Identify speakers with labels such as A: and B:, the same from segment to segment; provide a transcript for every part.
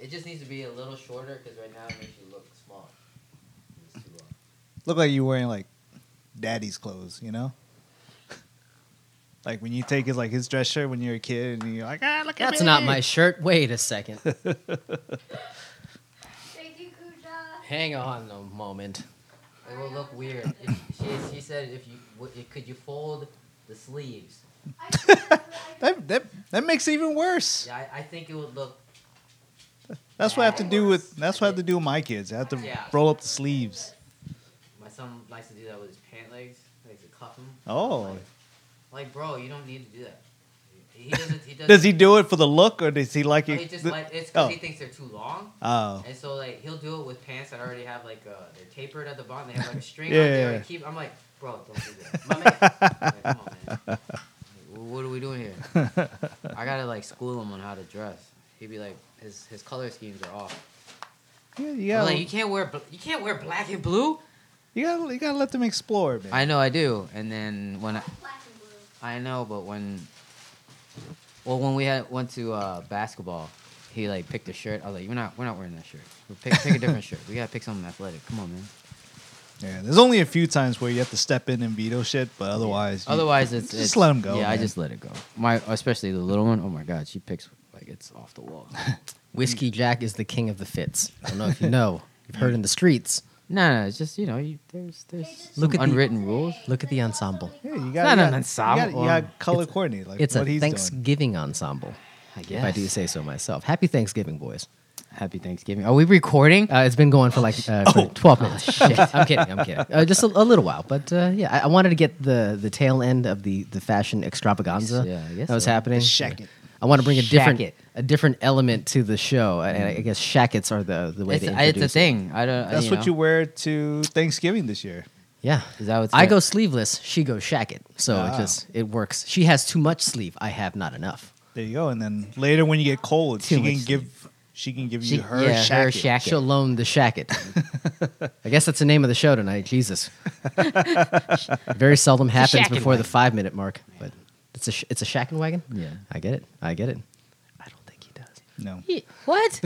A: It just needs to be a little shorter because right now it makes you look small. It's too long.
B: Look like you're wearing like daddy's clothes, you know? like when you take his like his dress shirt when you're a kid and you're like, ah, look at
C: That's
B: me."
C: not my shirt. Wait a second.
D: Thank you, Kuja.
C: Hang on a moment.
A: It will look weird. If, she, she said, "If you w- it- could, you fold the sleeves."
D: I can- I can-
B: That, that that makes it even worse.
A: Yeah, I, I think it would look.
B: That's what I have to do with. That's what I have to do with my kids. I have to
A: Yeah.
B: roll up the sleeves.
A: My son likes to do that with his pant legs. He likes to cuff them.
B: Oh,
A: Like, bro, you don't need to do that. He doesn't. He doesn't.
B: does he do it for the look or does he like
A: No,
B: it?
A: he just
B: th-
A: like it's
B: oh.
A: because he thinks they're too long,
B: oh,
A: and so like he'll do it with pants that already have like uh, they're tapered at the bottom. They have like a string.
B: Yeah,
A: on there.
B: yeah,
A: and keep. I'm like, bro, don't do that. My man. I'm like, Come on, man. Wh- What are we doing here? I gotta like school him on how to dress. He'd be like, his his color schemes are off.
B: yeah, you
A: Yeah,
B: gotta,
A: like you can't wear bl- you can't wear black and blue.
B: you gotta, you gotta let them explore, man.
A: I know I do, and then when I,
D: Black and blue.
A: I know, but when well when we had went to uh, basketball, he like picked a shirt. I was like, we're not we're not wearing that shirt. We'll pick pick a different shirt. We gotta pick something athletic. Come on, man.
B: Yeah, there's only a few times where you have to step in and veto shit, but otherwise, you-
A: Otherwise, it's
B: just
A: it's-
B: let 'em go,
A: Yeah, I
B: man.
A: just let it go. My especially the little one. Oh my god, she picks like it's off the wall.
C: Whiskey Jack is the king of the fits. I don't know if you know. You've heard in the streets.
A: no, no, it's just you know you, there's there's
C: Look
A: some
C: at the-
A: unwritten rules.
C: Look at the ensemble.
B: yeah, you
A: not an
B: got, you got, you
A: ensemble.
B: gotta color coordinate like
C: It's
B: what
C: a
B: he's doing.
C: Thanksgiving ensemble,
A: I
C: if
A: guess.
C: I do say so myself. Happy Thanksgiving, boys.
A: Happy Thanksgiving. Are we recording?
C: Uh, it's been going for like uh, for 12 minutes.
A: Oh. shit.
C: I'm kidding. I'm kidding. Uh, just a, a little while. But uh, yeah, I, I wanted to get the, the tail end of the, the fashion extravaganza
A: Yeah, I guess
C: that was
A: so.
C: happening.
B: The shacket.
C: I want to bring a different
A: Shacket.
C: a different element to the show. And I guess shackets are the, the way
A: Mm. It's,
C: they
A: I- it's a
C: introduce it.
A: thing. I don't.
B: That's
A: know.
B: what you wear to Thanksgiving this year.
C: Yeah.
A: Is that what's
C: I
A: good?
C: go sleeveless, she goes shacket. So
B: Ah.
C: it just it works. She has too much sleeve. I have not enough.
B: There you go. And then later when you get cold,
C: Too
B: she can
C: much
B: give she can give
A: She-
B: you her
A: yeah, her
B: shacket.
A: shack- Shacket.
C: She'll loan the shacket. I guess that's the name of the show tonight. Jesus. Very seldom happens
A: shack and
C: before the
A: wagon.
C: five minute mark, but it's a sh- it's a shack and wagon.
A: Yeah.
C: I get it. I get it. I don't think he does.
B: No.
A: What?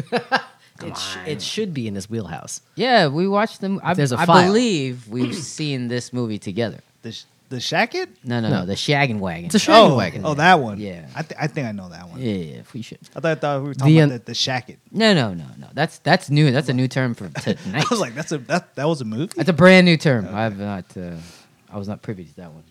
C: It, sh- it should be in his wheelhouse.
A: yeah, we watched them. I,
C: There's a
A: I
C: file.
A: believe we've seen this movie together.
B: The sh- the shacket?
A: No, no, no,
C: No.
A: the Shaggin' Wagon.
C: It's a shack and
B: Oh,
C: wagon.
B: oh, that one.
A: Yeah.
B: I, th- I think I know that one.
A: yeah, yeah, yeah, we should.
B: I thought I thought we were talking
C: The,
B: about
C: um,
B: the, the shacket.
A: No, no, no, no. That's that's new. That's a new term for
B: I
A: tonight.
B: was like, that's a that that was a movie.
A: that's a brand new term. I've not. Uh, I was not privy to that one.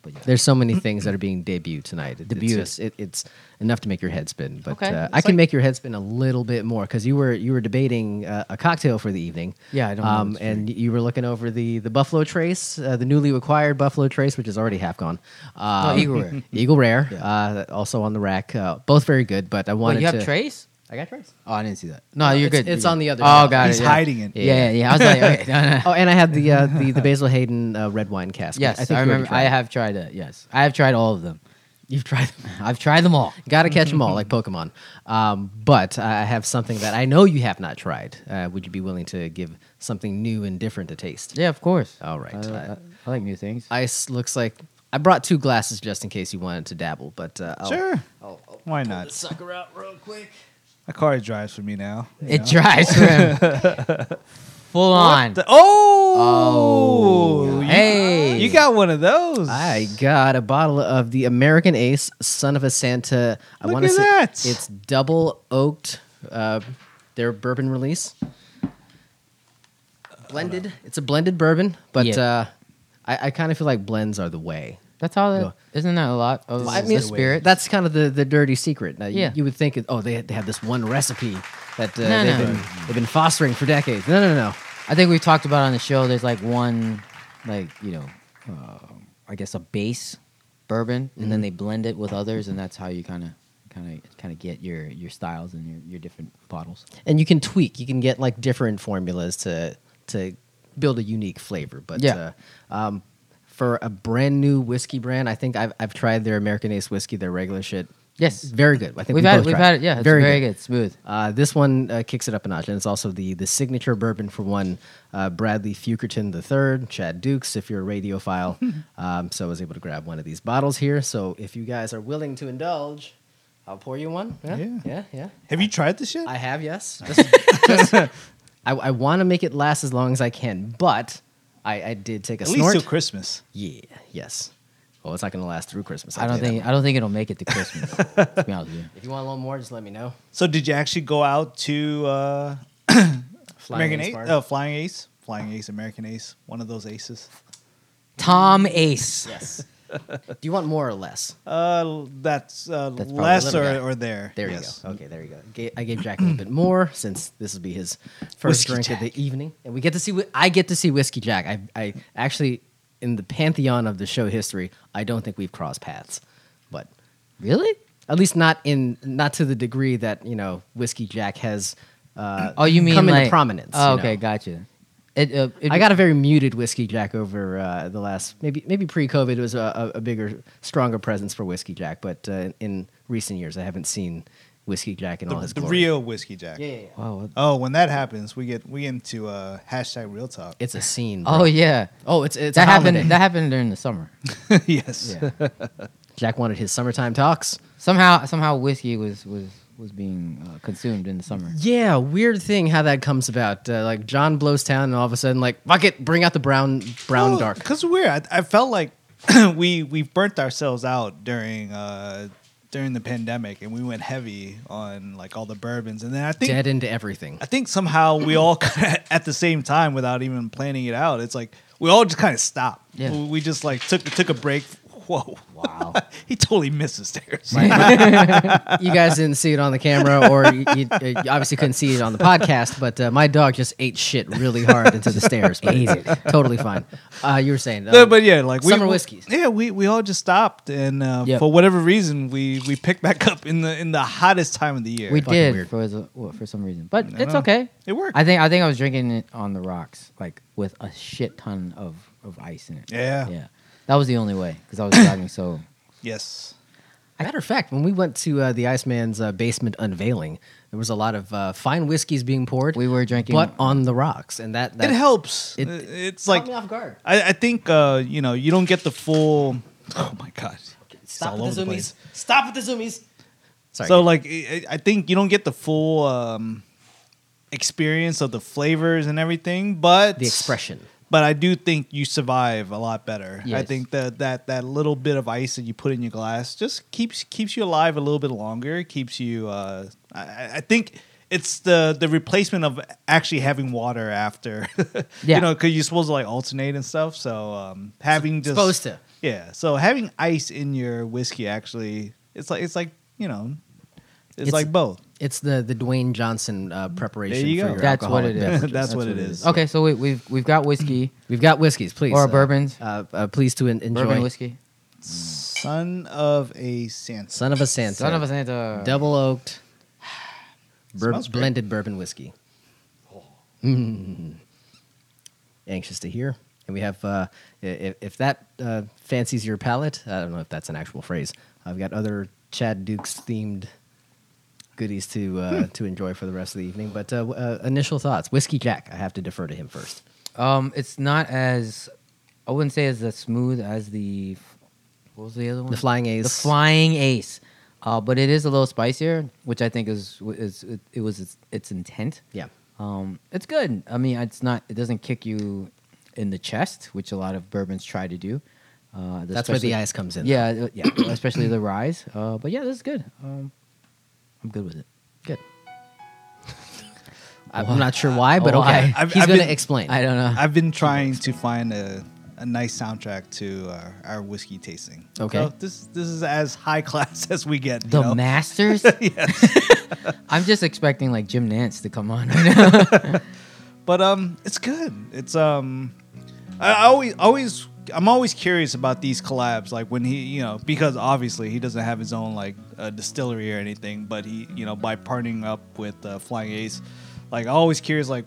A: But yeah.
C: There's so many things that are being debuted tonight. It,
A: Debuted.
C: It's, just- it, it's enough to make your head spin. But
A: Okay.
C: uh,
A: It's
C: I can
A: like-
C: make your head spin a little bit more because you were you were debating uh, a cocktail for the evening.
A: Yeah, I don't know
C: Um,
A: what to
C: and you were looking over the the Buffalo Trace, uh, the newly acquired Buffalo Trace, which is already half gone. Uh,
A: Oh, Eagle Rare.
C: Eagle Rare, uh, also on the rack. Uh, both very good, but I wanted
A: Wait, you have
C: to.
A: Trace?
C: I got Trace.
A: Oh, I didn't see that. No, you're
C: it's-
A: good.
C: it's
A: You're
C: on
A: good.
C: the other
A: Oh,
C: shelf.
A: got
B: He's
A: it. yeah.
B: hiding it.
A: Yeah, yeah, yeah. I was like, okay, no, no.
C: Oh, and I had the uh, the the Basil Hayden uh, red wine cask.
A: Yes, I,
C: think you already
A: remember.
C: tried
A: I
C: it.
A: have tried it. Yes, I have tried all of them.
C: You've tried them.
A: I've tried them all.
C: Got to catch them all, like Pokemon. Um, but I have something that I know you have not tried. Uh, would you be willing to give something new and different to taste?
A: Yeah, of course.
C: All right.
A: Oh, I, I-
C: Uh,
A: I like new things.
C: ice looks like I brought two glasses just in case you wanted to dabble. But uh, I'll,
B: sure.
C: I'll, I'll
B: Why
C: pull
B: not?
C: this sucker out real quick.
B: My car drives for me now. you
A: It
B: know?
A: drives him full on.
B: The- oh, You-
A: hey,
B: you got one of those.
C: I got a bottle of the American Ace, Son of a Santa. I
B: Look
C: wanna
B: at
C: say
B: that.
C: it's double oaked. Uh, their bourbon release, blended. It's a blended bourbon, but
A: Yeah.
C: uh, I, I kind of feel like blends are the way.
A: that's all. That,
C: Go.
A: isn't that a lot of
C: I
A: the
C: mean,
A: spirit?
C: That's kind of the, the dirty secret. Now, you-
A: Yeah.
C: you, would think, it- oh, they, they have this one recipe that uh,
A: No,
C: they've,
A: no.
C: Been, they've been fostering for decades. No, no, no.
A: I think we've talked about on the show. There's like one, like you know, uh, I guess a base bourbon, and
C: Mm-hmm.
A: then they blend it with others, and that's how you kind of, kind of, kind of get your your styles and your your different bottles.
C: and you can tweak. You can get like different formulas to to build a unique flavor. But
A: Yeah.
C: uh, um, for a brand new whiskey brand, I think I've I've tried their American Ace whiskey, their regular shit.
A: Yes.
C: very good. I think
A: we've
C: we
A: had it.
C: both
A: We've
C: tried
A: had it. Yeah, it's very, good. Smooth.
C: Uh, this one uh, kicks it up a notch, and it's also the the signature bourbon for one uh, Bradley Fukerton III, Chad Dukes, if you're a radiophile. um, so I was able to grab one of these bottles here. So if you guys are willing to indulge, I'll pour you one. Yeah,
B: Yeah.
C: yeah, yeah.
B: Have you tried this shit?
C: I have yes. Just, just- I, I want to make it last as long as I can, but I, I did take a
B: At least
C: snort.
B: till Christmas.
C: yeah, yes. Well, it's not going to last through Christmas.
A: I
C: I'll
A: don't
C: tell you
A: think
C: that.
A: I don't think it'll make it to Christmas. to be honest with you.
C: If you want a little more, just let me know.
B: So did you actually go out to uh, American
C: Ace
B: Ace?
C: Bar.
B: Oh, Flying Ace, Flying Ace, American Ace, one of those aces.
A: Tom Ace.
C: Yes. Do you want more or less?
B: Uh, that's, uh,
A: That's probably
B: less
A: little
B: or,
A: guy.
B: or there.
C: There
B: Yes.
C: you go. Okay, there you go. Ga- I gave Jack a little bit more since this will be his first
B: Whiskey
C: drink
B: Jack.
C: of the evening, and we get to see. whi- I get to see Whiskey Jack. I, I actually, in the pantheon of the show history, I don't think we've crossed paths, but
A: Really?
C: at least not in not to the degree that you know Whiskey Jack has. Uh,
A: Oh, you mean
C: come
A: like
C: into prominence?
A: Oh,
C: you
A: okay,
C: know.
A: gotcha. It, uh, it-
C: I got a very muted Whiskey Jack over uh, the last maybe maybe pre-COVID it was a, a a bigger stronger presence for Whiskey Jack, but uh, in recent years I haven't seen Whiskey Jack in all
B: The,
C: his
B: the
C: glory.
B: real whiskey jack.
C: Yeah, yeah, yeah.
A: Wow. what-
B: Oh, when that happens, we get we into uh, hashtag real talk.
C: It's a scene.
A: Oh
C: bro.
A: yeah.
C: oh, it's it's a
A: that happened.
C: holiday.
A: That happened during the summer.
B: yes.
A: Yeah.
C: Jack wanted his summertime talks.
A: somehow, somehow, whiskey was was was being uh, consumed in the summer.
C: Yeah, weird thing how that comes about. Uh, like John blows town, and all of a sudden, like fuck it, bring out the brown brown dark.
B: Because we're I, I felt like we we burnt ourselves out during uh during the pandemic, and we went heavy on like all the bourbons, and then I think
C: Dead into everything.
B: I think somehow we all kinda at the same time, without even planning it out, it's like we all just kind of stopped.
A: Yeah.
B: We- We just like took took a break. Whoa!
A: Wow.
B: he totally missed us there.
C: you guys didn't see it on the camera, or you, you, you obviously couldn't see it on the podcast. But uh, my dog just ate shit really hard into the stairs. But it's totally fine. Uh, you were saying,
B: No,
C: um,
B: but yeah, like we,
C: summer
B: we-
C: whiskeys.
B: Yeah, we, we all just stopped, and uh,
A: Yep.
B: for whatever reason, we we picked back up in the in the hottest time of the year.
A: We
C: Fucking
A: did
C: weird.
A: for the- well, for some reason, but
B: I
A: it's
B: know.
A: okay.
B: It worked.
A: I think I think I was drinking it on the rocks, like with a shit ton of of ice in it.
B: Yeah.
A: yeah. That was the only way because I was driving so.
B: yes.
C: Matter of fact, when we went to uh, the Iceman's uh, basement unveiling, there was a lot of uh, fine whiskeys being poured.
A: We were drinking-
C: but on the rocks, and that, that
B: it helps.
C: it-
B: it's
C: caught
B: like
C: me off guard.
B: I, I think uh, you know you don't get the full. Oh my god! It's all over place.
C: Stop with the zoomies. Sorry.
B: So like I I think you don't get the full um, experience of the flavors and everything, but
C: the expression.
B: But I do think you survive a lot better. I
A: Yes.
B: think that, that that little bit of ice that you put in your glass just keeps keeps you alive a little bit longer. Keeps you. Uh, I- I, I think it's the the replacement of actually having water after.
A: Yeah.
B: You know, because you're supposed to like alternate and stuff. So um, having just
C: supposed to.
B: Yeah. So having ice in your whiskey actually, it's like it's like you know, it's,
C: It's-
B: like both.
C: It's the the Dwayne Johnson uh, preparation.
B: There you
C: for
B: go.
C: Your
A: That's what it
C: alcoholic
A: is.
C: beverage.
B: That's, what, it is.
A: Okay, so we, we've we've got whiskey.
C: We've got whiskeys, please,
A: Or
C: uh,
A: bourbons.
C: Uh, uh, please to en- enjoy.
A: Bourbon whiskey.
B: Son of a Santa.
C: Son of a Santa.
A: Son of a Santa.
C: Double oaked, bur-
B: Smells great. Oh.
C: blended bourbon whiskey. Mm. Anxious to hear. And we have, uh, if, if that uh, fancies your palate, I don't know if that's an actual phrase. I've got other Chad Dukes themed goodies to uh,
B: Hmm.
C: to enjoy for the rest of the evening. But uh, w- uh, initial thoughts, whiskey Jack. I have to defer to him first.
A: Um, it's not as I wouldn't say as as smooth as the what was the other one?
C: The Flying Ace.
A: The Flying Ace. Uh, but it is a little spicier, which I think is is it, it was its, its intent.
C: Yeah.
A: Um, it's good. I mean, it's not. It doesn't kick you in the chest, which a lot of bourbons try to do. Uh, the-
C: That's where the
A: especially-
C: ice comes in.
A: Yeah, uh, yeah. especially the rise. Uh, but yeah, this is good. Um, I'm good with it.
C: Good. I'm not sure why, but
A: Oh, I-
C: okay.
B: I've-
C: He's
B: I've
C: going
B: been-
C: to explain.
A: I don't know.
B: I've been trying to find a, a nice soundtrack to our, our whiskey tasting.
C: Okay.
B: So this this is as high class as we get. you
A: The
B: know?
A: Masters? I'm just expecting like Jim Nance to come on right now.
B: but um, it's good. It's um, I I always always I'm always curious about these collabs. Like when he, you know, because obviously he doesn't have his own like uh, distillery or anything, but he, you know, by partnering up with uh, Flying Ace, like I'm always curious, like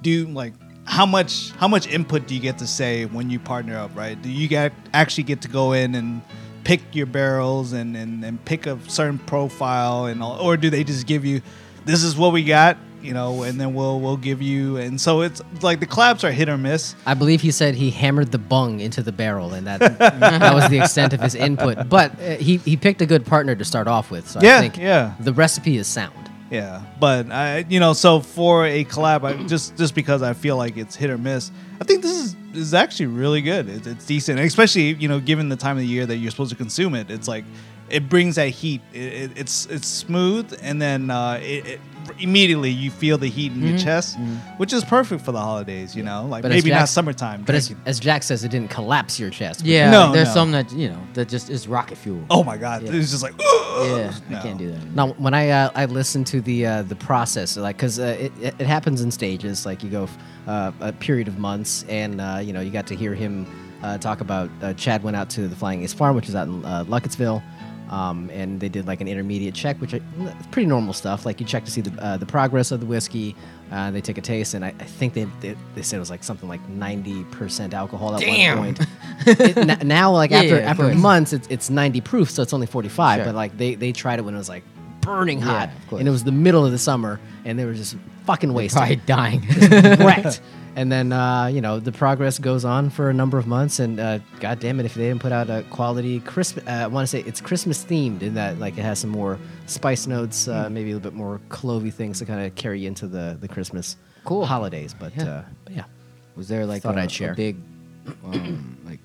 B: do like how much how much input do you get to say when you partner up right do you get actually get to go in and pick your barrels and and, and pick a certain profile and all, or do they just give you this is what we got you know, and then we'll we'll give you. And so it's like the collabs are hit or miss.
C: I believe he said he hammered the bung into the barrel, and that that was the extent of his input. But uh, he he picked a good partner to start off with, so
B: Yeah,
C: I think
B: yeah.
C: the recipe is sound.
B: Yeah, but I, you know, so for a collab, I, just just because I feel like it's hit or miss, I think this is is actually really good. It's, it's decent, and especially you know, given the time of the year that you're supposed to consume it. It's like it brings that heat. It, it, it's it's smooth, and then uh, it, it immediately you feel the heat in your
A: Mm-hmm.
B: chest, which is perfect for the holidays. You know, like
C: But as
B: maybe
C: Jack-
B: not summertime,
C: But as,
B: drinking.
C: as Jack says, it didn't collapse your chest.
A: Yeah,
B: No,
A: like, there's
B: no.
A: some that you know that just is rocket fuel.
B: oh my god,
A: Yeah.
B: it's just like
A: yeah,
B: no.
A: I can't do that. anymore.
C: Now, when I uh, I listen to the uh, the process, like because uh, it, it it happens in stages. Like you go uh, a period of months, and uh, you know you got to hear him uh, talk about uh, Chad went out to the Flying Ace Farm, which is out in uh, Luckettsville, um, and they did like an intermediate check, which is pretty normal stuff. Like you check to see the uh, the progress of the whiskey. Uh, they take a taste, and I, I think they, they they said it was like something like ninety percent alcohol at
A: Damn.
C: one point. it, n- now, like
A: Yeah,
C: after
A: yeah, of
C: after
A: course.
C: months, it's it's ninety proof, so it's only forty five.
A: Sure.
C: But like they they tried it when it was like burning hot,
A: of course.
C: and it was the middle of the summer, and they were just fucking
A: Probably
C: wasted,
A: dying.
C: wrecked. And then uh, you know the progress goes on for a number of months, and uh, god damn it, if they didn't put out a quality Christmas, uh, I want to say it's Christmas themed in that like it has some more spice notes, uh,
A: Mm.
C: maybe a little bit more clovey things to kind of carry you into the the Christmas
A: Cool.
C: holidays. But
A: Yeah.
C: uh, but yeah,
A: Was there like
C: Thought
A: a,
C: I'd
A: a
C: share.
A: big, um, like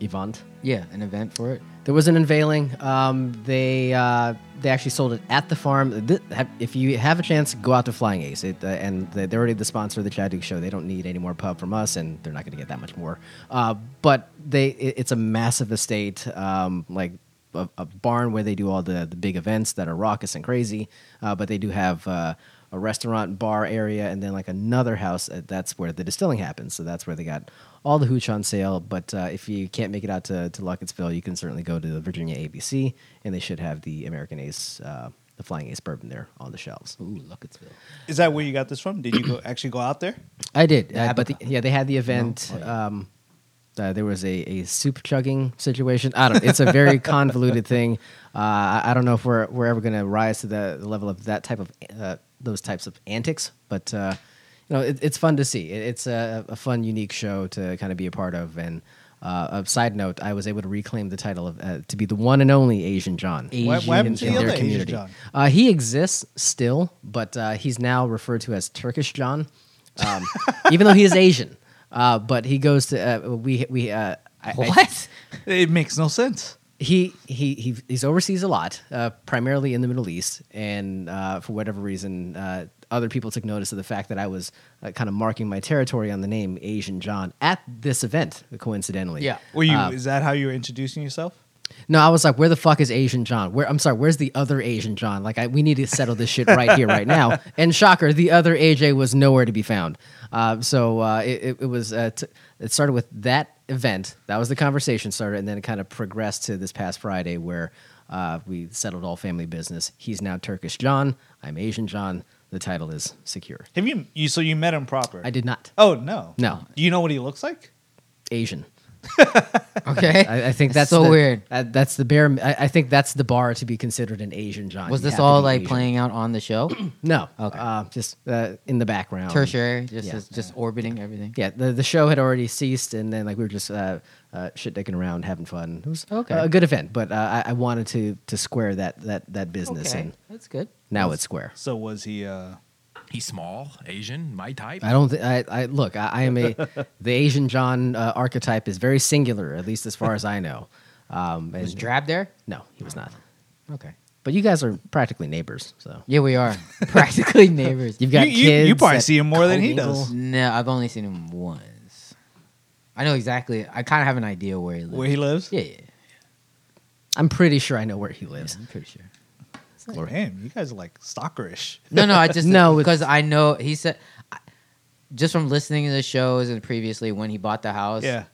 C: Yvonne.
A: yeah, an event for it?
C: There was an unveiling. Um, they uh, they actually sold it at the farm. Th- have- If you have a chance, go out to Flying Ace. It, uh, and they- they're already the sponsor of the Chad Duke Show. They don't need any more pub from us, and they're not going to get that much more. Uh, but they it, it's a massive estate, um, like a, a barn where they do all the, the big events that are raucous and crazy. Uh, but they do have. Uh, a restaurant bar area and then like another house uh, that's where the distilling happens so that's where they got all the hooch on sale but uh, if you can't make it out to, to Lockettsville you can certainly go to the Virginia ABC and they should have the American Ace uh, the Flying Ace bourbon there on the shelves
A: Ooh, Luckettsville.
B: Is that where you got this from? Did you go, actually go out there?
C: I did uh,
A: Abaca.
C: but the, yeah they had the event um, uh, there was a, a soup chugging situation I don't it's a very convoluted thing uh, I I don't know if we're, we're ever going to rise to the, the level of that type of uh, those types of antics but uh, you know, it, it's fun to see. It, it's a, a fun, unique show to kind of be a part of. And uh, a side note, I was able to reclaim the title of uh, to be the one and only Asian John.
B: What, what happened to
A: Asian
B: the
A: John.
B: other
A: Their
B: Asian John?
C: Uh, he exists still, but uh, he's now referred to as Turkish John, um, even though he is Asian. Uh, but he goes to uh, we we uh, I- I-
A: What?
B: It makes no sense.
C: he, he he he's overseas a lot, uh, primarily in the Middle East, and uh, for whatever reason, uh, other people took notice of the fact that I was uh, kind of marking my territory on the name Asian John at this event, coincidentally.
A: Yeah.
B: Were you? is that how you were introducing yourself?
C: No, I was like, where the fuck is Asian John? Where I'm sorry, where's the other Asian John? Like, I, we need to settle this shit right here, right now. And shocker, the other AJ was nowhere to be found. Uh, so uh, it, it, it was uh, t- it started with that event. That was the conversation started, and then it kind of progressed to this past Friday where uh, we settled all family business. He's now Turkish John. I'm Asian John. The title is secure.
B: Have you? You so you met him proper?
C: I did not.
B: Oh no.
C: No.
B: Do you know what he looks like?
C: Asian.
A: Okay.
C: I, I think that's
A: so
C: the-
A: weird.
C: uh, that's the bare. I, I think that's the bar to be considered an Asian John.
A: Was
C: You
A: this
C: have to
A: all
C: be
A: like
C: Asian.
A: playing out on the show?
C: No.
A: Okay.
C: Uh, just uh, in the background.
A: Tertiary, just
C: yeah.
A: just, just orbiting everything.
C: Yeah, the, the show had already ceased, and then like we were just uh, uh, shit dicking around, having fun. It was
A: Okay.
C: a good event, but uh, I, I wanted to to square that that that business,
A: Okay,
C: and
A: that's good.
C: now it's square.
B: So was he? uh
E: He's small, Asian, my type.
C: I don't. Th- I, I look. I, I am a the Asian John uh, archetype is very singular, at least as far as I know. Um,
A: Was
C: and-
A: Drab there?
C: No, he was not.
A: Okay.
C: But you guys are practically neighbors, so
A: Yeah, we are practically neighbors.
C: you've got
B: you, you,
C: kids.
B: you probably
C: that
B: see him more than he
C: commingle.
B: does.
A: No, I've only seen him once. I know exactly. I kind of have an idea where he lives.
B: Where he lives?
A: Yeah, yeah.
C: I'm pretty sure I know where he lives.
A: I'm pretty sure.
B: It's like, Damn, you guys are like stalkerish.
A: No, no, I just
C: No,
A: no
C: it's-
A: because I know he said I- just from listening to the shows and previously when he bought the house.
B: Yeah.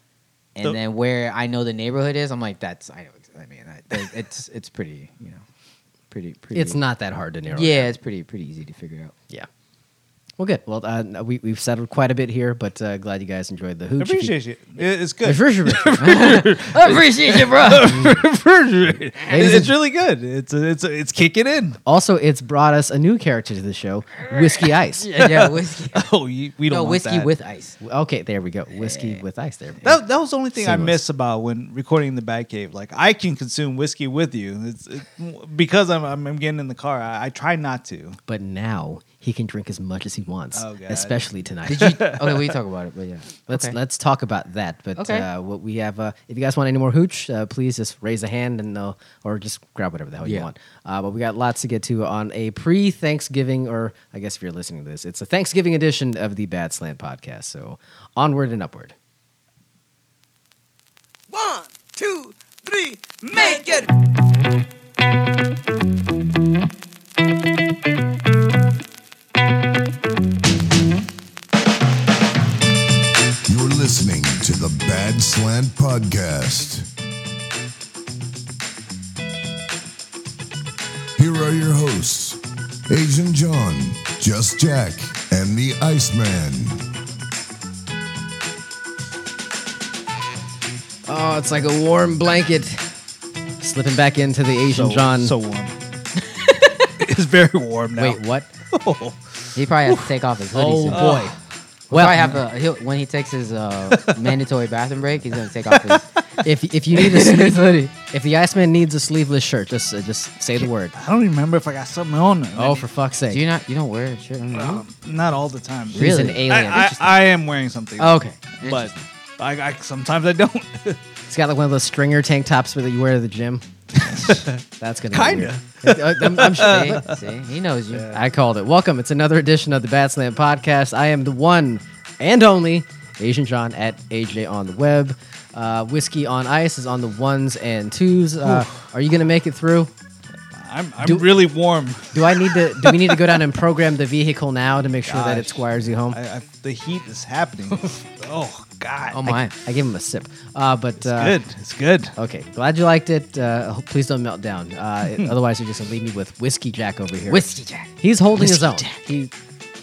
A: and
B: The-
A: then where I know the neighborhood is, I'm like, that's I know. ex- I mean, I, that- it's it's pretty, you know, pretty pretty.
C: It's not that hard to narrow. it
A: Yeah, it's pretty pretty easy to figure out.
C: Yeah. Well, good. Well, uh, no, we, we've settled quite a bit here, but uh, glad you guys enjoyed the
B: I
C: hooch. If you-
B: appreciate you. It- It's good.
C: Appreciate it.
A: I appreciate you, bro.
B: Appreciate it. It's,
C: Ladies and-
B: it's really good. It's it's it's kicking in.
C: Also, it's brought us a new character to the show, Whiskey Ice.
A: yeah, yeah, whiskey.
B: Oh, you, we don't
A: No,
B: want
A: whiskey
B: that.
A: with ice.
C: Okay, there we go. Whiskey with ice. There. we go.
B: That, that was the only thing I
C: Seamless.
B: miss about when recording in the Batcave. Like I can consume whiskey with you, it's it, because I'm, I'm I'm getting in the car. I, I try not to.
C: But now he can drink as much as he wants,
B: Oh, God.
C: especially tonight.
A: Did you? Okay, we talk about it, but yeah.
C: Let's
A: Okay.
C: let's talk about that. But
A: Okay.
C: uh, what we have, uh, if you guys want any more hooch, uh, please just raise a hand and uh, or just grab whatever the hell you
A: Yeah.
C: want. Uh, but we got lots to get to on a pre-Thanksgiving, or I guess if you're listening to this, it's a Thanksgiving edition of the Bad Slant Podcast. So onward and upward.
F: One, two, three, make it.
G: You're listening to the Bad Slant Podcast. Here are your hosts Asian John, Just Jack, and the Iceman.
C: Oh, it's like a warm blanket slipping back into the Asian
B: So,
C: John.
B: so warm. it's very warm now.
C: wait, what?
A: He probably has to take off his hoodie.
C: Oh
A: soon.
C: boy.
A: Well, I have a, he'll, when he takes his uh, mandatory bathroom break, he's gonna take off his.
C: if if you need a sleeve, if the Iceman needs a sleeveless shirt, just uh, just say the word.
B: I don't remember if I got something on.
C: Oh, for fuck's sake!
A: Do you not? You don't wear a shirt? under your arm?
B: Um, not all the time.
A: Really?
C: He's an alien.
B: I, I,
C: Interesting.
B: I am wearing something,
A: Oh, okay.
B: but I, I sometimes I don't.
C: It's got like one of those stringer tank tops that you wear to the gym. That's gonna be
B: Kinda.
C: weird. I- I'm- I'm sure-
B: uh,
A: see, see, he knows you.
C: I called it. Welcome. It's another edition of the Batslam Podcast. I am the one and only Asian John at AJ on the web. Uh, Whiskey on Ice is on the ones and twos. Uh, are you gonna make it through?
B: I'm I'm
C: Do-
B: really warm.
C: Do I need to? Do we need to go down and program the vehicle now to make sure that it
B: Gosh.
C: squires you home?
B: I, I, the heat is happening. oh God,
A: Oh
C: I-
A: my!
C: I, gave him a sip. Uh, but uh,
B: good. It's good.
C: Okay, glad you liked it. Uh, I hope- please don't melt down. Uh, it- otherwise, you're just gonna leave me with whiskey Jack over here.
A: Whiskey Jack.
C: He's holding his
A: Whiskey
C: own.
A: Jack.
C: He,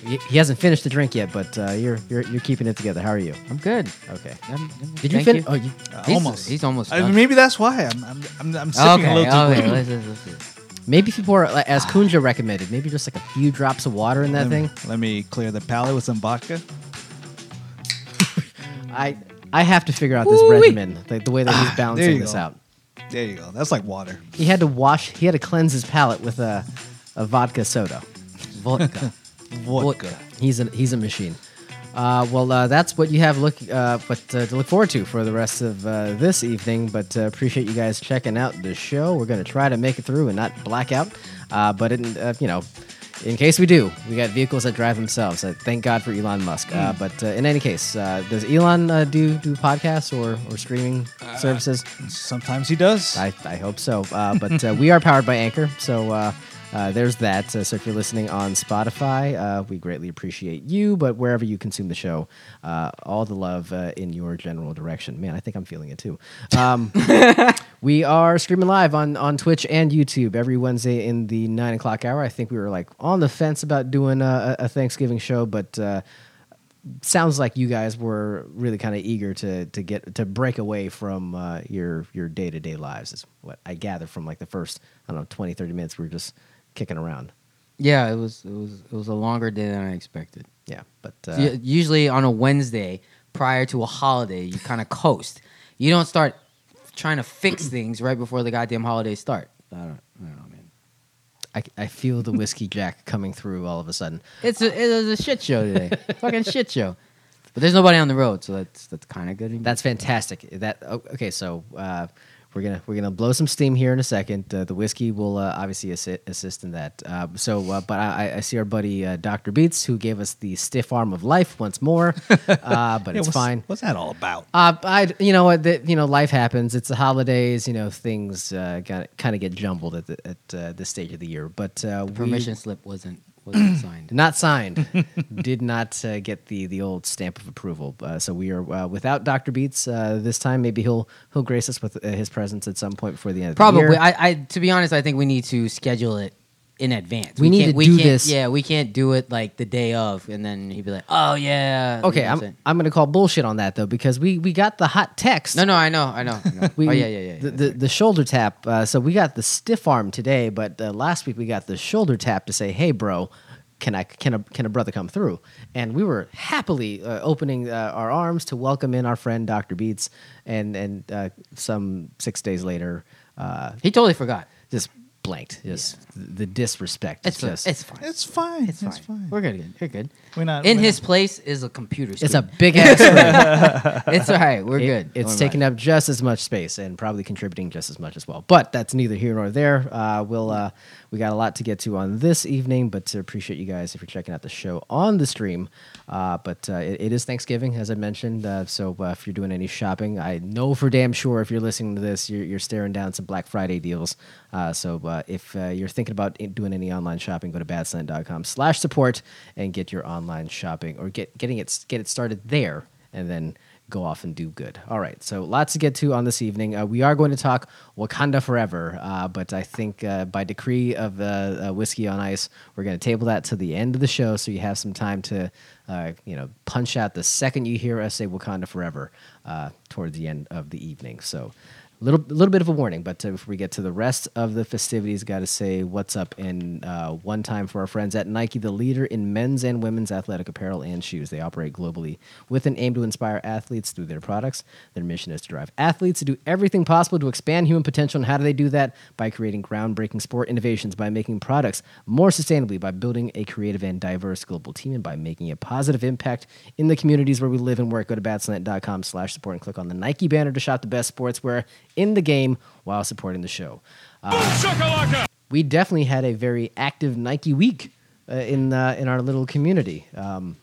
C: he he hasn't finished the drink yet, but uh, you're you're you're keeping it together. How are you?
A: I'm good.
C: Okay.
A: I'm- I'm-
C: Did you
A: thank
C: finish? Oh, you,
B: Uh,
A: He's-
B: almost.
A: He's almost.
B: I-
A: done.
B: maybe that's why I'm I'm I'm, I'm sipping
A: okay.
B: a little too
A: okay.
B: quick.
A: Let's, let's, let's, let's.
C: maybe if you pour, like, as Kunja recommended, maybe just like a few drops of water in that
B: Let me-
C: thing.
B: Let me clear the palate with some vodka.
C: I I have to figure out this
A: Woo-wee.
C: regimen, like the way that he's
B: there
C: balancing
B: you
C: this
B: go.
C: out.
B: There you go. That's like water.
C: He had to wash. He had to cleanse his palate with a a vodka soda.
A: Vodka.
B: Vodka.
C: He's a he's a machine. Uh, well, uh, that's what you have look uh, what uh, to look forward to for the rest of uh, this evening. But uh, appreciate you guys checking out the show. We're gonna try to make it through and not black out. Uh, but in, uh, you know, in case we do, we got vehicles that drive themselves. Uh, thank God for Elon Musk. Uh, but uh, in any case, uh, does Elon uh, do do podcasts or or streaming services?
B: Sometimes he does.
C: I, I hope so. Uh, but uh, we are powered by Anchor, so uh, uh, there's that. Uh, so if you're listening on Spotify, uh, we greatly appreciate you. But wherever you consume the show, uh, all the love uh, in your general direction. Man, I think I'm feeling it too. Um, we are streaming live on, on Twitch and YouTube every Wednesday in the nine o'clock hour. I think we were like on the fence about doing a, a a Thanksgiving show, but. Uh, sounds like you guys were really kind of eager to to get to break away from uh, your your day to day lives is what I gather from like the first I don't know 20, 30 minutes we were just kicking around.
A: Yeah, it was. It was. It was a longer day than I expected.
C: Yeah, but uh,
A: Y- Usually on a Wednesday prior to a holiday, you kind of coast. You don't start trying to fix things right before the goddamn holidays start. I don't, I don't know, man.
C: I, I feel the whiskey jack coming through all of a sudden.
A: It's a, it was a shit show today. Fucking shit show. But there's nobody on the road, so that's that's kind of good.
C: That's fantastic. That o- okay. So uh, we're gonna we're gonna blow some steam here in a second. Uh, the whiskey will uh, obviously assi- assist in that. Uh, so, uh, but I, I- I see our buddy uh, Doctor Beats who gave us the stiff arm of life once more. Uh, but
B: Yeah,
C: it's
B: what's,
C: fine.
B: What's that all about?
C: Uh, I, you know what, that you know, life happens. It's the holidays. You know, things uh, kind of get jumbled at the, at uh, this stage of the year. But uh, we-
A: permission slip wasn't wasn't signed.
C: not signed. Did not uh, get the the old stamp of approval. Uh, so we are uh, without Doctor Beats uh, this time. Maybe he'll he'll grace us with uh, his presence at some point before the end of
A: Probably,
C: the year.
A: I, I to be honest, I think we need to schedule it in advance.
C: We need
A: can't,
C: to
A: we
C: do
A: can't,
C: this.
A: Yeah, we can't do it like the day of, and then he'd be like, "Oh yeah." you
C: Okay,
A: know what
C: I'm
A: saying?
C: I'm gonna call bullshit on that though because we we got the hot text.
A: No, no, I know, I know. I know.
C: We,
A: oh yeah, yeah, yeah.
C: The,
A: yeah.
C: the, the shoulder tap. Uh, so we got the stiff arm today, but uh, last week we got the shoulder tap to say, "Hey, bro, can I can a can a brother come through?" And we were happily uh, opening uh, our arms to welcome in our friend Doctor Beats, and and uh, some six days later, uh,
A: he totally forgot.
C: just blanked. Just the disrespect.
A: It's
C: just,
A: it's fine. It's,
B: It's fine. It's,
A: fine.
B: fine.
A: We're good. We're good.
B: We're not-
A: in
B: we're
A: his place is a computer. Screen.
C: it's a big ass.
A: It's all right. We're
C: It-
A: good.
C: It's
A: We're
C: taking
A: right.
C: up just as much space and probably contributing just as much as well. But that's neither here nor there. Uh, we'll uh, we got a lot to get to on this evening, but to appreciate you guys if you're checking out the show on the stream. Uh, but uh, it, it is Thanksgiving, as I mentioned. Uh, so uh, if you're doing any shopping, I know for damn sure if you're listening to this, you're, you're staring down some Black Friday deals. Uh, so uh, if uh, you're thinking about in- doing any online shopping, go to badsign.com slash support and get your online shopping or get getting it get it started there, and then go off and do good. All right, so lots to get to on this evening. Uh, we are going to talk Wakanda Forever, uh, but I think uh, by decree of uh, uh, Whiskey on Ice, we're going to table that to the end of the show, so you have some time to, uh, you know, punch out the second you hear us say Wakanda Forever uh, toward the end of the evening. So. Little, little bit of a warning, but uh, before we get to the rest of the festivities, got to say what's up in uh, one time for our friends at Nike, the leader in men's and women's athletic apparel and shoes. They operate globally with an aim to inspire athletes through their products. Their mission is to drive athletes to do everything possible to expand human potential. And how do they do that? By creating groundbreaking sport innovations, by making products more sustainably, by building a creative and diverse global team, and by making a positive impact in the communities where we live and work. Go to batslant.com slash support and click on the Nike banner to shop the best sportswear in the game while supporting the show Uh, we definitely had a very active Nike week uh, in uh, in our little community. Um,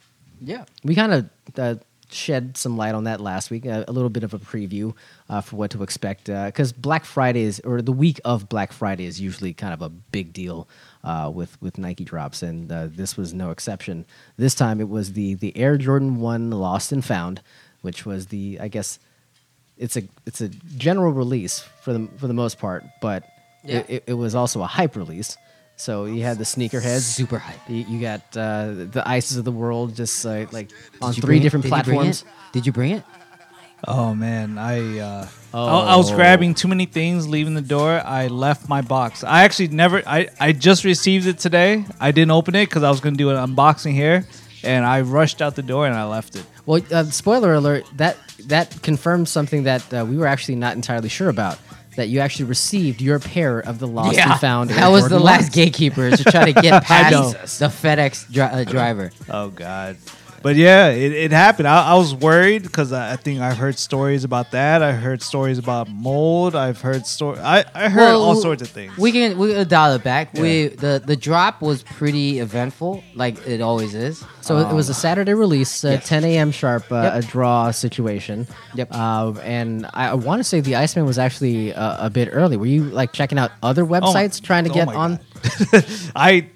A: Yeah.
C: we kind of uh, shed some light on that last week, uh, a, a little bit of a preview uh, for what to expect. Because Black Friday is, or the week of Black Friday is usually kind of a big deal uh, with with Nike drops, and uh, this was no exception. This time it was the the Air Jordan One Lost and Found, which was the I guess it's a it's a general release for the for the most part, but
A: Yeah.
C: it, it, it was also a hype release. So you had the sneakerheads,
A: Super hype.
C: you, you got uh, the ices of the world, just uh, like on
A: Did you
C: three
A: bring it?
C: different
A: Did you bring
C: platforms.
A: it? Did you bring it?
B: Oh man, I uh, I, I was grabbing too many things, leaving the door. I left my box. I actually never. I I just received it today. I didn't open it because I was gonna do an unboxing here, and I rushed out the door and I left it.
C: Well, uh, spoiler alert! That that confirms something that uh, we were actually not entirely sure about. That you actually received your pair of the lost and found.
A: That was the
C: Jordan
A: last
C: ones.
A: gatekeeper to try to get
C: know.
A: past the FedEx dri- uh, driver.
B: Oh God. But yeah, it, it happened. I, I was worried because I, I think I've heard stories about that. I heard stories about mold. I've heard story. I, I heard
A: Well,
B: all sorts of things.
A: We can we can dial it back. We the the drop was pretty eventful, like it always is.
C: So it was a Saturday release, uh, 10 a.m. sharp, uh,
A: Yep.
C: a draw situation.
A: Yep.
C: Uh, and I, I want to say the Iceman was actually uh, a bit early. Were you like checking out other websites trying to
B: oh
C: get
B: my
C: on?
B: God. I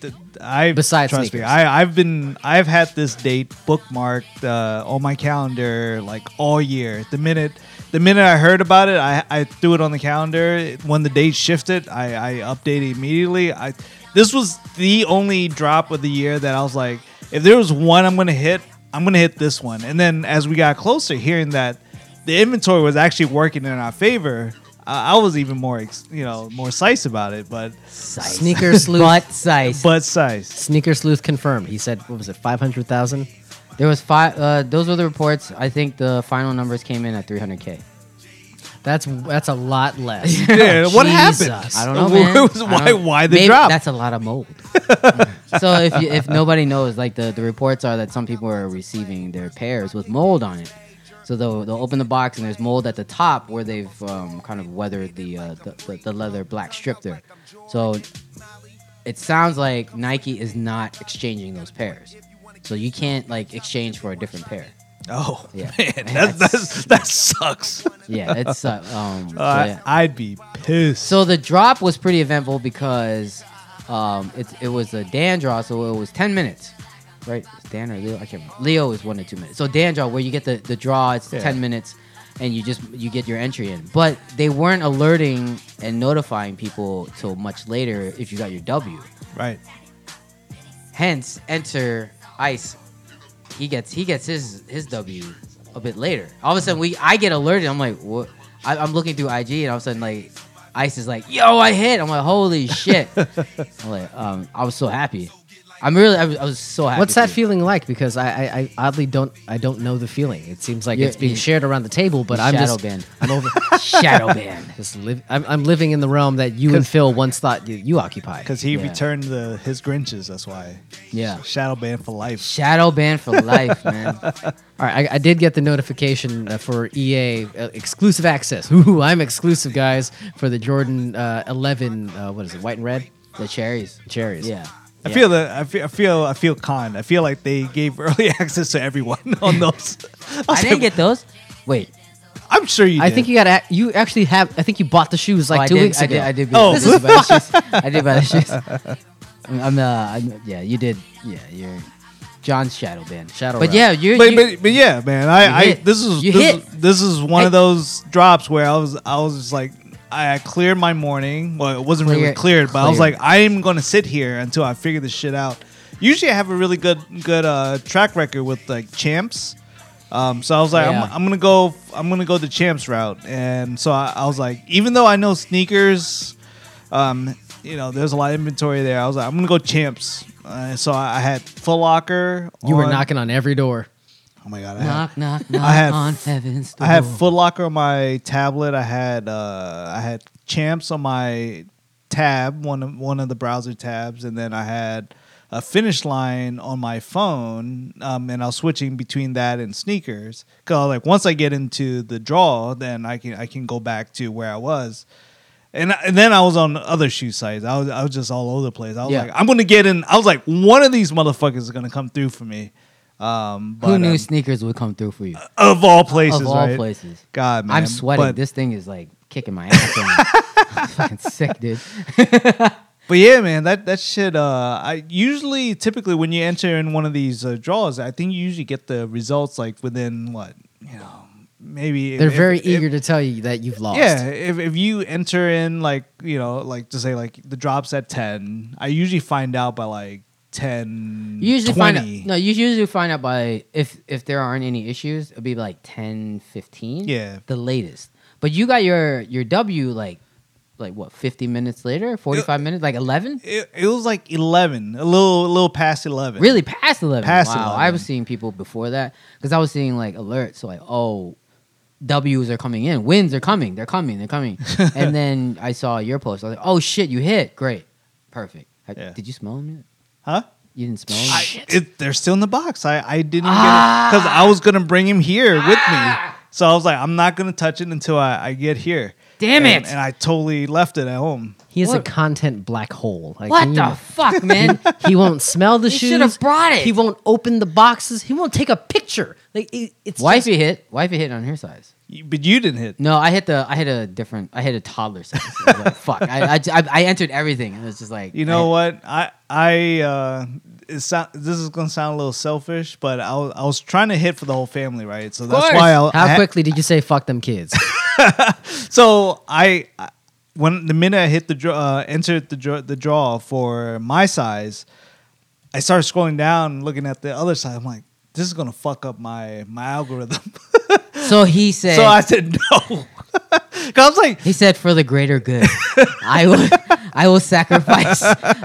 B: I
C: Besides
B: trust me,
C: sneakers.
B: I I've been I've had this date bookmarked uh, on my calendar like all year. The minute the minute I heard about it, I, I threw it on the calendar. When the date shifted, I, I updated immediately. I this was the only drop of the year that I was like, if there was one I'm gonna hit, I'm gonna hit this one. And then as we got closer, hearing that the inventory was actually working in our favor. I I was even more, ex- you know, more sice about it, but
C: Sneaker sleuth.
A: butt size.
B: but size.
C: Sneaker sleuth confirmed. He said, what was it, 500,000?
A: There was five. Uh, those were the reports. I think the final numbers came in at 300k.
C: That's that's a lot less.
B: Yeah, what
C: Jesus.
B: happened?
A: I don't know,
B: Where
A: Oh, man.
B: was-
A: I
B: why-
A: don't-
B: why the
A: Maybe
B: drop?
A: That's a lot of mold. so if you, if nobody knows, like the, the reports are that some people are receiving their pairs with mold on it. So they'll, they'll open the box and there's mold at the top where they've um, kind of weathered the, uh, the, the the leather black strip there. So it sounds like Nike is not exchanging those pairs. So you can't like exchange for a different pair.
B: Oh
A: Yeah.
B: man, that's, that's, that sucks.
A: Yeah, it's uh, um. so
B: Uh,
A: yeah.
B: I'd be pissed.
A: So the drop was pretty eventful because um, it, it was a Dan draw, so it was 10 minutes, right? It's Dan or Leo? I can't remember. Leo is one to two minutes. So Dan draw, where you get the, the draw, it's
B: Yeah.
A: 10 minutes. and you just you get your entry in. But they weren't alerting and notifying people till much later if you got your W.
B: Right.
A: Hence, enter Ice. He gets he gets his his W a bit later. All of a sudden, we I get alerted. I'm like, what? I, I'm looking through IG, and all of a sudden, like Ice is like, yo, I hit. I'm like, holy shit. I'm like, um, I was so happy. I'm really, I was, I was so happy.
C: What's that
A: too.
C: feeling like? Because I, I, I oddly don't I don't know the feeling. It seems like
A: Yeah,
C: it's being
A: you-
C: shared around the table, but
A: you
C: I'm
A: shadow
C: just
A: banned.
C: I'm over
A: Shadow band.
C: just live. I'm, I'm living in the realm that you and Phil once thought you, you occupy.
B: Because he
A: Yeah.
B: returned the his Grinches. That's why.
A: Yeah.
B: Shadow ban for life.
A: Shadow band for life, man.
C: All right, I, I did get the notification uh, for EA uh, exclusive access. Ooh, I'm exclusive, guys, for the Jordan uh, 11. Uh, what is it? White and red
A: The cherries.
C: cherries.
A: Yeah.
B: I feel that. I feel. I feel. I feel con. I feel like they gave early access to everyone on those.
A: I didn't get those. Wait.
B: I'm sure you.
C: I
B: did.
C: think you got ac- you actually have. I think you bought the shoes
A: Oh, I
C: like two
A: did-
C: weeks
A: I
C: ago.
A: Did, I did.
B: Oh.
A: Buy, I did buy the shoes. I did buy the shoes. I'm, I'm, uh, I'm- yeah, you did. Yeah, you're John's shadow band.
C: Shadow
A: But
C: rep.
A: yeah, you're.
B: But,
A: you-
B: but, but yeah, man,
A: You
B: I, I
A: hit.
B: this is
A: You
B: this,
A: hit.
B: this is one
A: Hey.
B: of those drops where I was I was just like I cleared my morning. Well, it wasn't
A: Clear-
B: really cleared, but I was
A: cleared.
B: like I am going to sit here until I figure this shit out. Usually, I have a really good good uh, track record with like champs. Um, so I was like,
A: Yeah.
B: I'm, I'm gonna go. I'm gonna go the champs route, and so I, I was like, even though I know sneakers, um, you know, there's a lot of inventory there. I was like, I'm gonna go champs. Uh, so I, I had Foot Locker.
C: you were
B: on-
C: knocking on every door.
B: Oh my god! I had,
A: knock, knock, knock
B: had-
A: on heaven's door.
B: I had Foot Locker on my tablet. I had uh, I had Champs on my tab, one of one of the browser tabs, and then I had a Finish Line on my phone. Um, and I was switching between that and sneakers because like once I get into the draw, then I can I can go back to where I was. And, and then I was on other shoe sites. I was I was just all over the place. I was
A: Yeah.
B: like, I'm gonna get in. I was like, one of these motherfuckers is gonna come through for me. Um, but,
A: Who knew
B: um,
A: sneakers would come through for you?
B: of all places,
A: of all
B: right?
A: places.
B: God, man,
A: I'm sweating.
B: But,
A: this thing is like kicking my ass. I'm fucking sick, dude.
B: but yeah, man, that that shit. Uh, I usually, typically, when you enter in one of these uh, draws, I think you usually get the results like within what you know, maybe
C: They're
B: if-
C: very
B: if-
C: eager to tell you that you've lost.
B: Yeah, if, if you enter in like you know, like to say like the drops at ten, I usually find out by like ten.
A: You usually find
B: 20.
A: out. No, you usually find out by if if there aren't any issues, it'll be like 10, 15.
B: Yeah.
A: the latest. But you got your your W like like what fifty minutes later, forty five minutes, like eleven.
B: It, it was like eleven, a little a little past eleven.
A: Really past eleven.
B: Past
A: wow,
B: 11.
A: I was seeing people before that because I was seeing like alerts, so like oh. W's are coming in. Wins are coming. They're coming. They're coming. and then I saw your post. I was like, "Oh shit, you hit! Great, perfect." I-
B: Yeah.
A: Did you smell them yet?
B: Huh?
A: You didn't smell them.
B: I, it, they're still in the box. I, I didn't
A: Ah.
B: get it because I was gonna bring him here with me. So I was like, I'm not gonna touch it until I, I get here.
A: Damn
B: And-
A: it.
B: And I totally left it at home.
C: He is
A: What-
C: a content black hole. Like,
A: what
C: can
A: the
C: you-
A: fuck, man?
C: He won't smell the
A: You
C: shoes.
A: should have brought it.
C: He won't open the boxes. He won't take a picture. Like it, it's
A: Wifey hit. Wifey hit on her size.
B: You- But you didn't hit.
A: No, I hit the. I hit a different. I hit a toddler size. I was like, fuck. I, I, I I entered everything. and It was just like
B: You know what? I I uh, it sound, this is gonna sound a little selfish, but I was, I was trying to hit for the whole family, right? So that's
A: course.
B: why I, I-
C: How quickly did you say "fuck them kids"?
B: So I, I- when the minute I hit the draw, uh, entered the draw, the draw for my size, I started scrolling down, looking at the other side. I'm like, this is gonna fuck up my my algorithm.
A: So he said.
B: so I said no. Cause I was like,
A: he said for the greater good, I will. I will sacrifice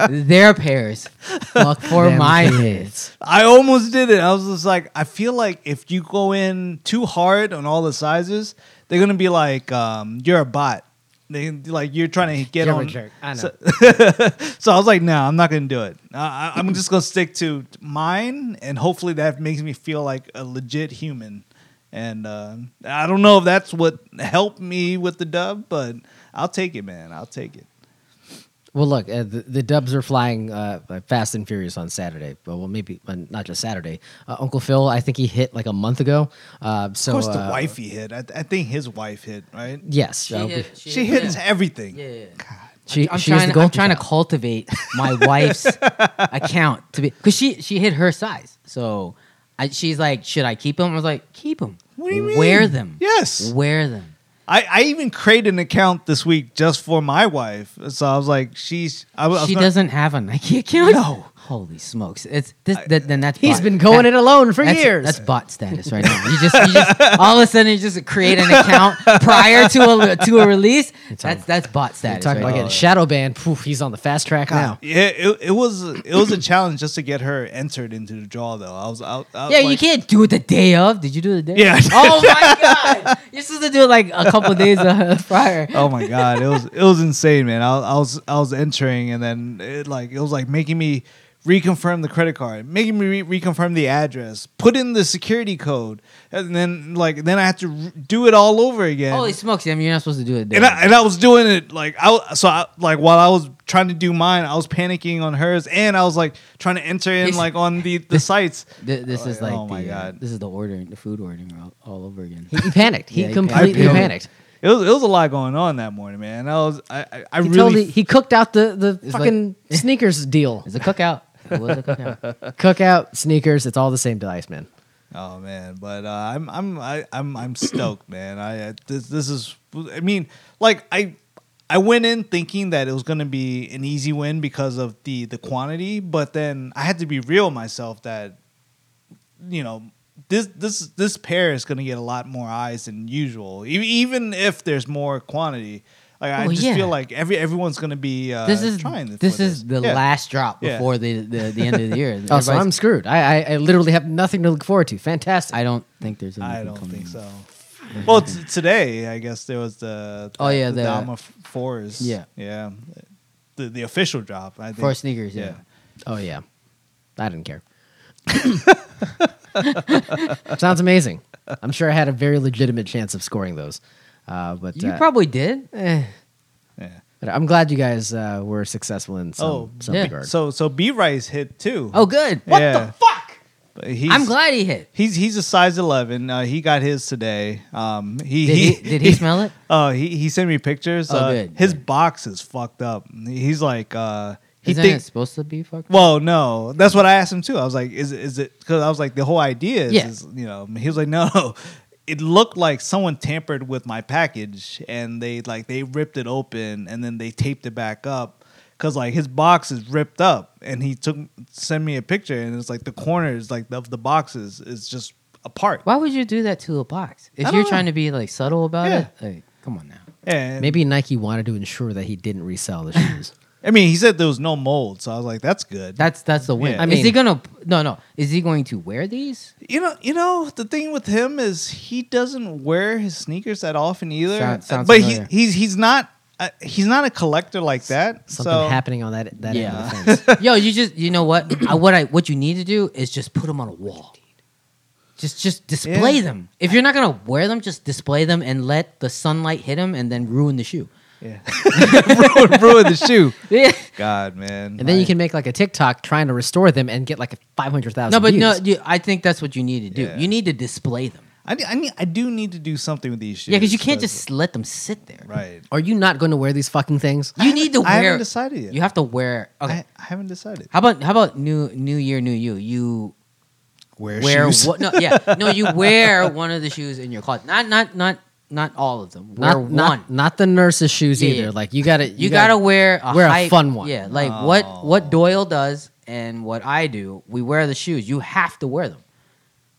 A: their pairs fuck for
C: Them
A: my
C: kids.
A: kids.
B: I almost did it. I was just like, I feel like if you go in too hard on all the sizes, they're gonna be like, um, you're a bot. They like you're trying to get
C: You're a
B: on.
C: jerk. I know.
B: So, so I was like, no, I'm not gonna do it. I, I- I'm just gonna stick to mine, and hopefully that makes me feel like a legit human. And uh, I don't know if that's what helped me with the dub, but I'll take it, man. I'll take it.
C: Well, look, uh, the, the Dubs are flying uh, uh, fast and furious on Saturday. Well, well maybe uh, not just Saturday. Uh, Uncle Phil, I think he hit like a month ago. Uh, so,
B: Of course, the
C: uh,
B: wifey hit. I, I think his wife hit right.
C: Yes,
A: She
C: uh,
A: hit-
B: She hits everything.
A: Yeah, yeah.
C: she-
A: I'm
C: she
A: trying.
C: is
A: to,
C: the
A: I'm
C: golden
A: trying to
C: child.
A: cultivate my wife's account to be because she she hit her size. So I, she's like, should I keep him? I was like, keep him.
B: What do you mean?
A: Wear them.
B: Yes.
A: Wear them.
B: I, I even created an account this week just for my wife. So I was like, she's. I, was- I was
A: she
B: gonna-
A: doesn't have a Nike account. No. Holy smokes! It's this. th- then that's
C: He's
A: bot-
C: been going
A: that-
C: it alone for
A: that's,
C: years.
A: That's bot status right now. You just, you just all of a sudden you just create an account prior to a to a release. That's that's bot
C: You're
A: status.
C: talking
A: right
C: about
A: now.
C: getting shadow banned. Poof, he's on the fast track now.
B: Yeah, it, it was it was a challenge just to get her entered into the draw though. I was out. I was
A: Yeah, you
B: like-
A: can't do it the day of. Did you do it the day?
B: Yeah.
A: Of? Oh my god! You're supposed to do it like a couple days uh, prior.
B: Oh my god, it was it was insane, man. I, I was I was entering and then it like it was like making me reconfirm the credit card, making me re- reconfirm the address, put in the security code, and then like then I had to re- do it all over again.
A: Holy smokes! I mean, you're not supposed to do it. The day
B: and
A: of.
B: I, and I was doing it like I was- so I, like while I was trying to do mine, I was panicking on hers, and I was like trying to enter in
A: It's-
B: like on the the sites.
A: Th- this is
B: Oh,
A: like
B: oh my
A: the, uh,
B: God.
A: this is the ordering, the food ordering all, all over again.
C: He, he panicked. He
A: Yeah, he
C: completely
B: panicked.
C: panicked.
B: It was it was a lot going on that morning, man. I was I I, I
C: He
B: really
C: totally he cooked out the the
A: like-
C: fucking sneakers deal.
A: It's a cookout. It was a
B: Uh,
A: cookout.
C: Cookout sneakers. It's all the same to Iceman.
B: Oh man, but uh, I'm I'm I, I'm I'm stoked, man. I uh, this this is I mean, like I I went in thinking that it was going to be an easy win because of the the quantity, but then I had to be real with myself that you know this this this pair is going to get a lot more eyes than usual, e- even if there's more quantity. Like I
A: Well,
B: just
A: yeah.
B: feel like every everyone's going to be uh,
A: This is
B: trying
A: this,
B: for
A: is the
B: Yeah.
A: last drop
B: Yeah.
A: before the, the the end of the year.
C: Oh, so I'm
A: Everybody's-
C: screwed. I, I I literally have nothing to look forward to. Fantastic.
A: I don't think there's. Anything
B: I don't
A: coming.
B: think so. Well, t- today I guess there was the,
A: Oh, yeah,
B: the,
A: the-
B: Dama F- fours
A: Yeah.
B: yeah the the official drop I think
A: For sneakers, yeah.
C: oh yeah, I didn't care. Sounds amazing. I'm sure I had a very legitimate chance of scoring those, uh, but
A: You
C: uh,
A: probably did.
B: Eh. yeah.
C: But I'm glad you guys uh, were successful in some,
B: Oh,
C: some
A: yeah.
C: regard.
B: So so B Rice hit too.
A: Oh, good. What
B: Yeah.
A: the fuck?
B: But he's,
A: I'm glad he hit.
B: he's he's a size eleven. Uh, he got his today. Um, he
A: Did he, did he smell it?
B: Oh, he he sent me pictures.
A: Oh,
B: uh,
A: good,
B: His
A: good.
B: box is fucked up. He's like uh, he
A: Isn't
B: thinks
A: it supposed to be fucked?
B: Well, no, that's what I asked him too. I was like, "Is is it?" Because I was like, "The whole idea is,
A: Yeah.
B: is, you know." He was like, "No, it looked like someone tampered with my package, and they like they ripped it open and then they taped it back up because like his box is ripped up." And he took sent me a picture, and it's like the corners like of the boxes is just apart.
A: Why would you do that to a box? If
B: I
A: you're
B: don't
A: trying to be like subtle about
B: Yeah.
A: it, like come on now.
B: And
C: Maybe Nike wanted to ensure that he didn't resell the shoes.
B: I mean, he said there was no mold, so I was like, "That's good."
A: That's that's the win.
B: Yeah.
A: I
B: I
A: mean, is he
C: mean-
A: gonna? No, no. Is he going to wear these?
B: You know, you know the thing with him is he doesn't wear his sneakers that often either.
A: Sound- sounds
B: but
A: familiar.
B: he he's he's not uh, he's not a collector like that.
C: Something
B: so
C: happening on that that end of the
A: Yeah.
C: fence.
A: Yo, you just you know what? I, what I what you need to do is just put them on a wall. Just just display
B: Yeah.
A: them. If you're not gonna wear them, just display them and let the sunlight hit them and then ruin the shoe.
B: Yeah. ruin, ruin the shoe.
A: Yeah.
B: God, man.
C: And then you
B: I-
C: can make like a TikTok trying to restore them and get like five hundred thousand.
A: No, but no, you, I think that's what you need to do.
B: Yeah.
A: You need to display them.
B: I, need- I need I do need to do something with these shoes.
A: Yeah, because you can't
B: 'cause-
A: just let them sit there.
B: right.
C: Are you not going to wear these fucking things?
A: You need to wear.
B: I haven't decided yet.
A: You have to wear. Okay.
B: I, I haven't decided.
A: how about how about new new year new you? You
B: Wear,
A: wear
B: shoes.
A: what? No, yeah, no. You wear one of the shoes in your closet. Not not not not all of them. Wear
C: Not,
A: one.
C: not not the nurse's shoes
A: Yeah,
C: either.
A: yeah.
C: Like you got to
A: you, gotta, wear a
C: wear a
A: hype-
C: fun one. Oh.
A: Yeah, like what what Doyle does and what I do, we wear the shoes. You have to wear them.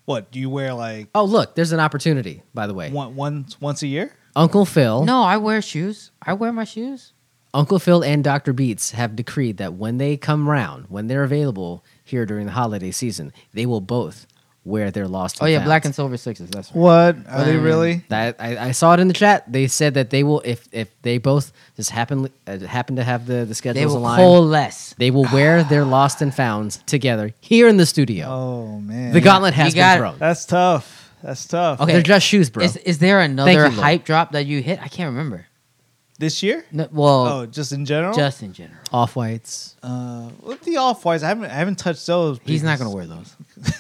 B: What do you wear like
C: Oh look, there's an opportunity. By the way,
B: one, once once a year?
C: Uncle Phil,
A: No, I wear shoes. I wear my shoes.
C: Uncle Phil, and Doctor Beats have decreed that when they come round, when they're available here during the holiday season, they will both wear their lost.
A: Oh yeah,
C: Founds.
A: black and silver sixes. That's right.
B: What are they
A: Um,
B: really?
C: Mm, That I, I saw it in the chat. They said that they will if if they both just happen uh, happen to have the the schedules
A: they will
C: aligned.
A: coalesce.
C: They will wear their lost and founds together here in the studio.
B: Oh man,
C: the gauntlet
A: You
C: has
A: got-
C: been thrown.
B: That's tough. That's tough.
A: Okay.
C: They're just shoes, bro.
A: Is, is there
C: you,
A: another
C: Lord.
A: hype drop that you hit? I can't remember.
B: This year?
A: No, well,
B: Oh, just in general.
A: just in general.
C: Off whites.
B: Uh, with the off whites, I haven't I haven't touched those.
A: He's not gonna wear those. he's,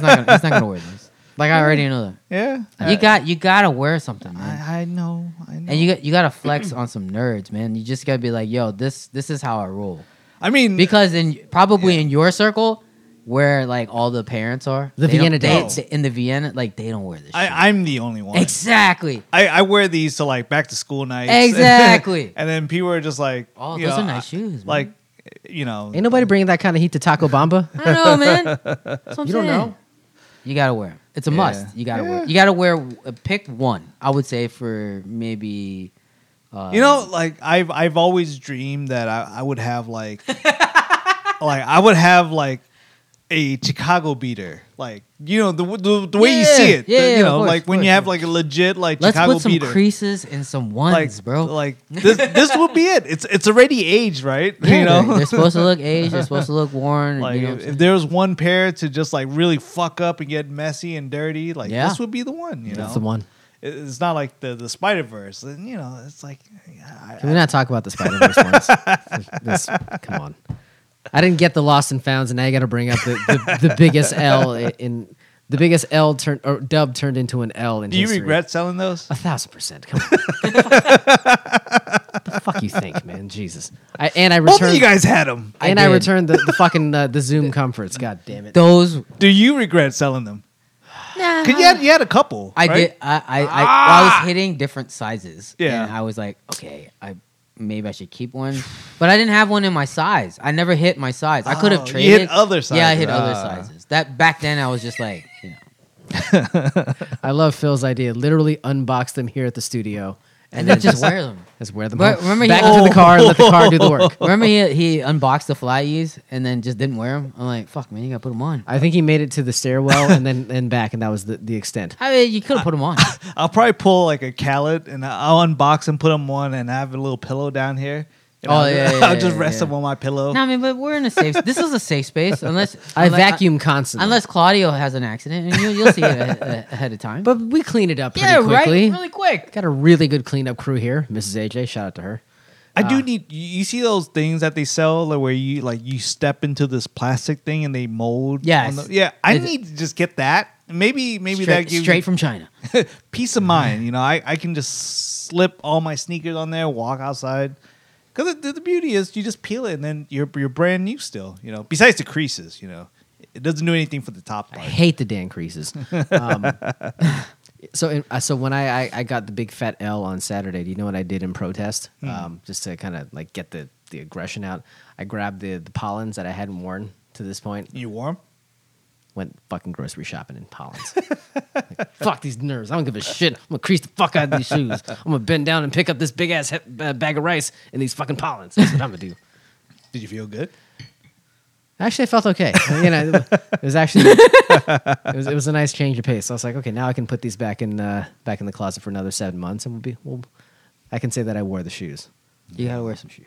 A: not gonna, he's not gonna wear those. Like I already know
B: Yeah,
A: that. You got you gotta wear something, man.
B: I, I know. I know.
A: and you got you gotta flex on some nerds, man. You just gotta be like, yo, this this is how I roll.
B: I mean,
A: Because in probably in your circle, where like all the parents are.
C: The
A: They don't-
C: Vienna
A: they-
C: dates.
A: they- in the Vienna, like they don't wear this. shit.
B: I, I'm the only one.
A: exactly.
B: I, I wear these to like back to school nights.
A: Exactly.
B: and then people are just like,
A: Oh,
B: you
A: those
B: know,
A: are nice
B: I-
A: shoes. man.
B: Like, you know,
C: Ain't nobody bringing that kind of heat to Taco Bamba.
A: I don't know, man. That's what I'm
C: You don't
A: saying.
C: know.
A: You gotta wear 'em. It's a
B: Yeah.
A: must. You gotta wear. You gotta wear. uh, Pick one. I would say for maybe. Uh,
B: you know, like I've I've always dreamed that I, I would have like, like I would have like a Chicago beater, like you know the the, the way you
A: Yeah,
B: see it, the-
A: yeah, yeah,
B: you
A: of
B: know,
A: course,
B: like
A: of
B: when
A: course,
B: you have
A: yeah.
B: like a legit like
A: let's
B: Chicago
A: put some
B: beater,
A: creases and some ones,
B: like
A: bro.
B: like this this will be it. It's it's already aged, right?
A: Yeah,
B: you
A: they're,
B: know,
A: they're supposed to look aged. They're supposed to look worn.
B: Like
A: you know what I'm
B: if,
A: saying?
B: if there was one pair to just like really fuck up and get messy and dirty, like
A: Yeah.
B: this would be the one. You know,
C: That's the one.
B: It- It's not like the the Spider Verse, and you know, it's like I,
C: Can we not talk about the Spider Verse ones? This- come on. I didn't get the lost and founds, and now you got to bring up the, the, the biggest L in, in the biggest L turned or dub turned into an L in
B: do you
C: history.
B: regret selling those?
C: A thousand percent. Come on. the fuck you think, man? Jesus. I, and I
B: Both of
C: returned.
B: you guys had them.
A: I
C: and I,
A: did.
C: returned the, the fucking uh, the Zoom comforts. God damn it.
A: those,
B: Do you regret selling them? Cause you had you had a couple.
A: I
B: right? Ah!
A: did. I I, I, I was hitting different sizes.
B: Yeah.
A: and I was like, okay, I maybe I should keep one, but I didn't have one in my size. I never hit my size. I could
B: Oh,
A: have
B: you
A: traded
B: hit other
A: Yeah, I hit
B: sizes.
A: other
B: Ah.
A: sizes. That back then I was just like, you know,
C: I love Phil's idea. Literally unbox them here at the studio
A: and then just wear them.
C: Just wear them.
A: But
C: home.
A: remember he- Oh.
C: back to the car and let the car do the work.
A: Remember he he unboxed the fly ease and then just didn't wear them. I'm like, fuck man, you gotta put them on.
C: I think he made it to the stairwell and then and back, and that was the, the extent.
A: I mean, you could
B: Uh,
A: have put them on.
B: I'll probably pull like a Khaled and I'll unbox and put them on, and I have a little pillow down here. And
A: Oh,
B: I'll,
A: yeah, yeah,
B: I'll
A: yeah,
B: just rest
A: yeah.
B: them on my pillow.
A: no, I mean, but we're in a safe. This is a safe space, unless
C: I
A: unless- uh,
C: vacuum constantly.
A: Unless Claudio has an accident, and you, you'll see it a- a- ahead of time.
C: but we clean it up pretty
A: yeah, right,
C: quickly.
A: really quick.
C: Got a really good cleanup crew here. Mrs. AJ, shout out to her.
B: I
A: Ah.
B: do need you- you see those things that they sell like, where you like you step into this plastic thing and they mold.
A: Yes.
B: the- yeah.
A: Is
B: I
A: it-
B: need to just get that. Maybe maybe
A: straight,
B: that gives
A: straight Mm-hmm. from
B: me
A: China.
B: peace of mind. You know, I, I can just slip all my sneakers on there, walk outside. Because the, the beauty is you just peel it and then you're you're brand new still. You know, besides the creases, you know, it doesn't do anything for the top
C: I
B: part.
C: hate the Dan creases. Um, so in, uh, so when I, I I got the big fat L on Saturday, do you know what I did in protest? Um, just to kind of like get the the aggression out. I grabbed the the pollens that I hadn't worn to this point.
B: You warm?
C: went fucking grocery shopping in Pollens. Like, fuck these nerves. I don't give a shit. I'm gonna crease the fuck out of these shoes. I'm gonna bend down and pick up this big ass he- uh, bag of rice and these fucking Pollens. That's what I'm gonna do.
B: Did you feel good?
C: Actually, I felt okay. You know, it was actually it was, it was a nice change of pace. I was like, okay, now I can put these back in uh, back in the closet for another seven months, and we'll be. We'll, I can say that I wore the shoes.
A: You gotta wear some shoes.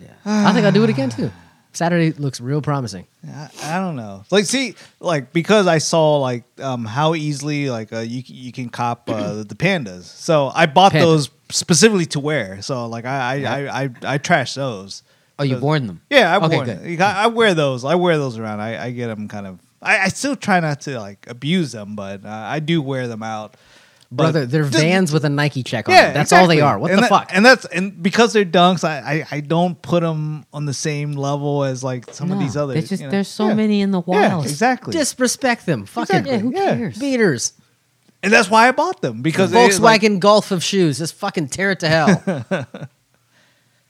A: Yeah,
C: I think I'll do it again too. Saturday looks real promising.
B: I, I don't know. Like, see, like because I saw like um how easily like uh, you you can cop uh, the pandas. So I bought
C: Panda.
B: those specifically to wear. So like I I I, I, I trashed those.
A: oh, you worn them?
B: Yeah, I
A: Okay,
B: worn
A: good.
B: it. I, I wear those. I wear those around. I, I get them kind of. I, I still try not to like abuse them, but uh, I do wear them out. But
C: Brother, they're
B: just-
C: vans with a Nike check on
B: yeah,
C: them. That's all
B: exactly.
C: they are. What
B: And
C: the
B: that-
C: fuck?
B: And that's and because they're dunks, I I, I don't put them on the same level as like some of
A: No,
B: these other.
A: there's just-
B: you know.
A: there's so
B: Yeah.
A: many in the
B: Yeah,
A: wild.
B: exactly.
C: Disrespect them. Fucking
A: Yeah, who
B: Yeah.
A: cares?
C: beaters.
B: and that's why I bought them because it is,
C: Volkswagen
B: like-
C: Golf of shoes. Just fucking tear it to hell.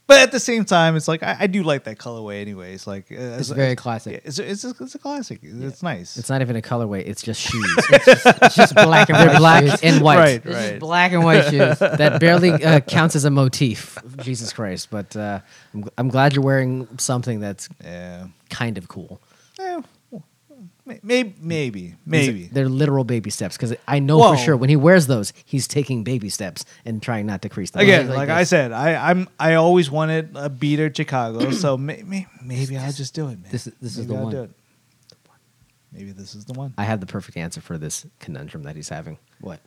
B: but at the same time, it's like I, I do like that colorway, anyways. Like uh,
A: It's very classic.
B: It's it's, it's, a classic. It's nice.
C: it's not even a colorway. It's just shoes.
A: It's just black and
C: They're
A: white
C: black
A: shoes.
C: and white.
B: Right.
A: It's just black and white shoes.
C: That barely uh, counts as a motif. Jesus Christ! But uh, I'm, gl- I'm glad you're wearing something that's
B: yeah.
C: kind of cool.
B: Eh, maybe maybe
C: These-
B: maybe.
C: they're literal baby steps because I know
B: Whoa.
C: for sure when he wears those, he's taking baby steps and trying not to crease them.
B: Again,
A: like
B: like,
A: this.
B: I said, I, I'm I always wanted a beater Chicago, so may, may, maybe I'll just do it, man.
A: this- this is
B: Maybe
A: the
B: I'll
A: one.
B: do it. Maybe this is the one.
C: I have the perfect answer for this conundrum that he's having.
A: What?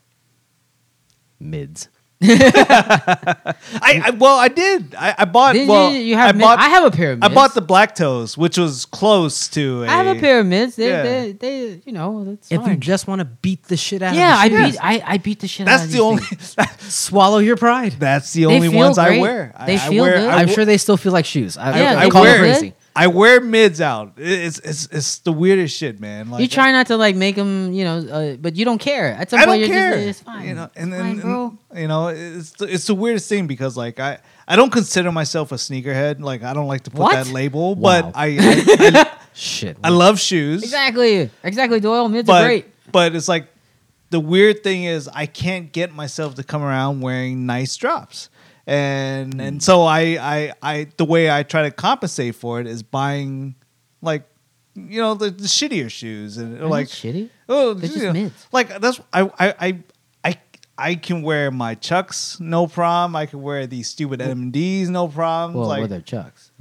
C: Mids.
B: I, I well, I did. I, I bought.
A: Did
B: well,
A: you, you have
B: I
A: mid-
B: bought.
A: I have a pair of
B: I
A: mids.
B: bought the black toes, which was close to.
A: I have a pair of mids. They,
B: Yeah.
A: they, they, you know, that's
C: If you
A: fine.
C: just want to beat the shit out
A: yeah, I
C: of the
A: beat, I, I beat the shit out
B: That's
A: of
B: the
A: these
B: only.
A: things.
C: swallow your pride.
B: That's the
A: They
B: only
A: feel
B: ones I
A: great.
B: wear. I-
A: They
B: I
A: feel
B: wear-
A: good.
B: I
C: I'm
B: wo-
C: sure they still feel like shoes. I,
A: Yeah,
C: I
A: they
C: call
A: feel
C: it
A: good.
C: crazy.
B: I wear mids out. It- It's it's it's the weirdest shit, man. Like
A: you try not to like make them, you know, uh, but you don't care. At some
B: I
A: point,
B: don't
A: you're
B: care.
A: Just, it's fine.
B: You know, and
A: it's
B: then
A: fine,
B: and,
A: bro.
B: you know, it's the, it's the weirdest thing because like I I don't consider myself a sneakerhead. Like I don't like to put
A: What?
B: that label,
C: Wow.
B: but I I, I
C: Shit.
B: I love shoes.
A: Exactly, exactly. Doyle, mids
B: But
A: are great.
B: but it's like the weird thing is I can't get myself to come around wearing nice drops. And
A: Hmm.
B: and so I, I I the way I try to compensate for it is buying like you know the, the shittier shoes and
A: Isn't
B: like
A: that shitty.
B: Oh,
A: They're
B: you
A: just
B: know,
A: mids.
B: Like that's I I I I I can wear my Chucks no problem. I can wear these stupid M Ds no problem.
A: Well,
B: like
A: were their chucks.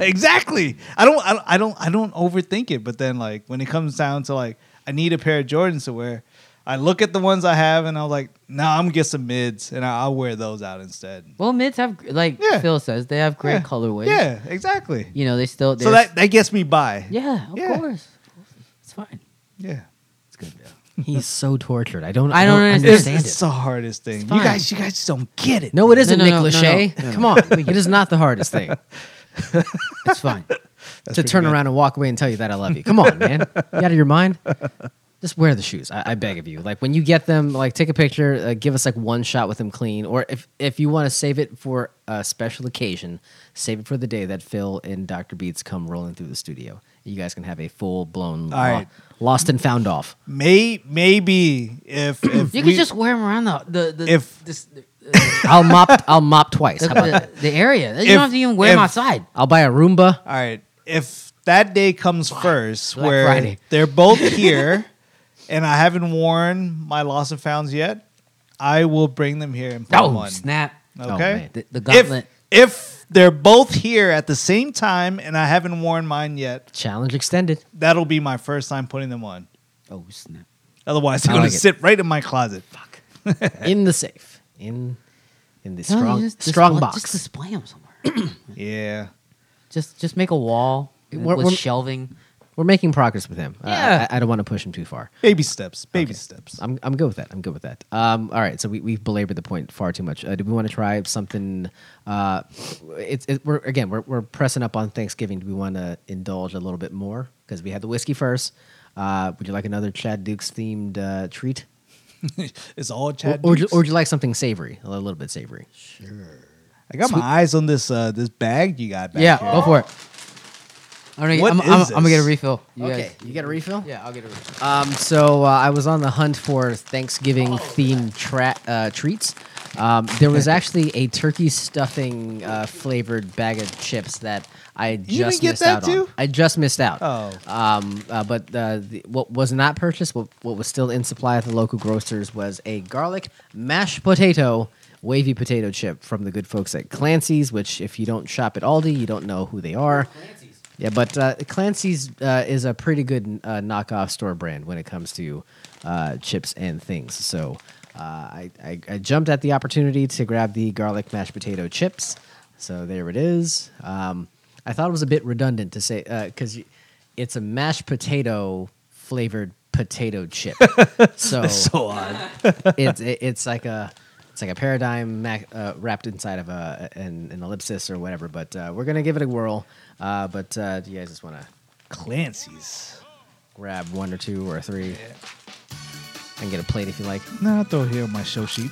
B: exactly. I don't I don't I don't I don't overthink it. But then like when it comes down to like I need a pair of Jordans to wear, I look at the ones I have and I'm like, nah, I'm gonna get some mids and I, I'll wear those out instead.
A: Well, mids have like
B: Yeah.
A: Phil says they have great
B: Yeah.
A: colorways.
B: Yeah, exactly.
A: you know they still.
B: So
A: there's-
B: that that gets me by.
A: yeah, of
B: Yeah.
A: course, it's fine.
B: Yeah.
C: He's so tortured. I don't.
A: I don't understand.
B: It's,
A: Understand
B: it's
A: it.
B: the hardest thing. You
A: fine.
B: guys, you guys just don't get it.
C: No, it isn't,
A: no,
C: Nick
A: no, no,
C: Lachey.
A: no, no.
C: Come on, it is not the hardest thing
A: It's fine.
C: to turn around and walk away and tell you that I love you. Come on, man, you out of your mind? Just wear the shoes. I, I beg of you. Like when you get them, like take a picture, uh, give us like one shot with them clean, or if if you want to save it for a special occasion, save it for the day that Phil and Doctor Beats come rolling through the studio. You guys can have a full blown
B: All right.
C: lost and found off.
B: May maybe if if
A: You
B: we-
A: can just wear them around the the, the
B: If-
A: this, the,
C: I'll mop. I'll mop twice. How about that?
A: the, the area. You
B: If-
A: don't have to even wear them
B: if-
A: outside.
C: I'll buy a Roomba.
B: All right. If that day comes first,
A: Black
B: where
A: Friday.
B: they're both here, and I haven't worn my loss and founds yet, I will bring them here and put
A: Oh
B: them on.
A: snap!
B: Okay.
C: man.
A: The, the
B: if
A: gauntlet.
B: if they're both here at the same time and I haven't worn mine yet,
C: Challenge extended.
B: that'll be my first time putting them on.
A: oh snap!
B: Otherwise, they're
C: I
B: gonna
C: like it.
B: sit right in my closet. Fuck.
C: in the safe. In in the
A: Eh. No,
C: strong
A: just
C: strong
A: display-
C: box.
A: Just display them somewhere.
B: Yeah.
A: just just make a wall
C: We're-
A: with
C: we're-
A: shelving.
C: We're making progress with him. I-
A: Yeah.
C: I, I don't want to push him too far.
B: Baby steps. Baby steps.
C: I'm I'm good with that. I'm good with that. Um, all right. So we we've belabored the point far too much. Uh, do we want to try something? Uh, it's it, we're again we're we're pressing up on Thanksgiving. Do we want to indulge a little bit more because we had the whiskey first? Uh, would you like another Chad Dukes themed uh, treat?
B: It's all
C: Or,
B: Chad.
C: or, would you,
B: Dukes.
C: or would you like something savory? A little bit savory.
B: I got my eyes on this uh, this bag you got back
A: Yeah,
B: here.
A: go for it. I'm gonna,
B: What
A: I'm,
B: is
A: I'm, I'm gonna get a
B: this?
A: refill. You
C: okay.
A: guys-
C: You got a refill?
A: yeah, I'll get a refill. Oh,
C: Um, so uh, I was on the hunt for Thanksgiving themed tra- uh, treats. Um, there was actually a turkey stuffing uh, flavored bag of chips that I just
B: didn't get
C: missed
B: that
C: out on.
B: too?
C: I just missed out.
B: Oh.
C: Um, uh, but uh, the, what was not purchased, what, what was still in supply at the local grocers, was a garlic mashed potato wavy potato chip from the good folks at Clancy's. Which, if you don't shop at Aldi, you don't know who they are. Yeah, but uh, Clancy's uh, is a pretty good uh, knockoff store brand when it comes to uh, chips and things. So uh, I, I, I jumped at the opportunity to grab the garlic mashed potato chips. So there it is. Um, I thought it was a bit redundant to say because it's a mashed potato flavored potato chip. so
B: So odd.
C: it's it, it's like a it's like a paradigm ma- uh, wrapped inside of a an, an ellipsis or whatever. But uh, we're gonna give it a whirl. Uh, but uh, do you guys just want to
B: Clancy's.
C: grab one or two or three and get a plate if you like?
B: No, I'll throw it here on my show sheet.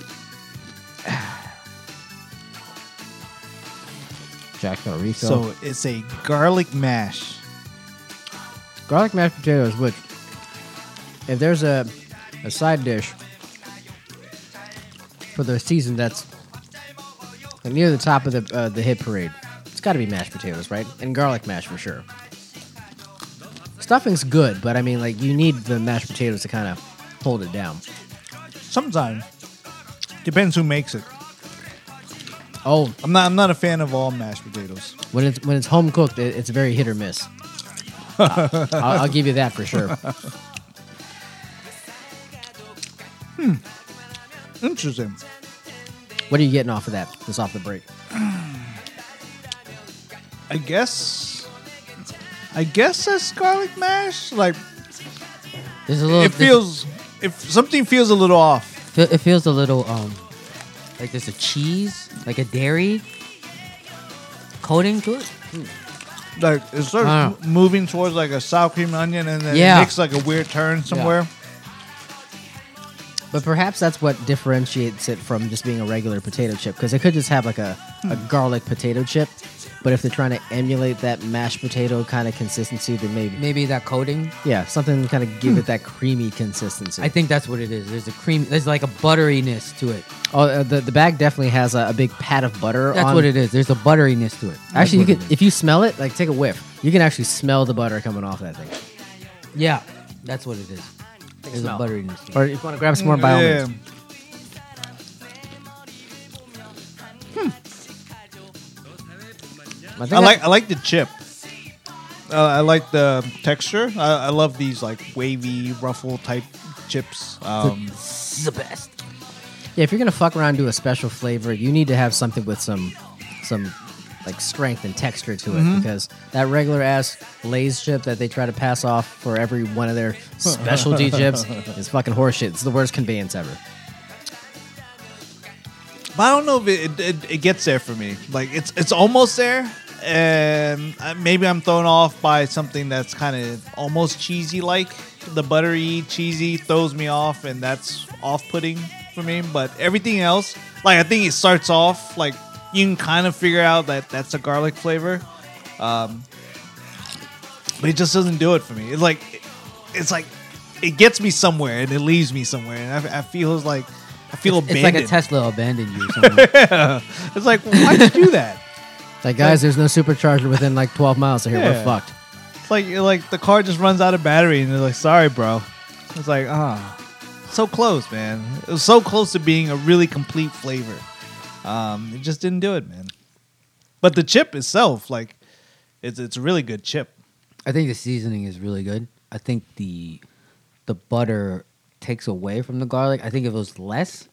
C: Jack got a refill.
B: So it's a garlic mash.
C: garlic mashed potatoes, which if there's a a side dish for the season that's near the top of the uh, the hit parade, it's got to be mashed potatoes, right? And garlic mash for sure. Stuffing's good, but I mean, like you need the mashed potatoes to kind of hold it down.
B: Sometimes depends who makes it.
C: Oh,
B: I'm not. I'm not a fan of all mashed potatoes.
C: when it's when it's home cooked, it, it's very hit or miss. I- I'll, I'll give you that for sure.
B: Interesting.
C: What are you getting off of that? Just off the break.
B: I guess. I guess that's garlic mash. Like
A: There's a little.
B: it feels. If something feels a little off.
A: Fe- It feels a little um, like there's a cheese, like a dairy coating to it.
B: like it starts
A: I don't
B: m- moving towards like a sour cream onion, and then
A: Yeah.
B: it makes like a weird turn somewhere.
C: But perhaps that's what differentiates it from just being a regular potato chip, because it could just have like a, a garlic potato chip. But if they're trying to emulate that mashed potato kind of consistency, then maybe,
A: Maybe that coating.
C: yeah, something kind of give it that creamy consistency.
A: I think that's what it is. There's a cream. There's like a butteriness to it.
C: oh, uh, the, the bag definitely has a, a big pat of butter.
A: That's
C: on,
A: what it is. There's a butteriness to it.
C: Actually, you
A: That's what
C: could
A: it is.
C: if you smell it, like take a whiff, you can actually smell the butter coming off that thing.
A: yeah, that's what it is. There's a
C: smell.
A: butteriness. To it.
C: Or if you want to grab some more, by all means. think
B: I like I like the chip. Uh, I like the texture. I, I love these like wavy ruffle type chips. Um,
A: It's the best.
C: Yeah, if you're gonna fuck around and do a special flavor, you need to have something with some some like strength and texture to it
A: Mm-hmm.
C: because that regular ass Lay's chip that they try to pass off for every one of their specialty chips is fucking horseshit. It's the worst conveyance ever.
B: but I don't know if it, it, it, it gets there for me. Like it's it's almost there, and I- maybe I'm thrown off by something that's kind of almost cheesy. Like the buttery cheesy throws me off, and that's off putting for me. But everything else, like I think it starts off like you can kind of figure out that that's a garlic flavor, um, but it just doesn't do it for me. It's like it's like it gets me somewhere and it leaves me somewhere, and I, I feel like. I feel
A: It's
B: abandoned.
A: like a Tesla abandoned you. Somewhere.
B: It's like, why'd you do that?
C: It's like, guys, there's no supercharger within like 12 miles of here. We're
B: Yeah.
C: fucked.
B: It's like, like the car just runs out of battery, and they're like, sorry, bro. It's like, ah, so close, man. It was so close to being a really complete flavor. Um, it just didn't do it, man. But the chip itself, like, it's it's a really good chip.
A: I think the seasoning is really good. I think the the butter takes away from the garlic. I think if it was less,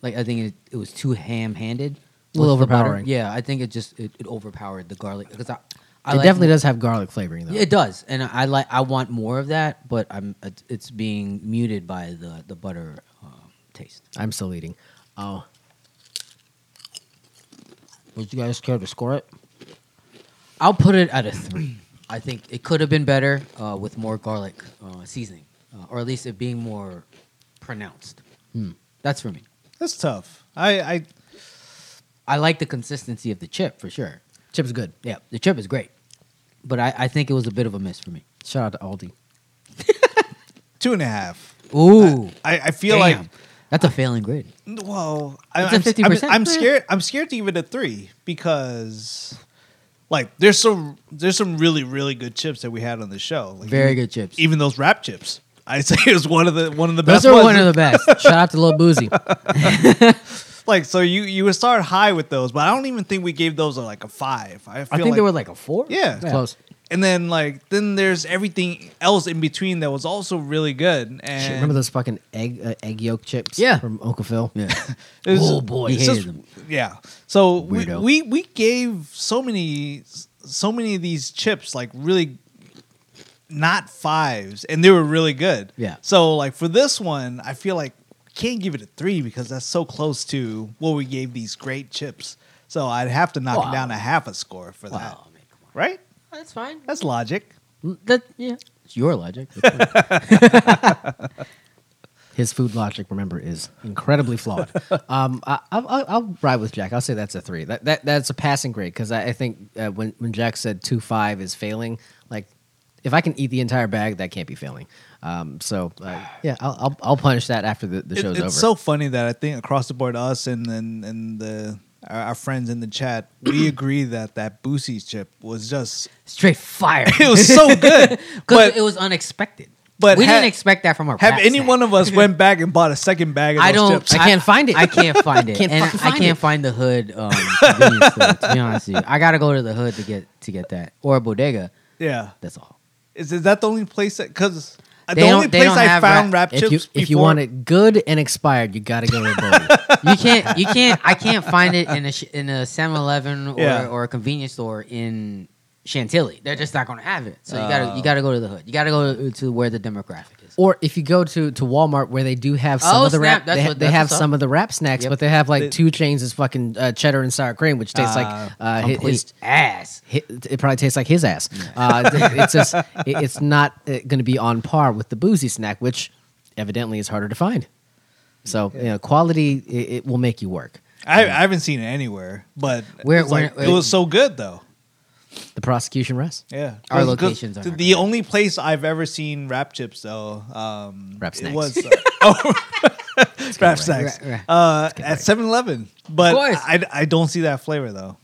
A: like I think it, it was too ham handed.
C: A little overpowering.
A: Yeah, I think it just it, it overpowered the garlic because I, I
C: it
A: like-
C: definitely does have garlic flavoring though.
A: It does, and I like I want more of that, but I'm it- it's being muted by the the butter um, taste.
C: I'm still eating. Oh,
A: Would you guys care to score it? I'll put it at a three. I think it could have been better uh, with more garlic uh, seasoning, uh, or at least it being more pronounced.
C: Hmm.
A: That's for me.
B: That's tough. I, I
A: I like the consistency of the chip for sure.
C: chip's good.
A: Yeah, the chip is great, but I, I think it was a bit of a miss for me.
C: Shout out to Aldi.
B: two and a half.
A: Ooh,
B: I, I feel
A: damn. that's a failing grade.
B: like, whoa. I,
A: It's a
B: I'm, I'm-
A: 50%.
B: I'm scared. I'm scared to give it a three because, like, there's some there's some really really good chips that we had on the show. Like,
A: Very good chips.
B: even those wrap chips. I say it was one of the one of the
C: Those
B: best
C: are
B: ones.
C: one of the best. Shout out to Lil Boozy.
B: like so you you would start high with those, but I don't even think we gave those a, like a five. I, feel
A: I think
B: like,
A: they were like a four.
B: yeah
C: Close.
B: And then like then there's everything else in between that was also really good. And
C: Shit, remember those fucking egg uh, egg yolk chips?
A: Yeah.
C: from Uncle Phil.
A: Yeah.
B: It was-
A: Oh, boy.
B: it's
A: He hated
B: just-
A: them.
B: Yeah. So we,
C: Weirdo.
B: we we gave so many so many of these chips like really not fives, and they were really good.
A: Yeah.
B: So like for this one, I feel like can't give it a three because that's so close to what we gave these great chips. So I'd have to knock it
A: Wow.
B: down a half a score for that.
A: Oh, man, come
B: Right?
A: on. That's fine.
B: That's logic.
A: That yeah. It's your logic. That's fine.
C: His food logic, remember, is incredibly flawed. um, I, I'll, I'll, I'll ride with Jack. I'll say that's a three. That, that that's a passing grade because I, I think uh, when when Jack said two five is failing, like if I can eat the entire bag, that can't be failing. Um, so uh, yeah, I'll, I'll I'll punish that after the, the
B: It-
C: show's
B: it's
C: over.
B: so funny that I think across the board, us and and, and the our, our friends in the chat, we agree that that Boosie's chip was just
A: Straight fire.
B: it was so good.
A: Because
B: but
A: it was unexpected.
B: but
A: we
B: ha-
A: didn't expect that from our.
B: have
A: pack
B: any
A: snack.
B: one of us went back and bought a second bag of
A: I
B: those
A: don't.
B: chips?
C: I can't find it.
A: I can't find it,
C: Can't
A: and
C: fucking
A: I
C: find
A: can't
C: it.
A: find the hood. Um, convenience store, to be honest, with you. I gotta go to the hood to get to get that or a bodega.
B: yeah,
A: That's all.
B: is, is that the only place that? Because the
A: They don't-
B: only
A: they
B: place
A: don't
B: I
A: have
B: found
A: wrap-
B: wrap, chips
C: if you
B: before,
C: if you want it good and expired, you got to go to the bowl.
A: You can't. You can't. I can't find it in a sh- in a 7-Eleven or
B: Yeah.
A: or a convenience store in Chantilly. They're just not gonna have it. So you gotta
C: Oh.
A: you gotta go to the hood. You gotta go to where the demographic is.
C: Or if you go to, to Walmart where they do have some
A: Oh,
C: of the
A: snap.
C: wrap,
A: That's
C: they, ha-
A: what-
C: they
A: that's
C: have
A: what's up.
C: some of the wrap snacks,
A: Yep.
C: but they have like
B: They-
C: two chains is fucking uh, cheddar and sour cream, which tastes
A: Ah,
C: like uh, hi-
A: Complete
C: his,
A: ass.
C: hi- it probably tastes like his ass. Uh, th- it's just it, it's not going to be on par with the boozy snack, which evidently is harder to find. So you know, quality it, it will make you work.
B: I, I haven't seen it anywhere, but
A: Where-
B: it's like-
A: where-
B: it was so good though.
C: The prosecution rest
B: Yeah,
A: Our
B: It was good.
A: locations are not
B: the
A: great.
B: only place I've ever seen wrap chips though. Um,
C: Wrap snacks.
B: It was uh, oh, wrap snacks
A: Right, right.
B: Uh, at 7-Eleven, but
A: Of course.
B: I, I don't see that flavor though.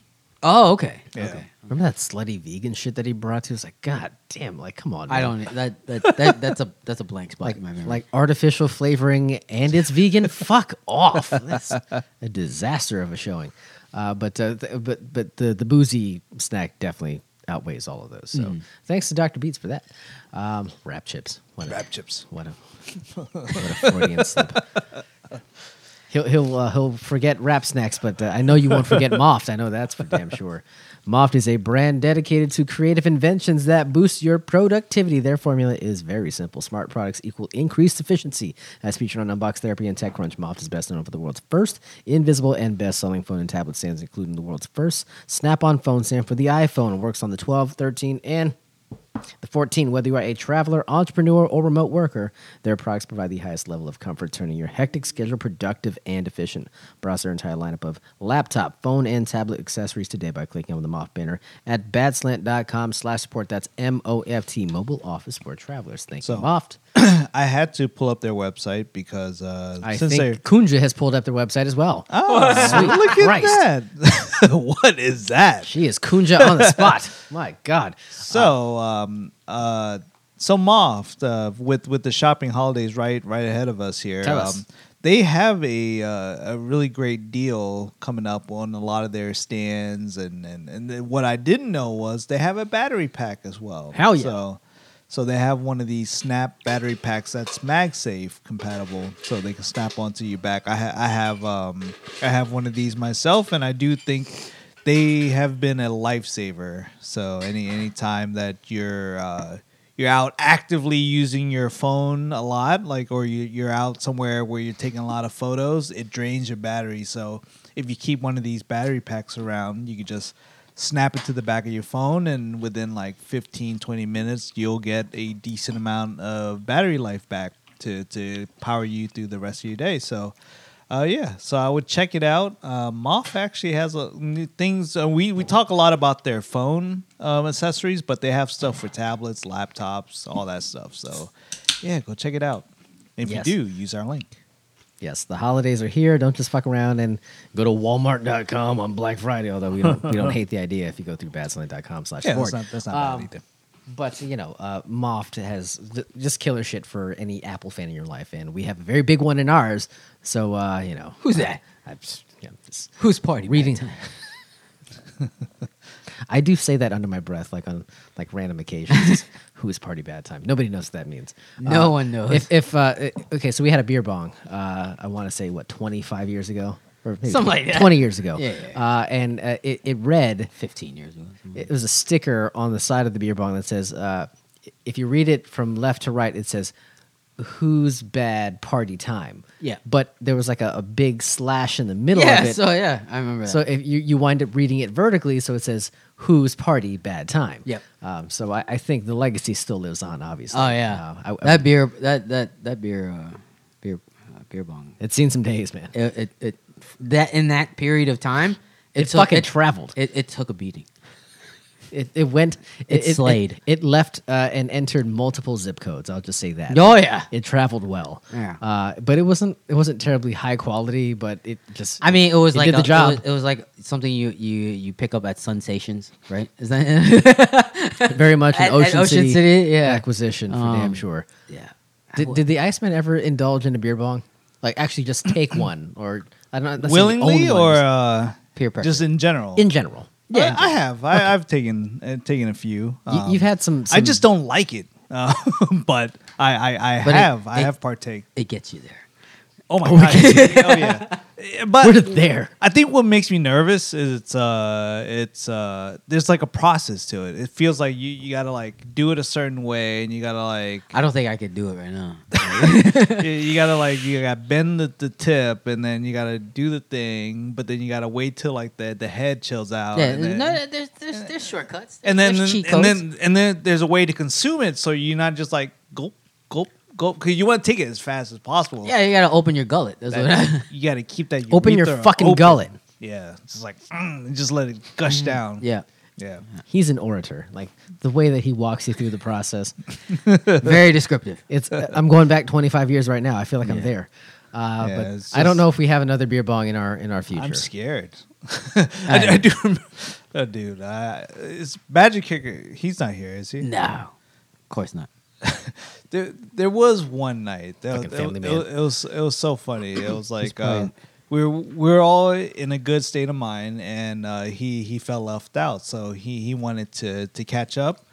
A: Oh, okay.
B: Yeah.
A: Okay.
C: Remember that slutty vegan shit that he brought to us? Like, god damn! Like, come on!
A: I
C: man.
A: don't that, that that that's a that's a blank spot
C: like
A: in my memory.
C: like artificial flavoring and it's vegan. Fuck off! That's a disaster of a showing. Uh, but uh, th- but but the the boozy snack definitely outweighs all of those. So thanks to Dr. Beats for that. Um, wrap chips. What a-
B: Wrap chips.
C: What a what a Freudian slip. He'll he'll uh, he'll forget wrap snacks, but uh, I know you won't forget Moft. I know that's for damn sure. Moft is a brand dedicated to creative inventions that boost your productivity. Their formula is very simple: smart products equal increased efficiency. As featured on Unbox Therapy and TechCrunch, Moft is best known for the world's first invisible and best-selling phone and tablet stands, including the world's first snap-on phone stand for the iPhone. Works on the 12, 13, and the 14, whether you are a traveler, entrepreneur, or remote worker, their products provide the highest level of comfort, turning your hectic schedule productive and efficient. Browse their entire lineup of laptop, phone, and tablet accessories today by clicking on the Moff banner at batslant.com slash support. That's M-O-F-T, mobile office for travelers. Thank
B: So-
C: you, Moft.
B: I had to pull up their website because uh,
C: I
B: since
C: think Kunja has pulled up their website as well.
B: Oh,
C: Sweet
B: look at
C: Christ.
B: that! what is that?
C: She is Kunja on the spot. My God.
B: So, um, uh, so Moff, uh, with with the shopping holidays right right ahead of us here,
C: Tell
B: um,
C: us.
B: they have a uh, a really great deal coming up on a lot of their stands, and and and then what I didn't know was they have a battery pack as well.
C: Hell yeah.
B: So, so they have one of these snap battery packs that's MagSafe compatible, so they can snap onto your back. I, ha- I have um, I have one of these myself, and I do think they have been a lifesaver. So any any time that you're uh, you're out actively using your phone a lot, like or you, you're out somewhere where you're taking a lot of photos, it drains your battery. So if you keep one of these battery packs around, you can just snap it to the back of your phone and within like 15 20 minutes you'll get a decent amount of battery life back to to power you through the rest of your day so uh, yeah so i would check it out uh, moth actually has a, new things uh, we we talk a lot about their phone um, accessories but they have stuff for tablets laptops all that stuff so yeah go check it out if
C: Yes.
B: you do use our link
C: Yes, the holidays are here. Don't just fuck around and go to walmart.com on Black Friday, although we don't, we don't hate the idea if you go through badslant.com slash
B: yeah that's
C: support.
B: not, that's not
C: Um,
B: bad either
C: But, you know, uh, Moft has th- just killer shit for any Apple fan in your life, and we have a very big one in ours. So, uh, you know.
A: Who's that?
C: I, am just
A: Who's party?
C: reading.
A: time?
C: I do say that under my breath, like on like random occasions. Who is party bad time? Nobody knows what that means.
A: No
C: Uh,
A: one knows.
C: If, if uh, i- okay, so we had a beer bong. Uh, I want to say what twenty five years ago, or maybe
A: Something like that.
C: Twenty years ago.
A: Yeah, yeah, yeah.
C: Uh, and uh, it, it read.
A: Fifteen years ago.
C: It was a sticker on the side of the beer bong that says, uh, if you read it from left to right, it says, "Who's bad party time?"
A: Yeah.
C: But there was like a, a big slash in the middle
A: Yeah,
C: of it.
A: so yeah, I remember that.
C: So if you, you wind up reading it vertically, so it says "Who's party bad time."
A: Yep.
C: Um, so I, I think the legacy still lives on. Obviously.
A: oh yeah,
C: Uh, I- I-
A: that beer, that that that beer, uh, beer, uh, beer bong.
C: it's seen some days, man. It,
A: It, it, it that in that period of time, it, took,
C: fucking
A: it,
C: traveled. It
A: it, it took a beating.
C: it, went.
A: It slayed.
C: It, it left uh, and entered multiple zip codes. I'll just say that.
A: Oh yeah,
C: It traveled well.
A: Yeah.
C: Uh, but it wasn't. It wasn't terribly high quality, but it just.
A: I mean, it was
C: It
A: like
C: did the
A: a-
C: job.
A: It was, it was like something you you you pick up at Sensations, right? Is that
C: very much an
A: At- at
C: Ocean,
A: Ocean City, yeah.
C: acquisition for damn
A: Um,
C: sure.
A: yeah?
C: Did, did the Iceman ever indulge in a beer bong? Like actually just take one or I don't know.
B: willingly or
C: uh,
B: uh,
A: Peer pressure.
B: just in general
C: in general.
B: Yeah, I, have. I, I've taken uh, taken a few. Um,
C: you, you've had some,
B: I
C: some-
B: just don't like it, uh, but I I, I
A: But it-
B: have. I
A: it-
B: have partake.
A: it gets you there.
B: Oh my god! oh yeah. Eh, But
C: We're there.
B: I think what makes me nervous is it's uh it's uh there's like a process to it. It feels like you you gotta like do it a certain way, and you gotta like
A: I don't think I could do it right now.
B: you, you gotta like you gotta bend the, the tip, and then you gotta do the thing, but then you gotta wait till like the the head chills out.
A: yeah,
B: and then,
A: no, there's, there's, there's shortcuts.
B: and then
A: there's cheat
B: and
A: codes.
B: then and then there's a way to consume it, so you're not just like gulp gulp gulp because you want to take it as fast as possible.
A: yeah, you gotta open your gullet. That's what I,
B: That- you gotta keep that
C: Open your
B: urethra
C: fucking
B: open.
C: gullet.
B: Yeah, just like mm, just let it gush down.
A: yeah.
B: yeah.
C: He's an orator. Like the way that he walks you through the process.
A: Very descriptive.
C: It's. I'm going back 25 years right now. I feel like I'm
A: Yeah.
C: there. Uh,
B: Yeah,
C: but
B: it's
C: I don't
B: just-
C: know if we have another beer bong in our in our future.
B: I'm scared. I, do- I do remember. Oh, dude, I, it's Magic Kicker. He's not here, is he?
A: No, of course not.
B: There, there was one night. That,
C: Fucking
B: that-
C: Family
B: it,
C: Man.
B: it was it was so funny. It was like uh,
A: probably-
B: we were we were all in a good state of mind, and uh, he he felt left out, so he he wanted to to catch up,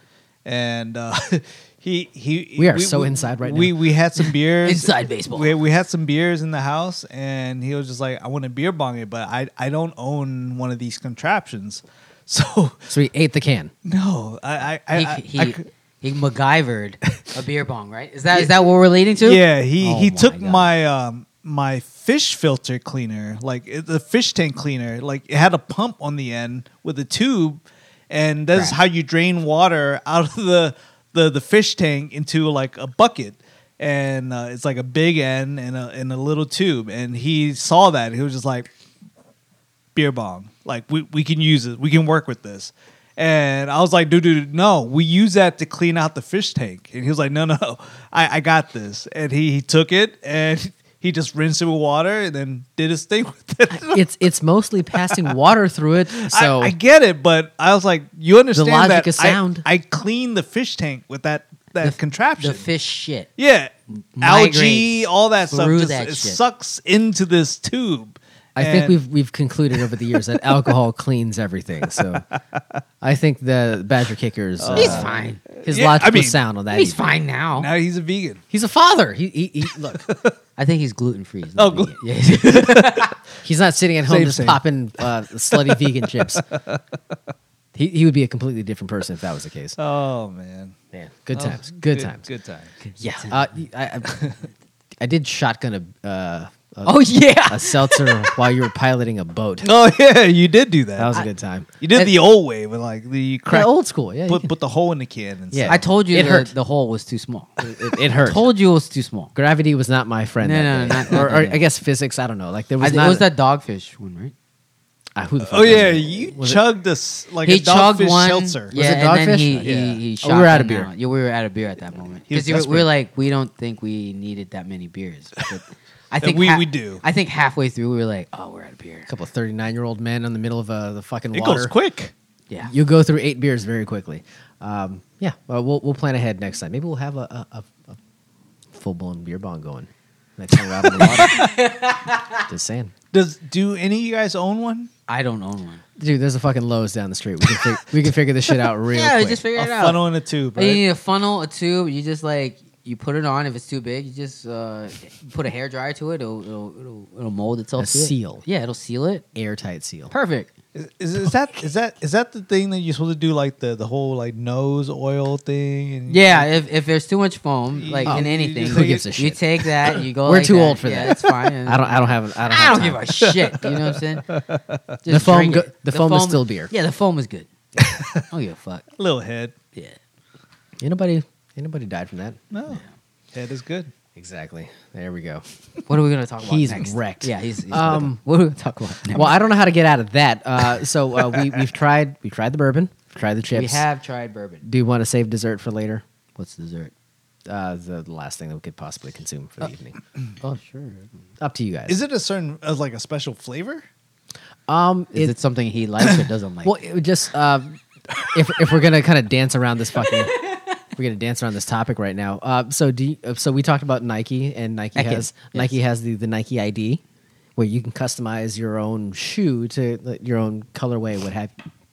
B: and. Uh, He, he,
C: We are so inside right now.
B: we, We had some beers
A: Inside baseball.
B: We, we had some beers in the house, and he was just like, "I want to beer bong it, but I I don't own one of these contraptions." So
C: So he ate the can.
B: no, I I, I,
A: he,
B: I,
A: he,
B: I c-
A: he MacGyvered a beer bong, right? Is that is that what we're leading to?
B: Yeah, he
A: Oh
B: he
A: my
B: took
A: God.
B: my um my fish filter cleaner, like it- the fish tank cleaner, like it had a pump on the end with a tube, and
A: Right.
B: that's how you drain water out of the the the fish tank into like a bucket. And uh, it's like a big end and a, and a little tube. And he saw that. and He was just like, beer bong. Like we, we can use it. We can work with this. And I was like, dude, dude, no, we use that to clean out the fish tank. And he was like, no, no, I, I got this. And he, he took it and he just rinsed it with water and then did his thing with it.
C: It's it's mostly passing water through it. So
B: I, I get it, but I was like, you understand
C: logic
B: that
C: is
B: I-
C: sound.
B: I, cleaned the fish tank with that that contraption.
A: the fish shit.
B: yeah, algae,
A: migrates
B: all that stuff
A: through
B: just
A: that
B: it
A: shit.
B: sucks into this tube.
C: I think
B: And-
C: we've we've concluded over the years that alcohol cleans everything. So I think the Badger Kicker's uh,
A: He's fine.
C: His
B: Yeah,
C: logic
B: I
C: was
B: mean-
C: sound on that.
A: He's
C: evening.
A: fine now.
B: now he's a vegan.
C: He's a father. He, he, he look.
A: I think he's gluten free.
B: Oh, glu-
A: yeah.
C: He's not sitting at home
B: Same,
C: just
B: same.
C: popping uh, slutty vegan chips. He he would be a completely different person if that was the case.
B: Oh man,
C: Man, good
B: Oh,
C: times. Good, times.
B: Good times.
C: Yeah. Uh, y- I, I, I did shotgun a uh,
A: oh yeah.
C: a seltzer while you were piloting a boat.
B: Oh yeah, you did do that.
C: That was a good time.
B: you did
C: and-
B: the old way with like the crack,
C: Yeah, old school. Yeah. you
B: put
C: can-
B: put the hole in the can and
C: Yeah.
B: yeah.
A: I told you
C: It
A: the,
C: hurt.
A: the hole was too small.
C: it, it hurt.
A: told you it was too small.
C: Gravity was not my friend.
A: No,
C: that
A: no,
C: day.
A: no, not-
C: or,
A: not that
C: or
A: day.
C: I guess physics. I don't know. Like there
A: I
C: was
A: think
C: not.
A: it was that dogfish one, right?
C: uh, who the fuck
B: Oh
C: was
B: yeah,
C: it?
B: you
C: Was it-
B: chugged this like
A: he
B: a
A: chugged
B: dogfish
A: one.
B: seltzer.
A: Yeah,
C: it
A: and then
C: dogfish?
A: he,
B: Yeah.
A: he, he
C: Oh, we were out of
A: shotgunned
C: beer.
A: out. Yeah, we were out of beer at that moment
B: He was
A: because we
B: desperate.
A: were like, we don't think we needed that many beers. But I
B: Yeah,
A: think
B: we- we do.
A: I think halfway through we were like, oh, we're out of beer.
C: A couple thirty-nine-year-old men in the middle of uh, the fucking
B: It
C: water.
B: goes quick.
A: Yeah,
C: You go through eight beers very quickly. Um, yeah, well, we'll we'll plan ahead next time. Maybe we'll have a, a, a, a full-blown beer bong going next time we're out on the water. Just saying,
B: Does do any of you guys own one?
A: I don't own one.
C: dude. There's a fucking Lowe's down the street. We can fig- we can figure this shit out real
A: yeah,
C: quick.
A: just figure
B: A
A: it out.
B: funnel in a tube,
A: You
B: right?
A: need a funnel, a tube. You just like you put it on. If it's too big, you just uh, put a hair dryer to it. It'll it'll, it'll, it'll mold itself.
C: A
A: to it.
C: seal.
A: Yeah, it'll seal it.
C: Airtight seal.
A: Perfect.
B: Is, is, is that is that is that the thing that you're supposed to do like the the whole like nose oil thing? And
A: Yeah, if, if there's too much foam, like
C: Oh,
A: in
B: you
A: anything,
B: just
C: Who
A: you-
C: gives a
A: You
C: shit?
A: take that. You go.
C: We're
A: like
C: too old for
A: Yeah,
C: that.
A: It's fine.
C: I don't. I don't have. I don't.
A: I
C: have
A: don't
C: time.
A: give a shit. You know what I'm saying? Just
C: The foam
A: drink
C: go-
A: it.
C: the foam is still beer.
A: Yeah, the foam is good. I don't give a fuck.
B: little head.
A: Yeah.
C: Anybody? Anybody died from that?
B: No, head is good.
C: Exactly. There we go.
A: What are we gonna talk about?
C: He's
A: next?
C: wrecked.
A: Yeah, he's. he's
C: Um,
A: um, what are we gonna talk about? next?
C: Well, I don't know how to get out of that. Uh, so uh, we we've tried we tried the bourbon, we've tried the chips.
A: we have tried bourbon.
C: Do you want to save dessert for later?
A: What's dessert?
C: Uh, the, the last thing that we could possibly consume for the evening.
A: Oh sure.
C: Up to you guys.
B: Is it a certain uh, like a special flavor?
C: Um,
A: Is it,
C: it,
A: something he likes or doesn't like?
C: well, it would just uh, if if we're gonna kind of dance around this fucking. if We're gonna dance around this topic right now. Uh, so, do you, uh, so we talked about Nike, and Nike
A: Nike,
C: has Nike has the, the Nike ID, where you can customize your own shoe to like, your own colorway, what have.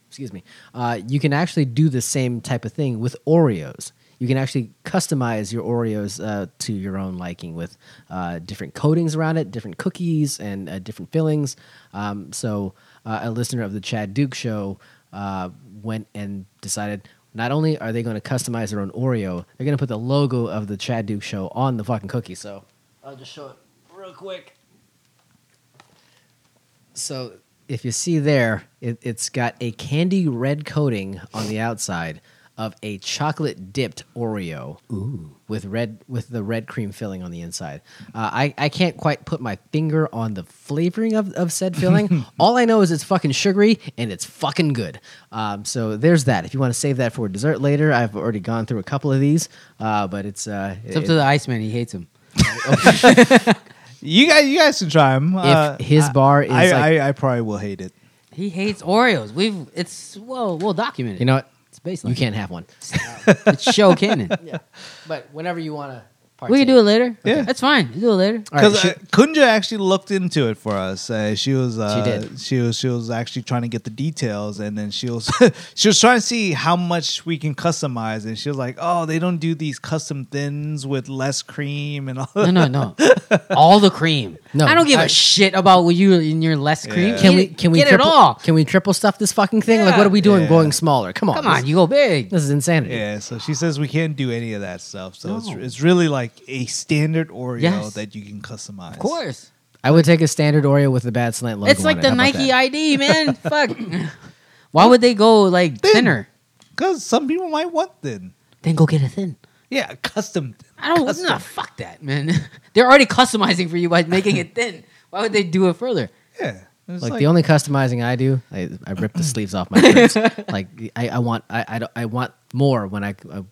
C: Excuse me. Uh, you can actually do the same type of thing with Oreos. you can actually customize your Oreos uh, to your own liking with uh, different coatings around it, different cookies, and uh, different fillings. Um, so uh, a listener of the Chad Duke show uh, went and decided. Not only are they going to customize their own Oreo, they're going to put the logo of the Chad Duke show on the fucking cookie. So I'll just show it real quick. So if you see there, it, it's got a candy red coating on the outside of a chocolate dipped Oreo with red with the red cream filling on the inside. Uh, I I can't quite put my finger on the flavoring of, of said filling. All I know is it's fucking sugary and it's fucking good. Um, so there's that. If you want to save that for dessert later, I've already gone through a couple of these, uh, but it's uh,
A: It's up
C: it-
A: to the Iceman. He hates him.
B: You guys, you guys can try them.
C: his bar is
B: uh, I,
C: like-
B: I, I probably will hate it.
A: He hates Oreos. We've it's well we'll document it.
C: you know what
A: it's baseline.
C: you can't have one.
A: It's show canon.
C: But whenever you want to.
A: We can do it later.
B: Yeah.
A: that's fine. You do it later.
C: All right,
B: Because
C: should-
B: Kunja actually looked into it for us. Uh, she was uh,
C: did.
B: she was she was actually trying to get the details, and then she was she was trying to see how much we can customize. And she was like, "Oh, they don't do these custom thins with less cream and all."
A: No, no, no. All the cream.
C: No.
A: No, I don't give
C: I-
A: a shit about what you and your less cream.
B: Yeah.
C: Can we
A: Get it-
C: can we
A: get
C: triple,
A: it all?
C: Can we triple stuff this fucking thing? Like, what
A: Yeah.
C: are we doing?
B: Yeah.
C: Going smaller? Come on,
A: Come on,
C: This,
A: you go big.
C: this is insanity.
B: Yeah, so she says we can't do any of that stuff. So it's,
A: No.
B: it's really like a standard Oreo
A: Yes.
B: that you can customize.
A: Of course,
C: I would take a standard Oreo with the bad slant logo.
A: it's
C: on
A: like
C: it.
A: the
C: How about
A: Nike
C: that?
A: ID, man. Fuck. Why would they go like
B: Thin.
A: thinner?
B: because some people might want thin.
A: Then go get a thin.
B: Yeah, custom. Thin.
A: I don't. Nah, fuck that, man. They're already customizing for you by making it thin. Why would they do it further?
B: Yeah, It's
C: Like, the only customizing I do, I, I rip the sleeves off my shirts. like I, I want I, I, don't- I want more when I uh,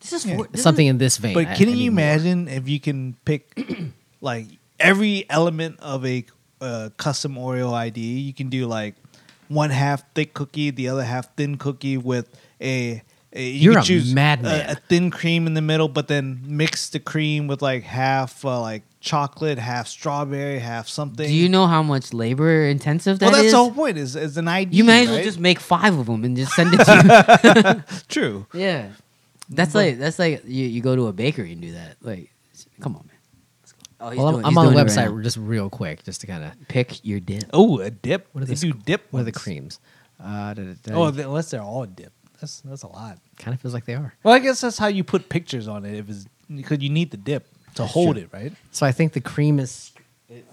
A: This is
B: Yeah.
A: for, this is-
C: something in this vein.
B: But
C: I-
B: can
C: I
B: you
C: need more.
B: imagine if you can pick like every element of a uh, custom Oreo ID? You can do like one half thick cookie, the other half thin cookie with a. a you
C: You're
B: could
C: a
B: choose
C: madman.
B: A, a thin cream in the middle, but then mix the cream with like half uh, like chocolate, half strawberry, half something.
A: Do you know how much labor intensive that
B: well,
A: is?
B: that's the whole point. Is is an ID?
A: You may as well
B: right?
A: just make five of them and just send it to
B: true.
A: you. yeah. That's like that's like you, you go to a bakery and do that. Like, s- come on, man. Let's go. Oh, he's
C: Well, I'm-
A: doing-
C: I'm
A: he's
C: on the
A: doing it right
C: website
A: now.
C: just real quick, just to kind of
A: Pick your dip.
B: Oh, a dip. What
C: What are
B: do they
C: the
B: do? Dip.
C: what are the
B: ones.
C: creams? Uh, da, da, da.
B: Oh, they- unless they're all dip. That's that's a lot.
C: kind of feels like they are.
B: Well, I guess that's how you put pictures on it. If it's because you need the dip to hold
C: true.
B: it, right?
C: So I think the cream is right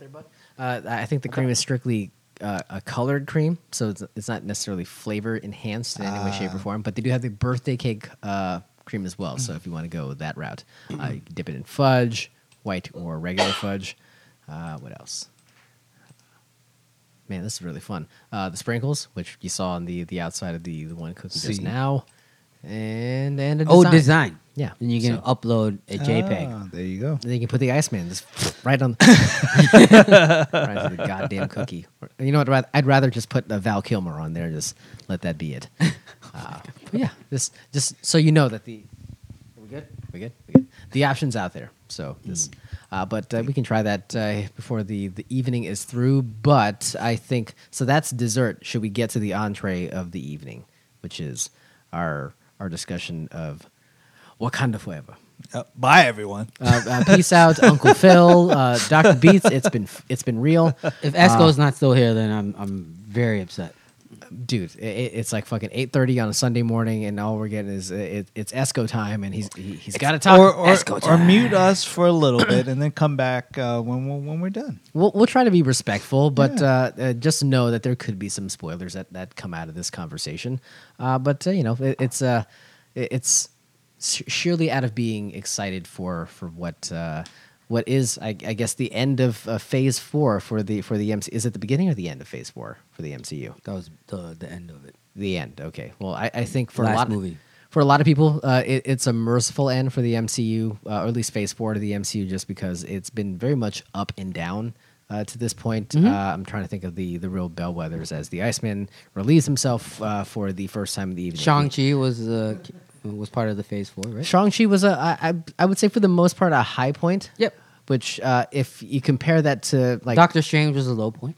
C: there, bud. Uh, I think the cream is strictly uh, a colored cream, so it's, it's not necessarily flavor enhanced in any way, shape, or form. But they do have the birthday cake uh, cream as well. So if you want to go that route, uh, you can dip it in fudge, white or regular fudge. Uh, what else? Man, this is really fun. Uh, the sprinkles, which you saw on the the outside of the the one cookie just
B: See.
C: now, and and a
A: Oh, design.
C: Yeah,
A: And you can
C: so-
A: upload a JPEG.
B: Ah, there you go.
C: E then you can put the Iceman just right on right on the goddamn cookie. Or- You know what? rath- I'd rather just put the Val Kilmer on there. and Just let that be it. Uh, but yeah, just just so you know that the are we good? We good? We good? The options out there. So
B: Hmm.
C: this, uh, but uh, we can try that uh, before the the evening is through. But I think so. That's dessert. Should we get to the entree of the evening, which is our our discussion of Wakanda Forever?
B: Uh, bye, everyone.
C: Uh, uh, peace out, Uncle Phil, uh, Doctor Beats. It's been it's been real,
A: If Esco's not still here, then I'm I'm very upset.
C: dude. It, it's like fucking eight thirty on a Sunday morning, and all we're getting is uh, it, it's Esco time, and he's he, he's got to talk.
B: or or,
C: Esco
B: or mute us for a little bit and then come back uh, when, when when we're done.
C: We'll, we'll try to be respectful, but uh, uh, just know that there could be some spoilers that, that come out of this conversation. Uh, but uh, you know, it, it's uh, it- it's s- surely out of being excited for for what uh, what is, I, I guess, the end of uh, Phase Four for the for the MC. Is it the beginning or the end of Phase Four for the MCU?
A: That was the the end of it.
C: The end. Okay. Well, I, I think for a
A: Last
C: lot
A: movie.
C: for a lot of people, uh, it, it's a merciful end for the MCU, uh, or at least Phase Four to the MCU, just because it's been very much up and down uh, to this point.
A: Mm-hmm.
C: Uh, I'm trying to think of the the real bellwethers as the Iceman relieves himself uh, for the first time in the evening.
A: Shang Chi was uh, was part of the Phase Four, right?
C: Shang Chi was a I, I I would say for the most part a high point.
A: Yep.
C: Which, uh, if you compare that to like
A: Doctor Strange was a low point.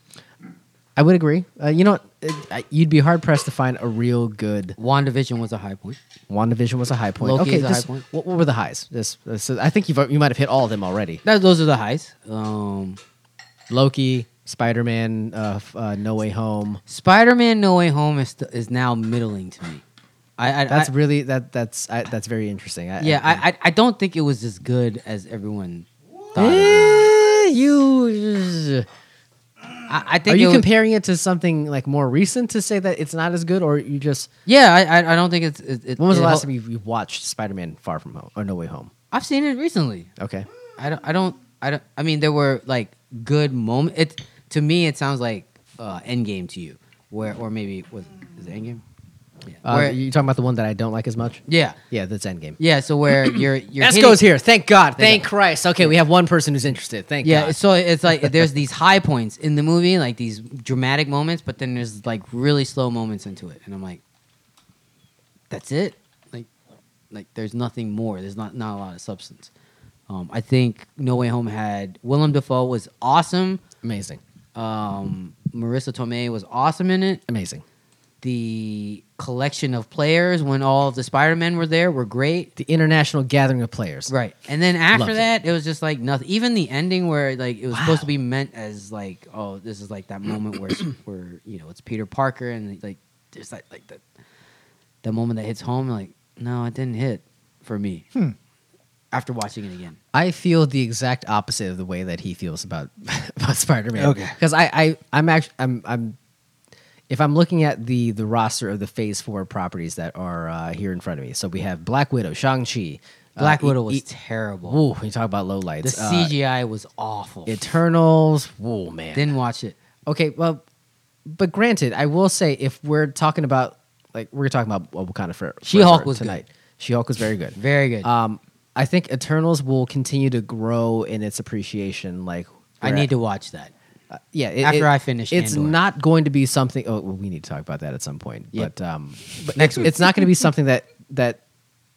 C: I would agree. Uh, you know, what? It- I- you'd be hard pressed to find a real good.
A: WandaVision was a high point.
C: WandaVision was a high point.
A: Loki
C: okay,
A: is a high
C: just-
A: point.
C: What, what were the highs? This, this I think you've you might have hit all of them already.
A: That, those are the highs. Um,
C: Loki, Spider Man, uh, f- uh, No Way Home.
A: Spider-Man: No Way Home is st- is now middling to me. I, I
C: That's
A: I-
C: really that that's I, that's very interesting. I,
A: yeah. I, I I don't think it was as good as everyone thought. It was.
C: Eh, you
A: I, I think
C: are
A: it
C: you
A: was-
C: comparing it to something like more recent to say that it's not as good, or you just
A: Yeah, I I, I don't think it's. It, it,
C: when was
A: it
C: the last
A: hel-
C: time you, you watched Spider Man Far From Home or No Way Home?
A: I've seen it recently.
C: Okay,
A: I don't. I don't. I don't. I mean, there were like good moments. It to me, it sounds like uh, Endgame to you, where or maybe was is it Endgame? Yeah.
C: uh,
A: Where-
C: you talking about the one that I don't like as much?
A: yeah.
C: Yeah, that's Endgame.
A: Yeah. So where you're you're hitting-
C: Esco's here. Thank God. Thank
A: Thank
C: Christ. Okay, we have one person who's interested. Thank
A: Yeah,
C: God.
A: so it's like there's these high points in the movie, like these dramatic moments, but then there's like really slow moments into it, and I'm like, that's it. Like, like there's nothing more. There's not not a lot of substance. Um, I think No Way Home had Willem Dafoe was awesome.
C: Amazing.
A: Um, Marissa Tomei was awesome in it.
C: Amazing.
A: The collection of players when all of the Spider Men were there were great.
C: The international gathering of players.
A: Right. And then after
C: Loved it.
A: that, it. was just like nothing. Even the ending where like it was supposed to
C: Wow.
A: be meant as like, oh, this is like that moment where it's- where you know it's Peter Parker and like there's like like that that moment that hits home. Like no, it didn't hit for me. After watching it again,
C: I feel the exact opposite of the way that he feels about about Spider Man.
B: Okay.
C: because I, I I'm actually I'm I'm if I'm looking at the the roster of the Phase Four properties that are uh, here in front of me. So we have Black Widow, Shang Chi,
A: Black
C: uh,
A: Widow
C: E-
A: was
C: E-
A: terrible.
C: Ooh, you talk about low
A: the
C: lights. Uh,
A: CGI was awful.
C: Eternals. Whoa, man.
A: didn't watch it.
C: Okay, well, but granted, I will say if we're talking about like we're talking about well, Wakanda for
A: She-Hulk
C: Forever
A: was good.
C: tonight. She Hulk was very good.
A: Very good.
C: Um, I think Eternals will continue to grow in its appreciation. Like
A: I
C: where-
A: need to watch that.
C: uh, yeah. it-
A: after
C: it-
A: I finish
C: it's
A: Andor.
C: not going to be something. Oh, well, we need to talk about that at some point.
A: Yeah.
C: But um, but
A: Next week.
C: it's not going to be something that that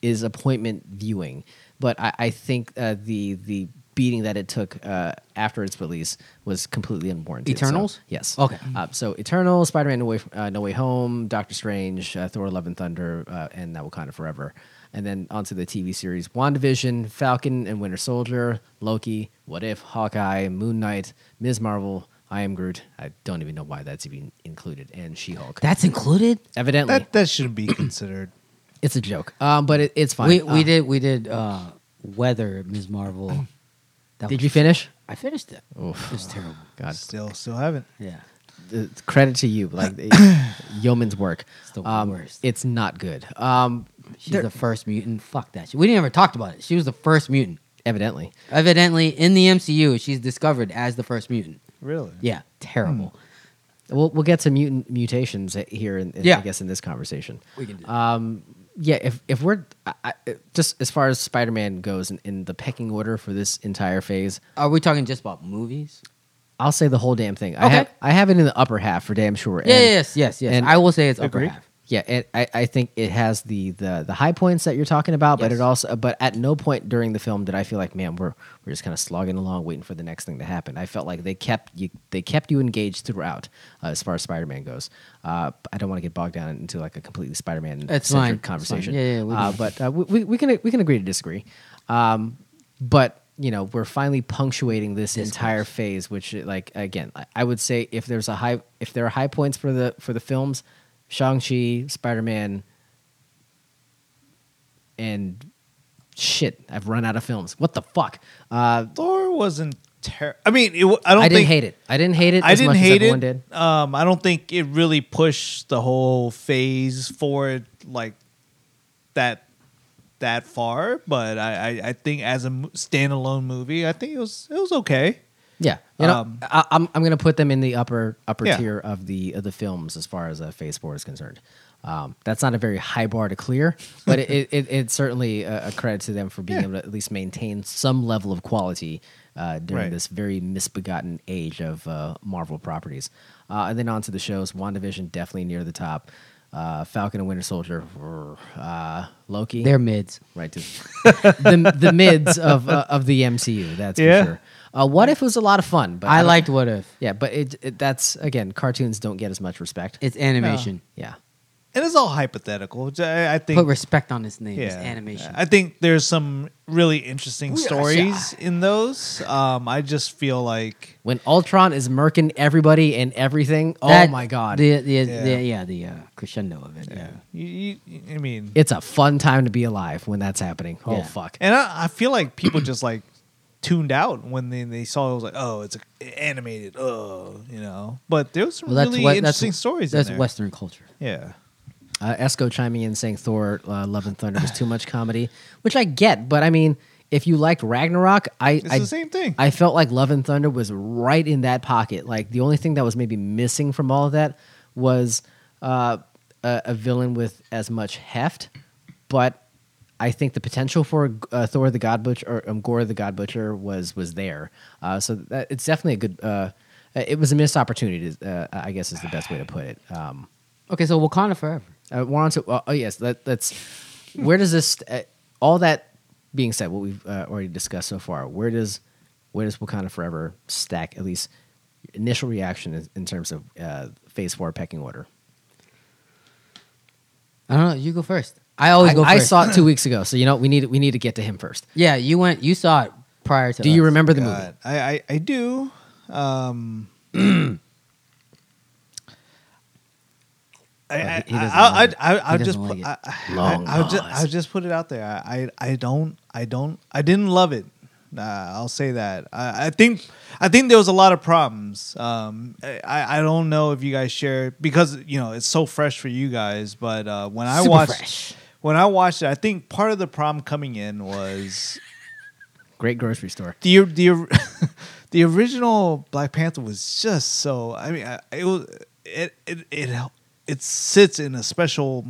C: is appointment viewing. But I, I think uh, the the beating that it took uh, after its release was completely unwarranted. so-
A: Eternals?
C: yes.
A: Okay.
C: Uh, so Eternal, Spider Man, no way, uh, no way home, Doctor Strange, uh, Thor: Love and Thunder, uh, and now Wakanda Forever, and then onto the TV series: WandaVision, Falcon and Winter Soldier, Loki, What If, Hawkeye, Moon Knight, Ms. Marvel, I Am Groot. I don't even know why that's even included, and She Hulk.
A: That's included.
C: Evidently,
B: That that should be considered.
C: it's a joke, um, but it, it's fine.
A: We we
C: Uh,
A: did we did uh, weather Ms. Marvel. That
C: Did
A: was-
C: you finish? Oh.
A: I finished it.
C: Oof.
A: It was terrible.
C: God,
B: Still, still haven't.
A: Yeah.
C: uh, credit to you, like it- yeoman's work.
A: It's the
C: Um,
A: worst.
C: It's not good. Um,
A: She's
C: there-
A: the first mutant. Fuck that. shit. We didn't ever talked about it. She was the first mutant.
C: evidently,
A: Evidently, in the MCU, she's discovered as the first mutant.
B: Really?
A: Yeah, terrible.
C: We'll we'll get to mutant mutations here in, in I
A: Yeah.
C: guess in this conversation.
A: We can do that.
C: Yeah, if if we're I, I, just as far as Spider Man goes in, in the pecking order for this entire phase,
A: Are we talking just about movies?
C: I'll say the whole damn thing. I
A: Okay.
C: have I have it in the upper half for damn sure.
A: Yeah,
C: and-
A: yes, yes, yes.
C: and-
A: I will say it's upper
B: Agree.
A: half.
C: Yeah, it, I, I think it has the, the the high points that you're talking about, but
A: Yes.
C: it also but at no point during the film did I feel like, man, we're we're just kind of slogging along, waiting for the next thing to happen. I felt like they kept you they kept you engaged throughout uh, as far as Spider Man goes. Uh, I don't want to get bogged down into like a completely Spider Man
A: It's fine.
C: centric
A: It's fine.
C: conversation.
A: Yeah, yeah, we
C: uh,
A: can-
C: but uh, we, we, we can we can agree to disagree. Um, but you know, we're finally punctuating this entire phase, which like again, I- I would say if there's a high if there are high points for the for the films, Shang Chi, Spider Man, and shit, I've run out of films. What the fuck? Uh,
B: Thor wasn't terrible. I mean, it, w- I don't.
C: I didn't
B: think,
C: hate it. I didn't hate it.
B: I
C: as
B: didn't
C: much as
B: hate
C: everyone
B: it.
C: Did.
B: Um, I don't think it really pushed the whole phase forward like that that far. But I, I, I think as a mo- standalone movie, I think it was it was okay.
C: Yeah, you know,
B: Um,
C: I, I'm I'm gonna put them in the upper upper
B: Yeah.
C: tier of the of the films as far as uh, Phase Four is concerned. Um, that's not a very high bar to clear, but it, it, it it's certainly a, a credit to them for being
B: Yeah.
C: able to at least maintain some level of quality uh, during
B: Right.
C: this very misbegotten age of uh, Marvel properties. Uh, and then on to the shows, WandaVision definitely near the top. Uh, Falcon and Winter Soldier, uh, Loki
A: They're mids.
C: right to the the mids of uh, of the MCU. That's
B: Yeah.
C: for sure. Uh, what if it was a lot of fun? But
A: I
C: don't-
A: liked What If.
C: Yeah, but it, it that's again, cartoons don't get as much respect.
H: It's animation.
C: yeah.
B: It is all hypothetical. I, I think
H: Put respect on his name. It's
B: Yeah.
H: animation.
B: I think there's some really interesting
H: are
B: stories in those. Um, I just feel like
C: When Ultron is murking everybody and everything,
A: That-
C: oh my god.
A: The, the,
B: Yeah.
A: yeah. The, yeah, the uh, crescendo of it. Yeah.
B: you, you, I mean,
C: it's a fun time to be alive when that's happening. Oh
A: Yeah.
C: fuck.
B: and I, I feel like people just like tuned out when they, they saw it was like, oh, it's a, animated, oh, you know. But there was some
A: Well, that's
B: really
A: what- that's-
B: interesting stories. in
A: That's
B: there.
A: Western culture.
B: Yeah.
C: Uh, Esco chiming in saying Thor uh, Love and Thunder was too much comedy, which I get, but I mean, if you liked Ragnarok, I
B: It's
C: I,
B: the same thing.
C: I felt like Love and Thunder was right in that pocket. Like the only thing that was maybe missing from all of that was uh, a, a villain with as much heft. But I think the potential for uh, Thor the God Butcher or um, Gore the God Butcher was was there. Uh, so that, it's definitely a good. Uh, it was a missed opportunity. Uh, I guess is the best way to put it. Um,
H: Okay, so Wakanda forever.
C: I want to. Uh, oh yes, that, that's where does this uh, all that being said, what we've uh, already discussed so far. Where does where does Wakanda Forever stack? At least initial reaction is, in terms of uh, Phase Four pecking order.
A: I don't know. You go first. I always
C: I,
A: go first.
C: I saw it two weeks ago, so you know we need we need to get to him first.
A: Yeah, you went. You saw it prior to.
C: Do you
A: us.
C: remember the movie?
B: God. I, I, I do. Um, I, I,
A: he- he doesn't
B: I, I,
A: like it.
B: I, I, I'll
A: He
B: just
A: doesn't
B: put,
A: like
B: I,
A: it.
B: I,
C: Long
B: I, will just,
C: pause.
B: I'll just put it out there. I, I, I don't, I don't, I didn't love it. Uh, I'll say that. I, I think, I think there was a lot of problems. Um, I- I, I don't know if you guys share because you know it's so fresh for you guys. But uh, when I
C: Super
B: watched,
C: fresh.
B: when I watched it, I think part of the problem coming in was
C: Great grocery store.
B: the the the original Black Panther was just so. I mean, I- it was it it it it sits in a special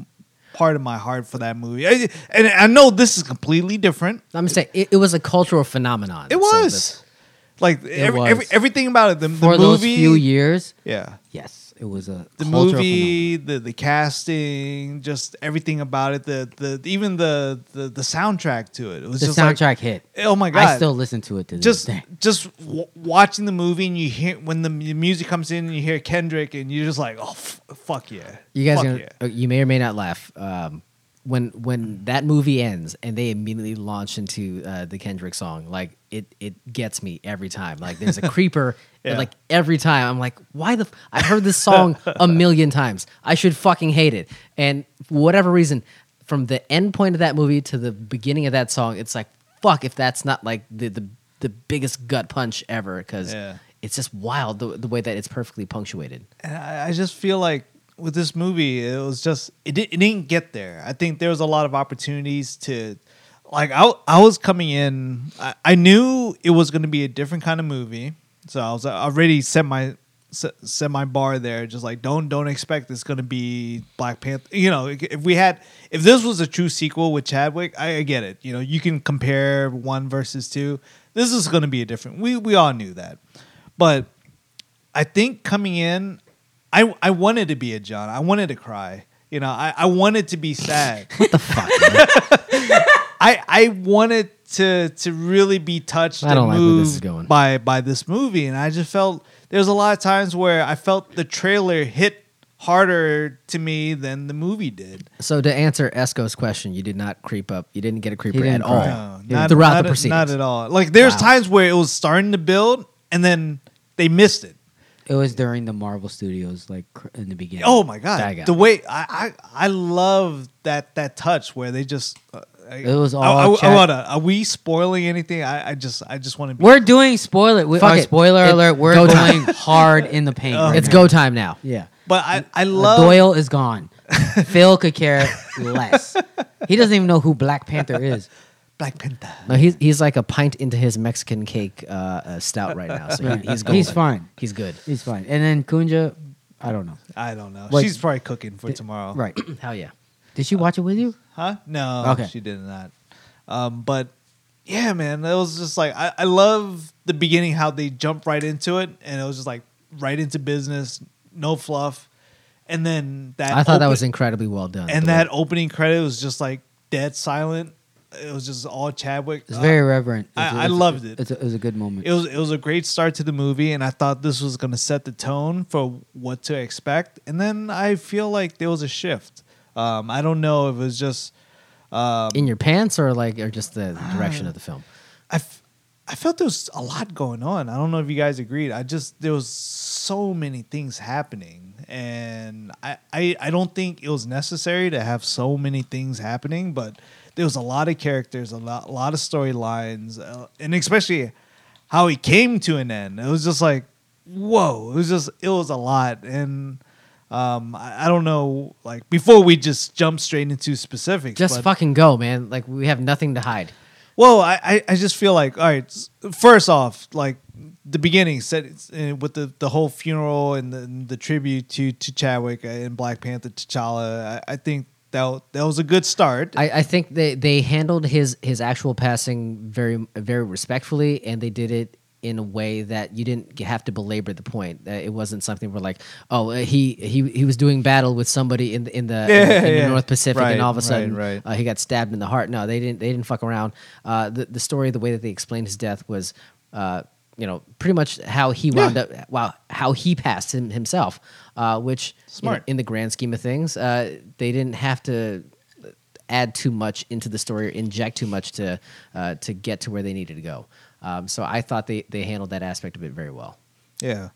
B: part of my heart for that movie. I, and I know this is completely different.
C: I'm saying it, it was a cultural phenomenon.
B: It
C: so
B: was like every,
A: was.
B: every everything about it. The, the
A: for
B: movie,
A: those few years?
B: yeah.
A: Yes, it was a
B: The
A: cultural
B: movie, the, the casting, just everything about it, the the even the the, the soundtrack to it. It
A: phenomenon.
B: was
A: The
B: just like,
A: soundtrack hit.
B: oh my god!
A: I still listen to it to
B: just
A: this day.
B: just w- watching the movie and you hear when the mu- music comes in and you hear Kendrick and you're just like, oh f- fuck yeah,
C: You guys,
B: Fuck
C: gonna,
B: yeah.
C: uh, you may or may not laugh. Um, when when that movie ends and they immediately launch into uh, the Kendrick song, like it it gets me every time. Like there's a creeper, and,
B: Yeah.
C: like every time I'm like, why the? F- I've heard this song a million times. I should fucking hate it. And for whatever reason, from the end point of that movie to the beginning of that song, it's like fuck if that's not like the the, the biggest gut punch ever because
B: Yeah.
C: it's just wild the, the way that it's perfectly punctuated.
B: And I, I just feel like with this movie, it was just it, di- it didn't get there. I think there was a lot of opportunities to, like I w- I was coming in, I, I knew it was going to be a different kind of movie, so I was I already set my set, set my bar there. Just like don't don't expect it's going to be Black Panther. You know, if we had if this was a true sequel with Chadwick, I, I get it. You know, you can compare one versus two. This is going to be a different. We we all knew that, but I think coming in, I I wanted to be a John. I wanted to cry. You know, I, I wanted to be sad. what the fuck? I I wanted to to really be touched
C: I don't
B: and
C: like where
B: moved
C: this is going.
B: by by this movie, and I just felt there's a lot of times where I felt the trailer hit harder to me than the movie did.
C: So to answer Esco's question, you did not creep up. You didn't get a creeper
A: didn't
C: at all
A: cry.
B: No, Uh,
C: throughout
B: not,
C: the
B: not,
C: proceedings.
B: not at all. Like there's times where it was starting to build, and then they missed it.
A: It was during the Marvel Studios, like cr- in the beginning.
B: Oh my
C: That guy.
B: god! The way I, I I love that that touch where they just uh, I-
A: It was
B: I-
A: all
B: I, I
A: Chad-
B: wanna- are we spoiling anything? I, I just I just want to be.
A: we're doing spoiler. We,
C: Fuck
A: our
C: it.
A: spoiler
C: It-
A: alert. We're
C: go
A: going hard in the paint.
B: Oh
A: right
C: It's
A: now.
C: go time now.
A: Yeah.
B: but I I
A: Uh,
B: love
A: Doyle is gone. Phil could care less. He doesn't even know who Black Panther is.
B: Black Panther.
C: No, he's he's like a pint into his Mexican cake uh, uh, stout right now. So
A: Right.
C: he, he's
A: He's
C: golden.
A: fine.
C: He's good.
A: He's fine. And then Kunja, I don't know.
B: I don't know.
A: Like-
B: She's probably cooking for tomorrow.
A: Right.
C: Hell yeah.
A: Did she watch it with you?
B: Huh? No.
A: Okay.
B: She did not. Um, but yeah, man, it was just like I, I love the beginning how they jump right into it, and it was just like right into business, no fluff, and then that
C: I thought that
B: open-
C: was incredibly well done.
B: and
C: the way-
B: that opening credit was just like dead silent it was just all Chadwick.
A: It's
B: Uh,
A: very reverent.
B: I-
A: It's a-
B: I
A: it's a-
B: loved it.
A: It's a, it was a good moment.
B: it was it was a great start to the movie, and I thought this was going to set the tone for what to expect. And then I feel like there was a shift. Um, I don't know if it was just um,
C: in your pants or like or just the direction of the film.
B: I, f- I felt there was a lot going on. I don't know if you guys agreed. I just there was so many things happening, and I I, I don't think it was necessary to have so many things happening, but there was a lot of characters, a lot a lot of storylines, uh, and especially how it came to an end. It was just like whoa. It was just it was a lot and. Um, I, I don't know. Like before, we just jump straight into specifics.
C: Just
B: but-
C: fucking go, man. Like we have nothing to hide.
B: well, I, I, I just feel like all right. s- First off, like the beginning said uh, with the, the whole funeral and the, and the tribute to to Chadwick and Black Panther T'Challa. I, I think that that was a good start.
C: I, I think they, they handled his his actual passing very very respectfully, and they did it in a way that you didn't have to belabor the point. Uh, It wasn't something where like, oh, uh, he he he was doing battle with somebody in the in the, in the- in the,
B: Yeah, yeah.
C: North Pacific,
B: Right,
C: and all of a
B: right,
C: sudden
B: right.
C: Uh, he got stabbed in the heart. No, they didn't. They didn't fuck around. Uh, the the story, the way that they explained his death was. Uh, you know, pretty much how he wound up, wow, how he passed him, himself, uh, which you know,
B: Smart.
C: in the grand scheme of things, uh, they didn't have to add too much into the story or inject too much to uh, to get to where they needed to go. Um, so I thought they they handled that aspect of it very well.
B: Yeah.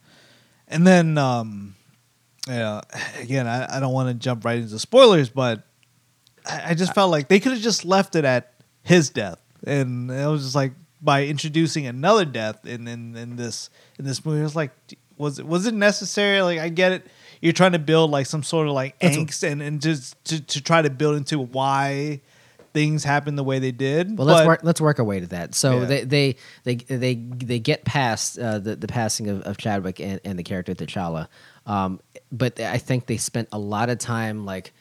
B: And then um yeah, again, I, I don't want to jump right into spoilers, but I, I just felt like they could have just left it at his death. And it was just like by introducing another death in, in, in this in this movie, it was like was it was it necessary? Like I get it. You're trying to build like some sort of like angst and, and just to, to try to build into why things happened the way they did.
C: Well, let's
B: but-
C: work let's work our way to that. So
B: Yeah.
C: they, they they they they get past uh, the the passing of, of Chadwick and, and the character T'Challa, um, but I think they spent a lot of time like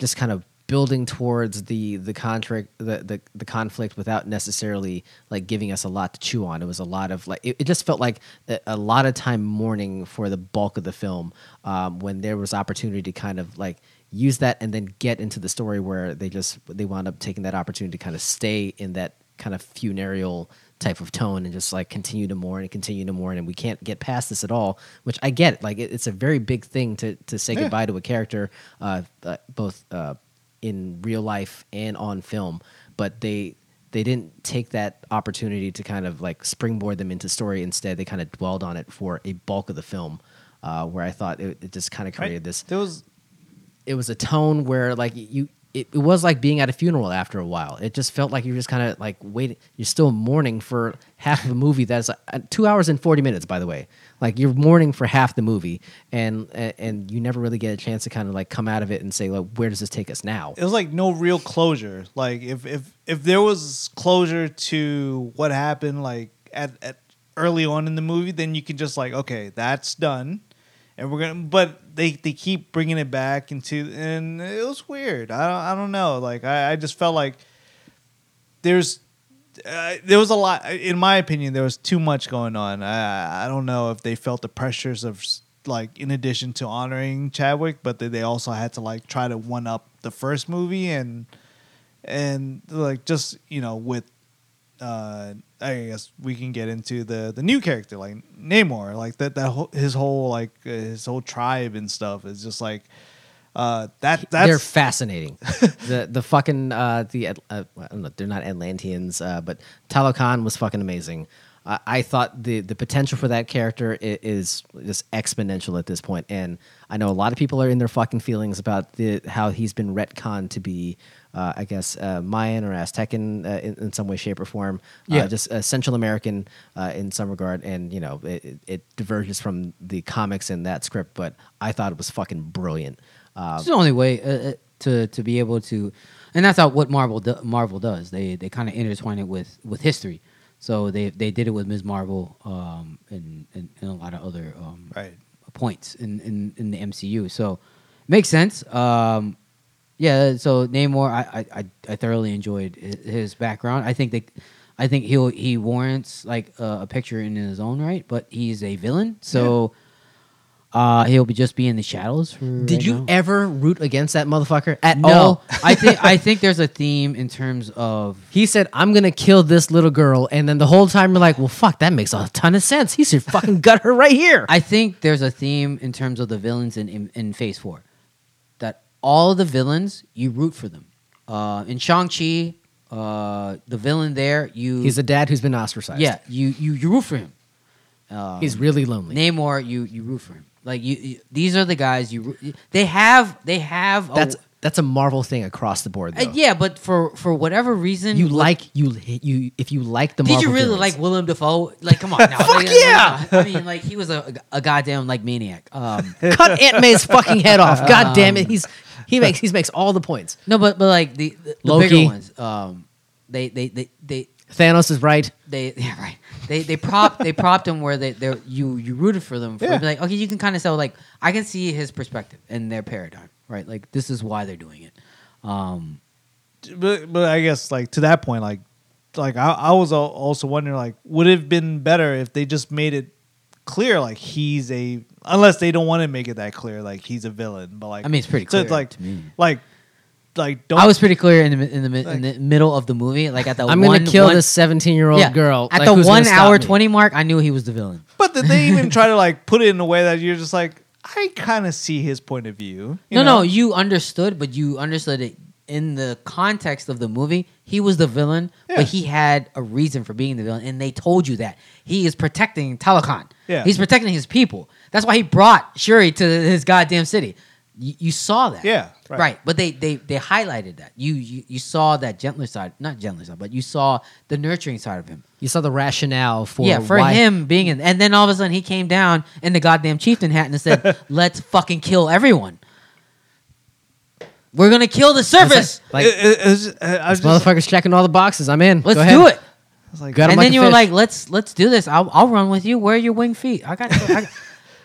C: just kind of building towards the the contract the, the the conflict without necessarily like giving us a lot to chew on. It was a lot of like it, it just felt like a, a lot of time mourning for the bulk of the film um, when there was opportunity to kind of like use that and then get into the story where they just they wound up taking that opportunity to kind of stay in that kind of funereal type of tone and just like continue to mourn and continue to mourn and we can't get past this at all which i get like it, it's a very big thing to to say goodbye to a character uh, uh both uh in real life and on film but they they didn't take that opportunity to kind of like springboard them into story instead they kind of dwelled on it for a bulk of the film uh, where i thought it, it just kind of
B: right?
C: created this
B: There was
C: it was a tone where like you it, it was like being at a funeral after a while it just felt like you're just kind of like waiting you're still mourning for half of a movie that's uh, two hours and 40 minutes by the way like you're mourning for half the movie and and, and you never really get a chance to kind of like come out of it and say like where does this take us now
B: it was like no real closure. Like if if if there was closure to what happened like at, at early on in the movie, then you can just like okay, that's done, and we're gonna. But they they keep bringing it back into, and it was weird. I don't I don't know. Like I I just felt like there's. Uh, there was a lot, in my opinion. There was too much going on. I I don't know if they felt the pressures of like, in addition to honoring Chadwick, but they, they also had to like try to one up the first movie and and like just you know with uh I guess we can get into the the new character like Namor like that that whole, his whole like uh, his whole tribe and stuff is just like uh that that's
C: they're fascinating. the the fucking uh, the At- uh, I don't know, they're not Atlanteans, uh, but Talokan was fucking amazing. I I thought the the potential for that character i- is just exponential at this point, and I know a lot of people are in their fucking feelings about the how he's been retconned to be, uh, I guess, uh, Mayan or Aztecan uh, in, in some way, shape, or form.
A: Yeah.
C: uh, just uh, Central American uh, in some regard, and you know it, it, it diverges from the comics and that script, but I thought it was fucking brilliant. Uh,
A: It's the only way uh, uh, to to be able to, and that's how what Marvel do, Marvel does. They they kind of intertwine it with with history. So they they did it with Ms. Marvel um, and, and and a lot of other um,
B: Right.
A: points in, in in the MCU. So makes sense. Um, yeah. So Namor, I I, I- I thoroughly enjoyed hi- his background. I think they. I think he'll he warrants like a a picture in his own right, but he's a villain, so Uh, he'll be just be in the shadows. For
C: Did
A: right
C: you
A: now.
C: ever root against that motherfucker at
A: no,
C: all?
A: I think I think there's a theme in terms of
C: He said, "I'm gonna kill this little girl," and then the whole time you're like, "Well, fuck, that makes a ton of sense. He should fucking gut her right here."
A: I think there's a theme in terms of the villains in, in, in Phase Four, that all the villains you root for them. Uh, in Shang Chi, uh, the villain there you
C: He's a dad who's been ostracized.
A: yeah you you you root for him. Uh,
C: he's really lonely.
A: Namor you you root for him. Like you, you these are the guys you root- they have they have a-
C: that's that's a Marvel thing across the board. Though.
A: Uh, yeah, but for for whatever reason
C: you
A: with-
C: like you you if you like the
A: Did
C: Marvel
A: you really
C: villains-
A: like Willem Dafoe? Like, come on, now. Fuck yeah! I mean, like, he was a, a goddamn like maniac. Um,
C: cut Aunt May's fucking head off? God damn it, he's he makes he makes all the points.
A: no, but but like the the, the
C: Loki.
A: bigger ones, um, they they they they
C: Thanos is right.
A: they yeah, right. They they prop they propped him where they they you you rooted for them. For
B: Yeah.
A: Like, okay, you can kind of sell like I can see his perspective and their paradigm, right? Like, this is why they're doing it. Um,
B: but but I guess like to that point, like like I, I was al- also wondering like would it have been better if they just made it clear like he's a unless they don't want to make it that clear like he's a villain, but like
A: I mean, it's pretty
B: so it's
A: clear
B: like
A: to me.
B: like like don't
A: I was pretty clear in the mi- in the mi- in the middle of the movie, like at the
C: I'm
A: one,
C: gonna kill
A: one-
C: this 17 year old
A: yeah,
C: girl
A: at
C: Like,
A: the
C: who's gonna
A: one
C: stop
A: hour
C: me?
A: twenty mark. I knew he was the villain.
B: But did they even try to like put it in a way that you're just like, I kind of see his point of view. you
A: no,
B: know?
A: no, you understood, but you understood it in the context of the movie. He was the villain,
B: Yeah.
A: but he had a reason for being the villain, and they told you that he is protecting Telecon.
B: Yeah.
A: he's protecting his people. That's why he brought Shuri to his goddamn city. You, you saw that,
B: Yeah, right.
A: right. But they they they highlighted that. You, you you saw that gentler side, not gentler side, but you saw the nurturing side of him.
C: You saw the rationale for
A: yeah, for
C: why-
A: him being in, and then all of a sudden he came down in the goddamn chieftain hat and said, "Let's fucking kill everyone. We're gonna kill the surface.
C: Like
B: It- it- it's- I was just,
C: motherfuckers checking all the boxes. I'm in.
A: Let's
C: Go ahead.
A: do it."
B: I was like,
C: Got him
A: And
C: like
A: then
C: a
A: you were
C: fish.
A: like, "Let's let's do this. I'll I'll run with you. Where are your wing feet? I got I, got-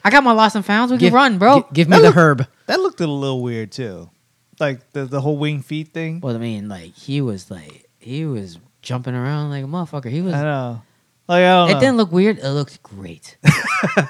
A: I got my lost and founds. We
C: Give-
A: can run, bro."
C: gi- Give me
B: That
C: the
B: look-
C: herb.
B: that looked a little weird too, like the the whole wing feet thing.
A: well, I mean, like he was like he was jumping around like a motherfucker. He was.
B: I know, like I don't
A: It
B: know.
A: didn't look weird. It looked great.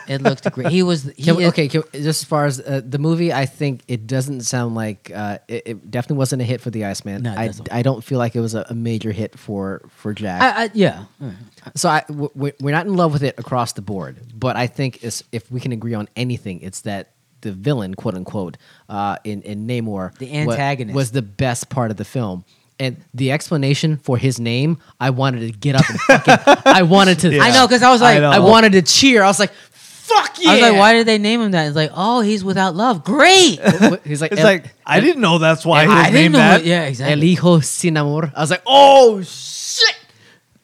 A: it looked great. He was. He
C: Can we-
A: is-
C: okay, can, just as far as uh, the movie, I think it doesn't sound like uh, it, it definitely wasn't a hit for the Iceman.
A: No, it
C: I,
A: doesn't.
C: I don't feel like it was a, a major hit for for Jack.
A: I, I, yeah. All right.
C: so I, w- w- we're not in love with it across the board, but I think it's, if we can agree on anything, it's that the villain, quote unquote, uh, in in Namor,
A: The
C: wa-
A: antagonist.
C: was the best part of the film. And the explanation for his name, I wanted to get up and fucking, I wanted to,
B: Yeah.
A: I know because I was
B: I
A: like,
B: know.
C: I wanted to cheer. I was like, fuck yeah!
A: I was like, why did they name him that? It's like, oh, he's without love. Great.
C: What- He's like,
B: It's
C: "El-
B: like I didn't know that's why he
A: I
B: was
A: didn't
B: named
A: know
B: that.
A: it. Yeah,
C: El
A: exactly.
C: hijo sin amor. I was like, oh shit.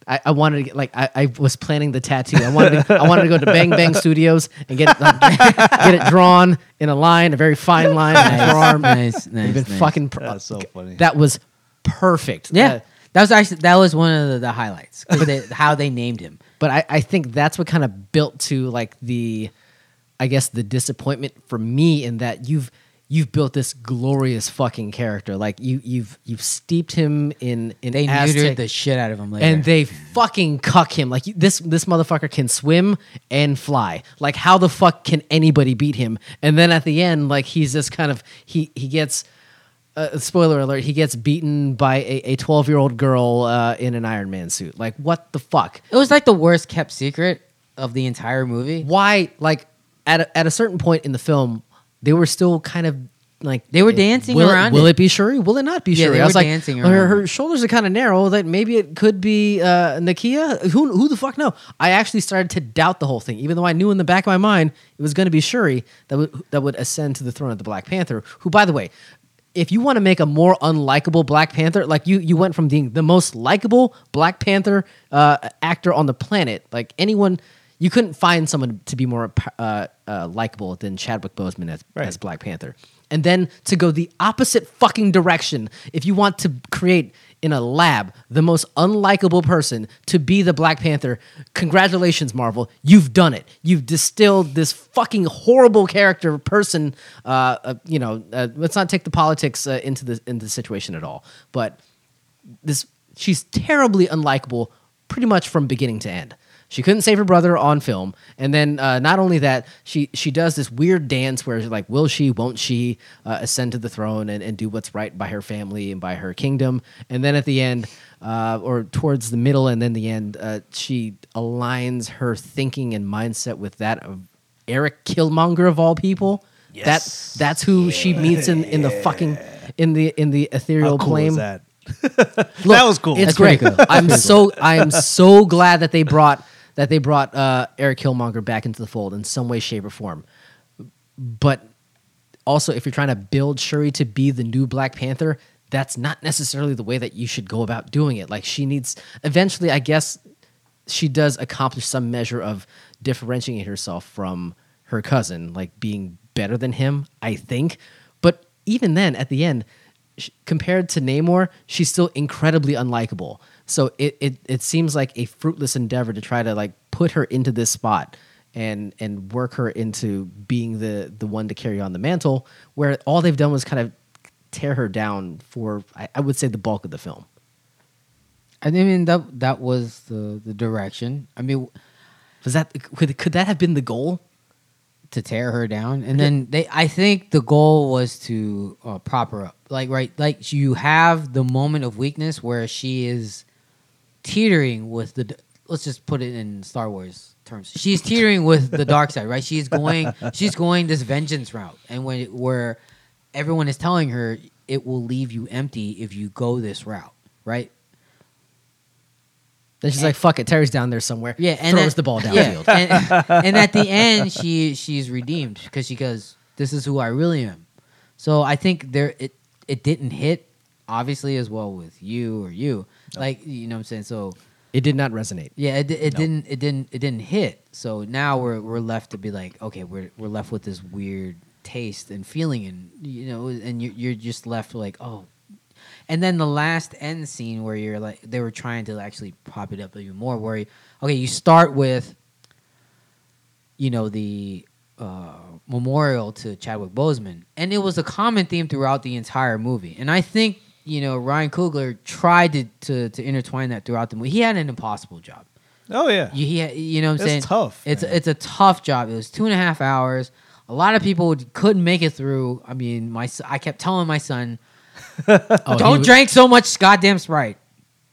C: I, I wanted to get like I, I was planning the tattoo. I wanted to, I wanted to go to Bang Bang Studios and get it, like, get it drawn in a line, a very fine line on her arm.
A: nice, nice,
C: It'd been
A: nice.
C: fucking pr-
B: That's so funny.
C: That was perfect.
A: Yeah,
C: Uh,
A: that was actually that was one of the, the highlights 'cause they, how they named him.
C: but I, I think that's what kind of built to like the i guess the disappointment for me in that you've you've built this glorious fucking character like you you've you've steeped him in in
A: They
C: Aztec,
A: neutered the shit out of him later.
C: and they fucking cuck him like you- this this motherfucker can swim and fly like how the fuck can anybody beat him and then at the end like he's just kind of he he gets uh, spoiler alert he gets beaten by a a 12 year old girl uh, in an iron man suit like what the fuck
A: it was like the worst kept secret of the entire movie.
C: why like at a, at a certain point in the film they were still kind of like
A: They were dancing
C: will
A: around
C: It, will
A: it.
C: it be Shuri? Will it not be
A: Yeah,
C: Shuri?
A: they
C: I was
A: were
C: like,
A: dancing
C: well, her,
A: around
C: her shoulders are kind of narrow. That maybe it could be uh, Nakia. Who who the fuck know? I actually started to doubt the whole thing, even though I knew in the back of my mind it was going to be Shuri that would that would ascend to the throne of the Black Panther. Who, by the way. If you want to make a more unlikable Black Panther, like you, you went from being the most likable Black Panther uh, actor on the planet, like anyone, you couldn't find someone to be more uh, uh, likable than Chadwick Boseman as,
B: Right.
C: as Black Panther. And then to go the opposite fucking direction, if you want to create in a lab the most unlikable person to be the Black Panther, congratulations, Marvel. You've done it. You've distilled this fucking horrible character person. Uh, uh, you know, uh, let's not take the politics uh, into the into the situation at all. But this she's terribly unlikable pretty much from beginning to end She couldn't save her brother on film, and then uh, not only that, she she does this weird dance where she's like, will she, won't she, uh, ascend to the throne and, and do what's right by her family and by her kingdom, and then at the end, uh, or towards the middle and then the end, uh, she aligns her thinking and mindset with that of Eric Killmonger of all people. That that's who she meets in, in the fucking in the in the
B: How
C: ethereal
B: cool
C: plane.
B: is that? that was cool.
C: It's
A: That's
C: great.
A: pretty cool.
C: I'm so I am so glad that they brought that they brought uh, Eric Killmonger back into the fold in some way, shape, or form. But also, if you're trying to build Shuri to be the new Black Panther, that's not necessarily the way that you should go about doing it. Like she needs eventually, I guess she does accomplish some measure of differentiating herself from her cousin, like being better than him, I think. But even then, at the end, sh- compared to Namor, she's still incredibly unlikable. So it, it, it seems like a fruitless endeavor to try to like put her into this spot and and work her into being the the one to carry on the mantle, where all they've done was kind of tear her down for I, I would say the bulk of the film.
A: I mean that that was the the direction. I mean
C: Was that could, could that have been the goal?
A: to tear her down, and then they. I think the goal was to uh, prop her up, like right, like you have the moment of weakness where she is teetering with the. d- Let's just put it in Star Wars terms. She's teetering with the dark side, right? She's going. She's going this vengeance route, and when it- where everyone is telling her it will leave you empty if you go this route, right?
C: Then she's like, "Fuck it, Terry's down there somewhere."
A: Yeah, and
C: throws
A: at-
C: the ball downfield.
A: yeah, and, and at the end, she she's redeemed because she goes, "This is who I really am." So I think there it it didn't hit obviously as well with you or you, like you know what I'm saying. So
C: It did not resonate.
A: yeah, it, di- it didn't it didn't it didn't hit. So now we're we're left to be like, okay, we're we're left with this weird taste and feeling, and you know, and you, you're just left like, oh. And then the last end scene where you're like, they were trying to actually pop it up even more. Where you, okay, you start with, you know, the uh, memorial to Chadwick Boseman, and it was a common theme throughout the entire movie. And I think you know Ryan Coogler tried to to, to intertwine that throughout the movie. He had an impossible job.
B: oh yeah,
A: You, he, you know what I'm
B: It's
A: saying?
B: tough,
A: It's
B: man.
A: it's a tough job. It was two and a half hours. A lot of people would- couldn't make it through. I mean, my s- I kept telling my son,
C: Oh,
A: "Don't
C: he,
A: drink so much goddamn Sprite."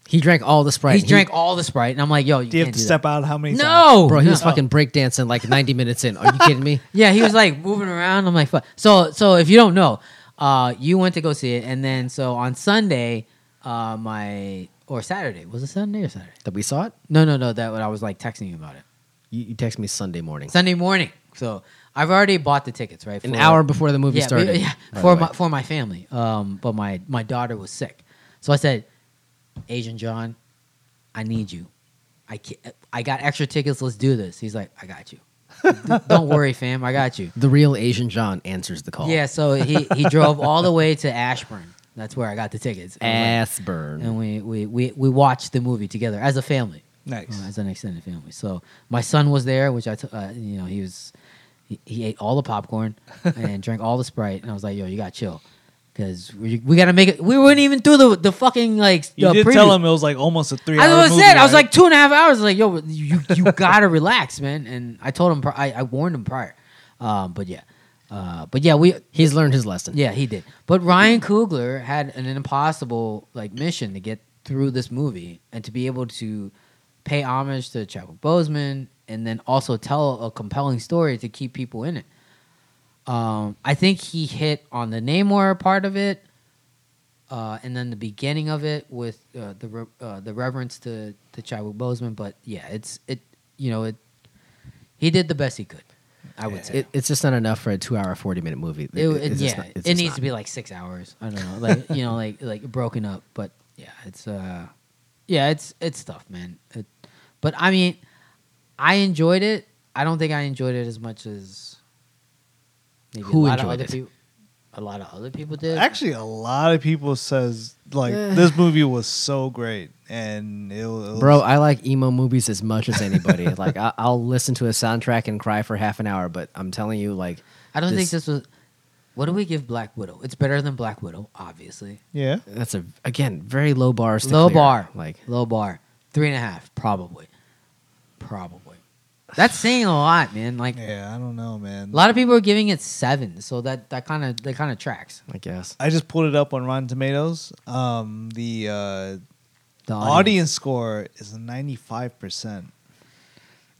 C: He drank all the sprite.
A: He drank all the Sprite, and I'm like, "Yo, you
B: do you have
A: can't
B: to
A: do
B: step out how
A: that."
B: many? times?
A: No,
C: Bro, he was
A: no.
C: fucking breakdancing like 90 minutes in. Are you kidding me?
A: Yeah, he was like moving around. I'm like, fuck. So, so if you don't know, uh, you went to go see it, and then so on Sunday, uh, my or Saturday was it Sunday or Saturday?
C: That we saw it?
A: No, no, no. That what I was like texting you about it
C: You, you text me Sunday morning.
A: Sunday morning. So I've already bought the tickets, right?
C: An
A: for-
C: hour before the movie
A: yeah, but-
C: started.
A: yeah,
C: by
A: for
C: the way.
A: my for my family. Um, but my my daughter was sick, so I said, Asian John, I need you. I ca- I got extra tickets. Let's do this. He's like, I got you. don't worry, fam. I got you.
C: The real Asian John answers the call.
A: Yeah, so he, he drove all the way to Ashburn. That's where I got the tickets. And,
C: Ass burn.
A: we, we, we, we watched the movie together as a family,
B: nice.
A: uh, as an extended family. So my son was there, which I, t- uh, you know, he was, he, he ate all the popcorn and drank all the Sprite. And I was like, yo, you got to chill. Because we, we got to make it. We weren't even through the, the fucking, like,
B: You
A: the
B: did
A: preview.
B: tell him it was like almost a three.
A: I
B: hour
A: was
B: movie,
A: said, I was
B: right?
A: like two and a half hours. Like, yo, you you gotta relax, man. And I told him, pri- I, I warned him prior. Um, but yeah, uh, but yeah, we
C: He's learned his lesson.
A: yeah, he did. But Ryan Coogler had an impossible like mission to get through this movie and to be able to pay homage to Chadwick Boseman and then also tell a compelling story to keep people in it. Um, I think he hit on the Namor part of it, uh, and then the beginning of it with uh, the re- uh, the reverence to to Chadwick Boseman. But yeah, it's it you know it. He did the best he could. I would say
C: It, it's just not enough for a two hour, 40 minute movie. It-
A: it,
C: it's
A: it-
C: just
A: yeah,
C: not- it's
A: it
C: just
A: needs
C: not.
A: to be like six hours. I don't know, like you know, like like broken up. But yeah, it's uh, yeah, it's it's tough, man. It, but I mean, I enjoyed it. I don't think I enjoyed it as much as maybe
C: Who
A: a lot of
C: enjoyed
A: other
C: it?
A: people. A lot of other people did.
B: Actually, a lot of people says like this movie was so great, and it, was,
C: Bro, I like emo movies as much as anybody. like, I, I'll listen to a soundtrack and cry for half an hour, but I'm telling you, like,
A: I don't think
C: this-
A: this was. What do we give Black Widow? It's better than Black Widow, obviously.
B: yeah,
C: that's a, again, very low bars. to
A: Low
C: clear.
A: bar,
C: Like,
A: low bar, three and a half probably. Probably. That's saying a lot, man. Like
B: Yeah, I don't know, man.
A: a lot of people are giving it seven, so that that kind of that kind of tracks.
C: I guess.
B: I just pulled it up on Rotten Tomatoes. Um, the uh,
A: The
B: audience. score is ninety five percent.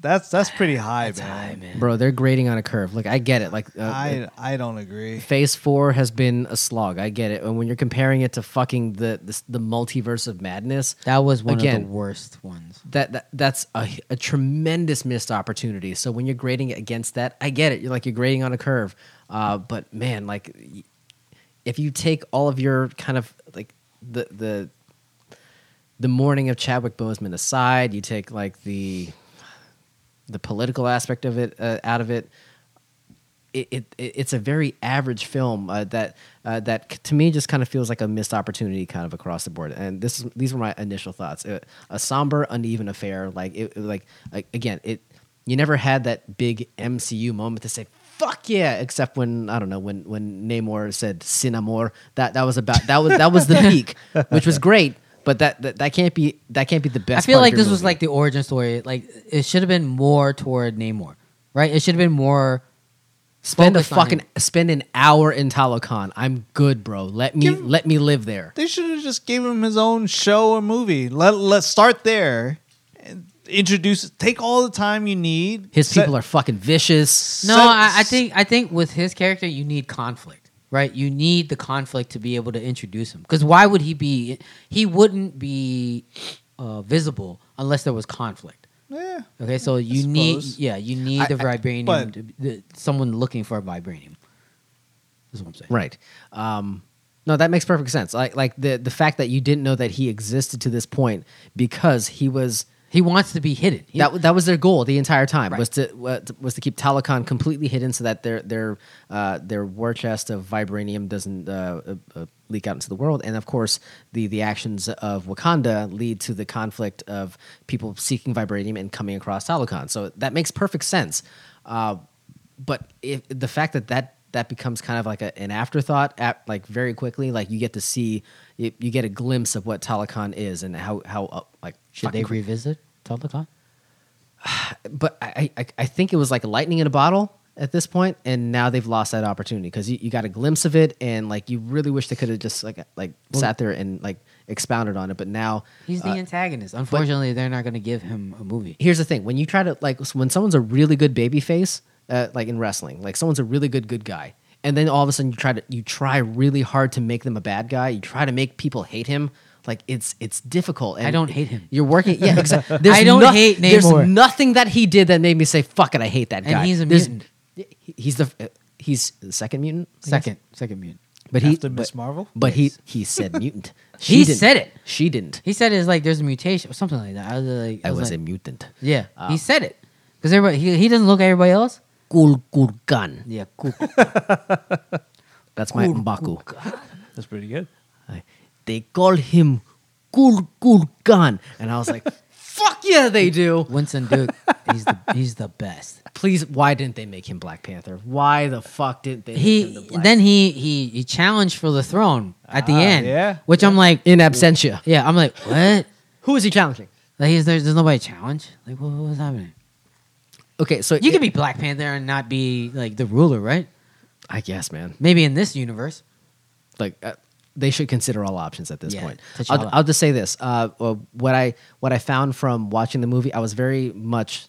B: That's that's pretty high,
A: That's
B: man.
A: high, man.
C: Bro, they're grading on a curve. Look, I get it. Like, uh,
B: I I don't agree.
C: Phase four has been a slog. I get it. And when you're comparing it to fucking the the, the multiverse of madness,
A: That was one of
C: Again.
A: the worst ones.
C: that, that that's a, a tremendous missed opportunity. So when you're grading it against that, I get it. You're like you're grading on a curve, uh, but man, like y- if you take all of your kind of like the the the morning of Chadwick Boseman aside, you take like the the political aspect of it uh, out of it. It, it, it- it's a very average film uh, that uh, that c- to me just kind of feels like a missed opportunity kind of across the board and this is, these were my initial thoughts Uh a somber uneven affair like it like like, again it you never had that big MCU moment to say fuck yeah except when I don't know when when Namor said sin amor that that was about that was that was the peak which was great but that, that that can't be that can't be the
A: I
C: best
A: feel
C: part
A: like
C: of your
A: this was
C: movie.
A: like the origin story. Like it should have been more toward Namor, right? It should have been more.
C: Spend a
A: Focus on
C: fucking
A: him.
C: spend an hour in Talokan. I'm good, bro. Let me
B: Give-
C: let me live there.
B: They should have just gave him his own show or movie. Let let's start there. And introduce. Take all the time you need.
C: His people are fucking vicious.
A: No,
B: Set-
A: I, I think I think with his character, you need conflict, right? You need the conflict to be able to introduce him. Because why would he be? He wouldn't be uh, visible unless there was conflict.
B: Yeah.
A: Okay, so you need
B: suppose.
A: yeah, you need
C: I-
A: the
C: I-
A: vibranium,
B: but-
A: to, the, someone looking for a vibranium. That's what I'm saying.
C: Right. Um, no, that makes perfect sense. Like like the the fact that you didn't know that he existed to this point because he was
A: He wants to be hidden. He-
C: that that was their goal the entire time
A: Right.
C: was to wa- was to keep Talokan completely hidden so that their their uh, their war chest of vibranium doesn't uh, uh, uh, leak out into the world, and of course the the actions of Wakanda lead to the conflict of people seeking vibranium and coming across Talokan. So that makes perfect sense. Uh, but if the fact that that that becomes kind of like a, an afterthought at, like very quickly like you get to see you, you get a glimpse of what Talokan is and how how uh, like
A: should they
C: fucking cra-
A: revisit Talokan?
C: but I, I, I think it was like lightning in a bottle at this point, and now they've lost that opportunity because you, you got a glimpse of it, and like you really wish they could have just like like sat there and like expounded on it. But now
A: He's the
C: uh,
A: antagonist. Unfortunately, they're not going to give him a movie.
C: here's the thing: when you try to like when someone's a really good baby face, uh, like in wrestling, like someone's a really good good guy, and then all of a sudden you try to you try really hard to make them a bad guy. You try to make people hate him. Like it's it's difficult. And
A: I don't hate him.
C: You're working. Yeah, exactly.
A: I don't hate Namor.
C: There's nothing that he did that made me say fuck it. I hate that
A: And
C: guy.
A: he's a
C: There's-
A: mutant.
C: he- He's the uh, he's the second mutant. I guess?
A: Second, second mutant.
C: but he
B: After
C: but-
B: Miss Marvel.
C: But he he said mutant.
A: He
C: didn't.
A: said it.
C: She didn't.
A: He said it's like there's a mutation or something like that. I was like, I
C: I
A: was,
C: was
A: like,
C: a mutant.
A: yeah.
C: Ah.
A: he said it because everybody he, he doesn't look at everybody else.
C: Kulkulkan.
A: Yeah, cool.
C: That's my Mbaku.
B: That's pretty good.
C: I- they call him Kul Kul Khan. And I was like, fuck yeah, they do.
A: Winston Duke, he's the he's the best.
C: Please, why didn't they make him Black Panther? Why the fuck didn't they make him the
A: He
C: Black
A: then he he he challenged for the throne at the
B: Ah,
A: end.
B: yeah,
A: which I'm like,
C: In absentia.
A: yeah, I'm like, what?
C: Who is he challenging?
A: Like he's, there's, there's nobody challenge. Like what, what was happening?
C: Okay, so
A: You
C: it-
A: could be Black Panther and not be like the ruler, right?
C: I guess, man.
A: Maybe in this universe.
C: like uh, they should consider all options at this
A: Yeah,
C: point.
A: T'Challa.
C: I'll, I'll just say this: uh, uh, what I what I found from watching the movie, I was very much,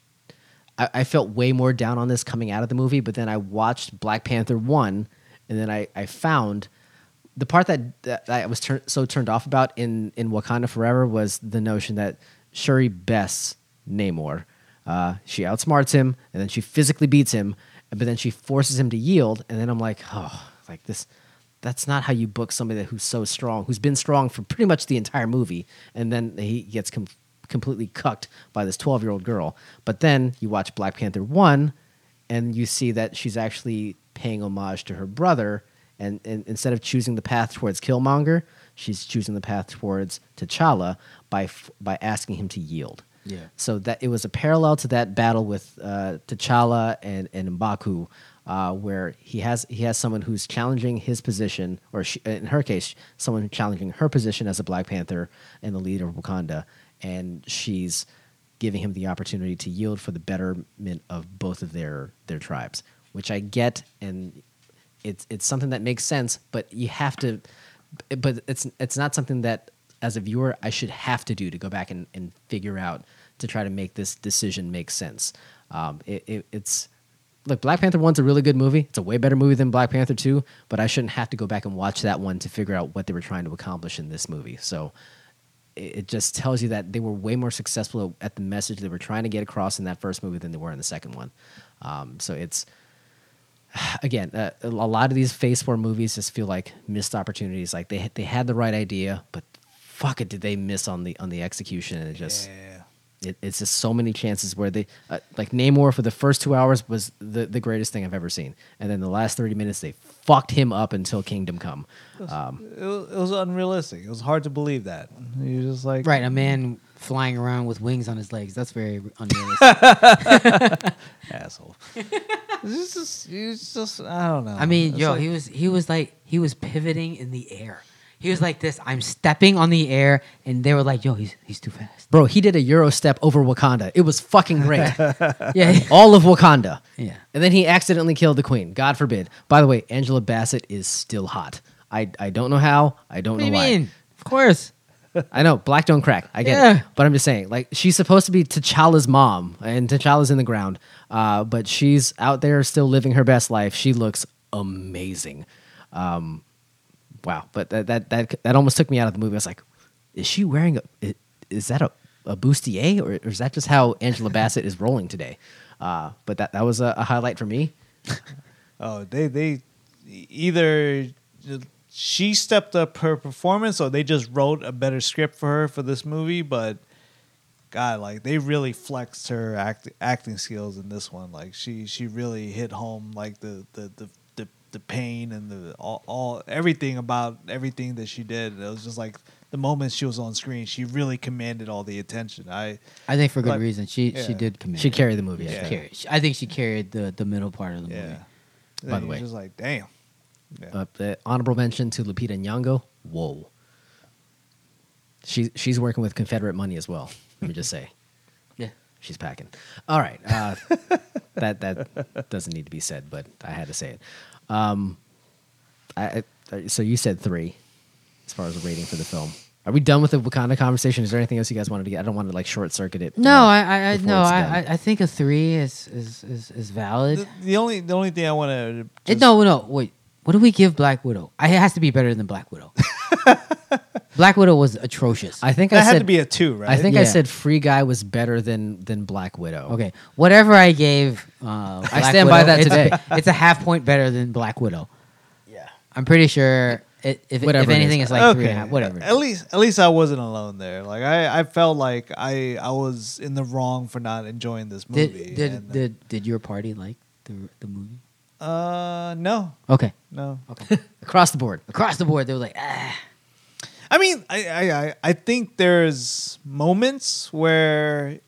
C: I, I felt way more down on this coming out of the movie. But then I watched Black Panther one, and then I I found the part that, that I was tur- so turned off about in in Wakanda Forever was the notion that Shuri bests Namor. Uh, she outsmarts him, and then she physically beats him, but then she forces him to yield. And then I'm like, oh, like this that's not how you book somebody that, who's so strong, who's been strong for pretty much the entire movie, and then he gets com- completely cucked by this 12 year old girl. But then you watch Black Panther 1, and you see that she's actually paying homage to her brother, and, and instead of choosing the path towards Killmonger, she's choosing the path towards T'Challa by, f- by asking him to yield.
A: Yeah.
C: So that it was a parallel to that battle with uh, T'Challa and and M'Baku, uh, where he has he has someone who's challenging his position, or she, in her case, someone challenging her position as a Black Panther and the leader of Wakanda, and she's giving him the opportunity to yield for the betterment of both of their their tribes, which I get, and it's it's something that makes sense. But you have to, but it's it's not something that as a viewer I should have to do to go back and, and figure out to try to make this decision make sense. Um, it, it, it's look, Black Panther One's a really good movie. It's a way better movie than Black Panther Two, but I shouldn't have to go back and watch that one to figure out what they were trying to accomplish in this movie. So it, it just tells you that they were way more successful at the message they were trying to get across in that first movie than they were in the second one. Um, so it's again, uh, a lot of these Phase Four movies just feel like missed opportunities. Like they they had the right idea, but fuck it, did they miss on the on the execution? And it just
B: Yeah.
C: it, it's just so many chances where they uh, like Namor for the first two hours was the, the greatest thing I've ever seen, and then the last thirty minutes they fucked him up until Kingdom Come. Um,
B: It was, it was unrealistic. It was hard to believe that. You're just like,
H: Right, a man flying around with wings on his legs. That's very unrealistic.
B: asshole. it's just, it's just, I don't know.
H: I mean,
B: It's
H: yo,
B: like-
H: he was he was like he was pivoting in the air. He was like this. I'm stepping on the air, and they were like, "Yo, he's he's too fast."
C: bro, he did a Euro step over Wakanda. It was fucking great.
H: Yeah,
C: All of Wakanda.
H: Yeah.
C: And then he accidentally killed the queen. God forbid. By the way, Angela Bassett is still hot. I, I don't know how. I don't
H: what
C: know
H: do you
C: why.
H: mean? Of course.
C: I know black don't crack. I get
H: Yeah.
C: it, but I'm just saying, like she's supposed to be T'Challa's mom, and T'Challa's in the ground, uh, but she's out there still living her best life. She looks amazing. Um, wow, but that, that that that almost took me out of the movie. I was like, is she wearing a? i- Is that a a bustier, or, or is that just how Angela Bassett is rolling today? Uh, but that that was a, a highlight for me.
B: oh, they, they either she stepped up her performance or they just wrote a better script for her for this movie. But God, like they really flexed her act, acting skills in this one. Like she, she really hit home like the, the, the, the, the pain and the all, all everything about everything that she did. It was just like the moment she was on screen, she really commanded all the attention. I,
A: I think for good
B: Like-
A: reason. She she
B: yeah.
A: did commit.
C: She carried the movie. I
B: Yeah.
C: think.
A: carried. she- I think she carried the the middle part of the
B: yeah.
A: movie.
C: By the
B: You're
C: way.
B: just like damn. Yeah.
C: Uh, the honorable mention to Lupita Nyong'o. Whoa, she she's working with Confederate money as well. Let me just say,
A: Yeah.
C: she's packing. All right, uh, that that doesn't need to be said, but I had to say it. Um, I, I so you said three as far as a rating for the film. Are we done with the Wakanda conversation? Is there anything else you guys wanted to get? I don't want to like short circuit it.
A: No, I I, I
C: Before
A: no,
C: it's
A: I,
C: done.
A: I I think a three is is is, is valid.
B: The, the only the only thing I want to
A: It, no, no, wait. What do we give Black Widow? I- It has to be better than Black Widow. Black Widow was atrocious.
C: I think I
B: that had
C: said
B: to be a two, right?
C: I think I
A: Yeah.
C: said Free Guy was better than than Black Widow.
A: okay, whatever I gave, uh, Black
C: stand by
A: Widow,
C: that
A: it's-
C: today.
A: It's, a half point better than Black Widow.
C: Yeah.
A: I'm pretty sure. It, if,
C: Whatever
A: if
C: it
A: anything,
C: is.
A: it's like three and a half. Whatever.
B: At least at least I wasn't alone there. Like I, I felt like I I was in the wrong for not enjoying this
A: did
B: movie.
A: did,
B: and,
A: did did your party like the the movie?
B: uh no
A: Okay,
B: no.
A: okay.
C: Across the board.
A: Across the board, they were like, ah,
B: I mean I I I, I think there's moments where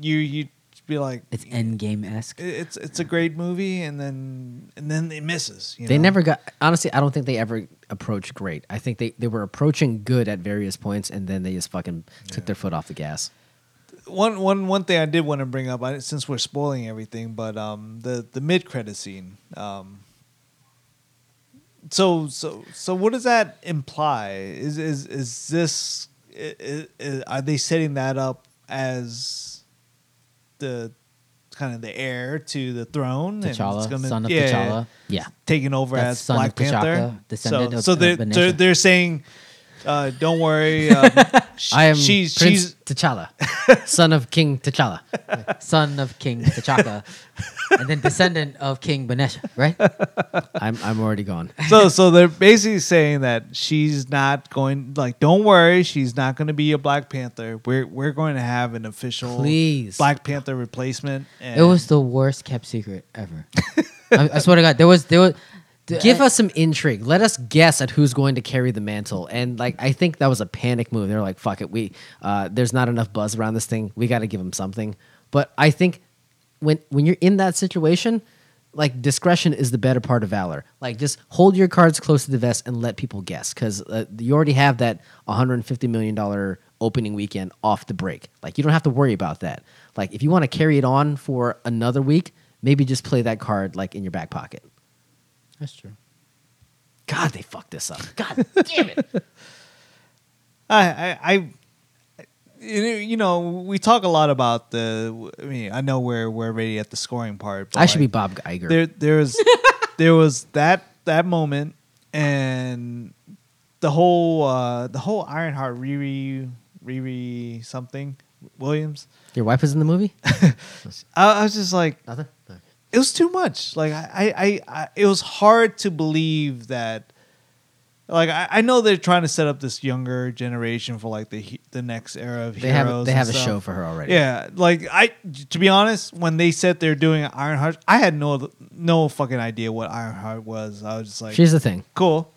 B: you you be like
A: it's Endgame esque.
B: it's it's a great movie and then and then it misses. You
C: They
B: know?
C: never got honestly, I don't think they ever approached great. I think they, they were approaching good at various points and then they just fucking took their foot off the gas.
B: one one one thing I did want to bring up I, since we're spoiling everything, but um the the mid credit scene um. So so so what does that imply? Is is is this? i i i are they setting that up as the kind of the heir to the throne? and it's
A: T'Challa,
B: gonna-
A: son of
B: yeah,
A: T'Challa. Yeah.
B: taking over
A: That's
B: as
A: son
B: Black
A: of T'Chaka,
B: Panther.
A: descendant
B: so,
A: of-
B: so
A: of
B: they're,
A: Banisha.
B: they're they're saying, uh, don't worry. Um, sh-
C: I am
B: she's
C: Prince
B: she's
C: T'Challa, son of King T'Challa.
A: son of King T'Chaka, and then descendant of King Banesha, right?
C: I'm I'm already gone.
B: so so they're basically saying that she's not going like don't worry she's not going to be a black panther we're we're going to have an official
C: Please.
B: black panther replacement and
A: It was the worst kept secret ever. I, I swear to God, there was there was. th-
C: Give
A: I-
C: us some intrigue. Let us guess at who's going to carry the mantle. And like, I think that was a panic move. They're like, "Fuck it, we uh, there's not enough buzz around this thing. We got to give him something." But I think when when you're in that situation, like discretion is the better part of valor. Like, just hold your cards close to the vest and let people guess because uh, you already have that 150 million dollar opening weekend off the break. Like you don't have to worry about that. Like if you want to carry it on for another week, maybe just play that card like in your back pocket.
A: That's true.
C: God, they fucked this up. God,
B: I, I, I, you know, we talk a lot about the. I mean, I know we're we're already at the scoring part. But
C: I should be
B: like,
C: Bob Geiger.
B: There, there was, there was that that moment, and the whole uh the whole Ironheart Riri Riri something Williams.
C: your wife was in the movie.
B: I, I was just like,
C: Nothing.
B: it was too much. Like I, I, I, I it was hard to believe that. Like I, I know they're trying to set up this younger generation for like the he- the next era of
C: They
B: heroes.
C: have they
B: and
C: have a
B: stuff.
C: show for her already.
B: Yeah, like I, to be honest, when they said they're doing Ironheart, I had no no fucking idea what Ironheart was. I was just like,
C: Shere's the thing.
B: cool.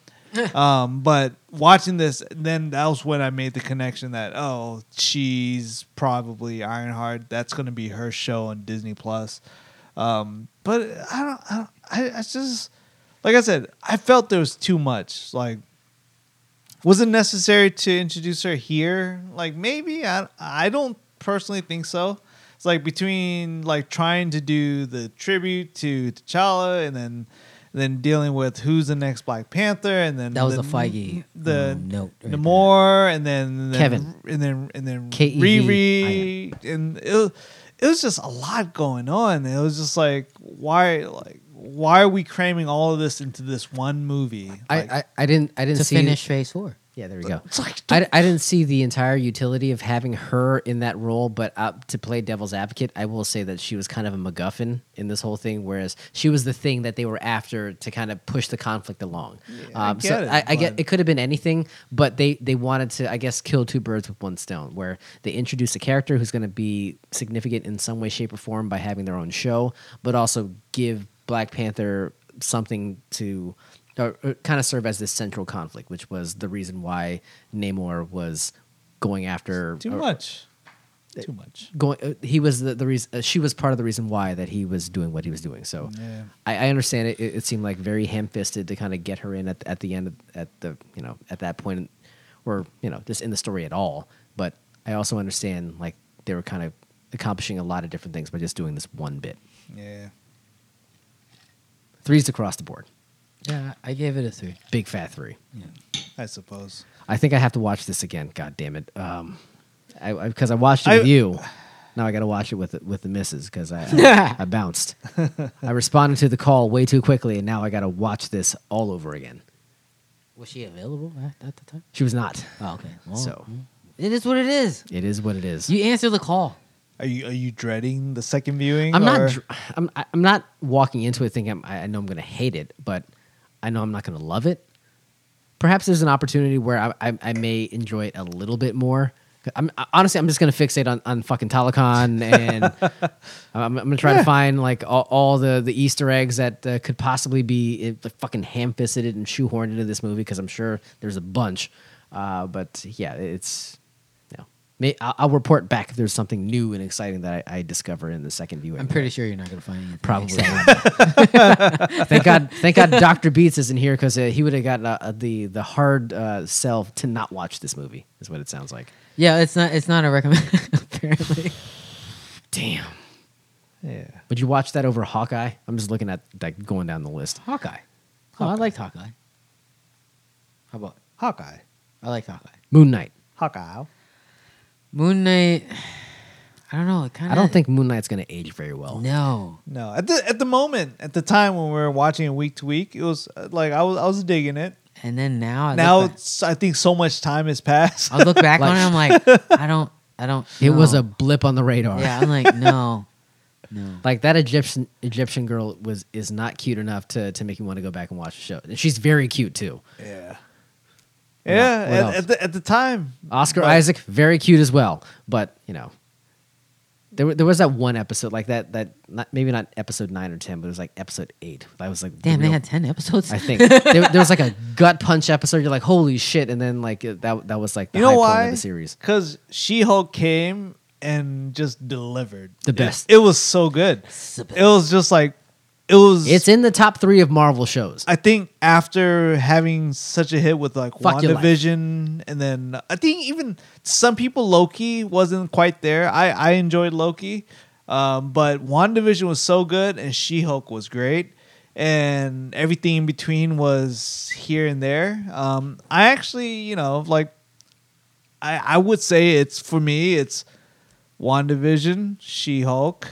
B: um, but watching this, then that was when I made the connection that oh, she's probably Ironheart. That's going to be her show on Disney Plus. Um, but I don't, I, don't I, I just like I said, I felt there was too much. Like, was it necessary to introduce her here? Like, maybe I, I don't personally think so. It's like between like trying to do the tribute to T'Challa and then. Then dealing with who's the next Black Panther, and then
A: That was
B: the,
A: a Feige,
B: the
A: um, note right
B: Namor, and then, and then
A: Kevin. E
B: and then and then
A: K-E-V-I-N.
B: Riri, and it, was- it was just a lot going on. It was just like why, like why are we cramming all of this into this one movie? Like,
C: I, I, I didn't I didn't
A: To
C: see
A: finish phase four.
C: Yeah, there we go.
B: it's like
C: I, I didn't see the entire utility of having her in that role, but uh, to play devil's advocate, I will say that she was kind of a MacGuffin in this whole thing, whereas she was the thing that they were after to kind of push the conflict along.
B: I
C: um, so
B: get it,
C: I, I get
B: but-
C: it could have been anything, but they they wanted to, I guess, kill two birds with one stone, where they introduce a character who's going to be significant in some way, shape, or form by having their own show, but also give Black Panther something to or, or kind of serve as this central conflict, which was the reason why Namor was going after
B: too
C: or-
B: much, too much.
C: Going, uh, he was the, the reason. Uh, she was part of the reason why that he was doing what he was doing. So
B: Yeah.
C: I, I understand it. it. It seemed like very ham-fisted to kind of get her in at, at the end of, at the you know at that point, or you know just in the story at all. But I also understand like they were kind of accomplishing a lot of different things by just doing this one bit.
B: Yeah,
C: Threes across the board,
A: Yeah, I gave it a three.
C: big fat three.
B: I suppose.
C: I think I have to watch this again. God damn it! Um, I because I, watched it
B: I-
C: with you. Now I got to watch it with the, with the missus because I, I I bounced. I responded to the call way too quickly, and now I got to watch this all over again.
A: Was she available at, at the time?
C: She was not.
A: Oh, okay. Well,
C: So
H: It is what it is.
C: it is what it is.
H: You answer the call.
B: Are you are you dreading the second viewing?
C: I'm
B: or-
C: not. dr- I'm I- I'm not walking into it thinking I'm, I I know I'm going to hate it, but I know I'm not going to love it. Perhaps there's an opportunity where I, I, I may enjoy it a little bit more. I'm I- honestly I'm just going to fixate on on fucking Telecon and I'm, I'm going to try to find like all, all the the Easter eggs that uh, could possibly be uh, like fucking ham fisted and shoehorned into this movie because I'm sure there's a bunch. Uh, but yeah, it's. No. May, I'll, I'll report back if there's something new and exciting that I, I discover in the second viewing.
A: I'm pretty sure you're not gonna find anything.
C: Probably.
A: except-
C: thank God. Thank God. Doctor Beats isn't here because uh, he would have gotten uh, the the hard uh, sell to not watch this movie. Is what it sounds like.
A: Yeah, it's not. It's not a recommend. apparently,
C: Damn.
B: Yeah,
C: Would you watch that over Hawkeye? I'm just looking at like going down the list.
A: Hawkeye. Oh, I liked Hawkeye. How about
B: Hawkeye,
A: I liked Hawkeye.
C: Moon Knight.
B: Hawkeye.
A: Moon Knight. I don't know. It kind
C: I don't think Moon Knight's going to age very well.
A: No.
B: No, at the at the moment, at the time when we were watching it week to week, it was uh, like I was I was digging it.
A: And then now, I
B: now
A: look back,
B: it's, I think so much time has passed.
A: I look back on it. I'm like, I don't. I don't.
C: It was
A: know.
B: Oh.
C: a blip on the radar.
A: Yeah, I'm like, no, no.
C: Like that Egyptian Egyptian girl was is not cute enough to to make you want to go back and watch the show. And she's very cute too.
B: Yeah.
C: What
B: Yeah,
C: else?
B: at, at, the, at the time.
C: Oscar Isaac, very cute as well. But you know, there wa- there was that one episode like that that not, maybe not episode nine or ten, but it was like episode eight. That was like the
A: Damn, they
C: real-
A: had ten episodes.
C: I think there, there was like a gut punch episode. You're like, holy shit! And then like it- that that was like the
B: You know
C: high
B: why?
C: point of the series.
B: Because She Hulk came and just delivered.
C: The
B: It-
C: best.
B: It, was so good. It was just like, it was.
C: It's in the top three of Marvel shows.
B: I think after having such a hit with like
C: Fuck your life.
B: WandaVision, and then I think even some people Loki wasn't quite there. I I enjoyed Loki, um, but WandaVision was so good, and She Hulk was great, and everything in between was here and there. Um, I actually, you know, like I I would say it's for me it's WandaVision, She Hulk,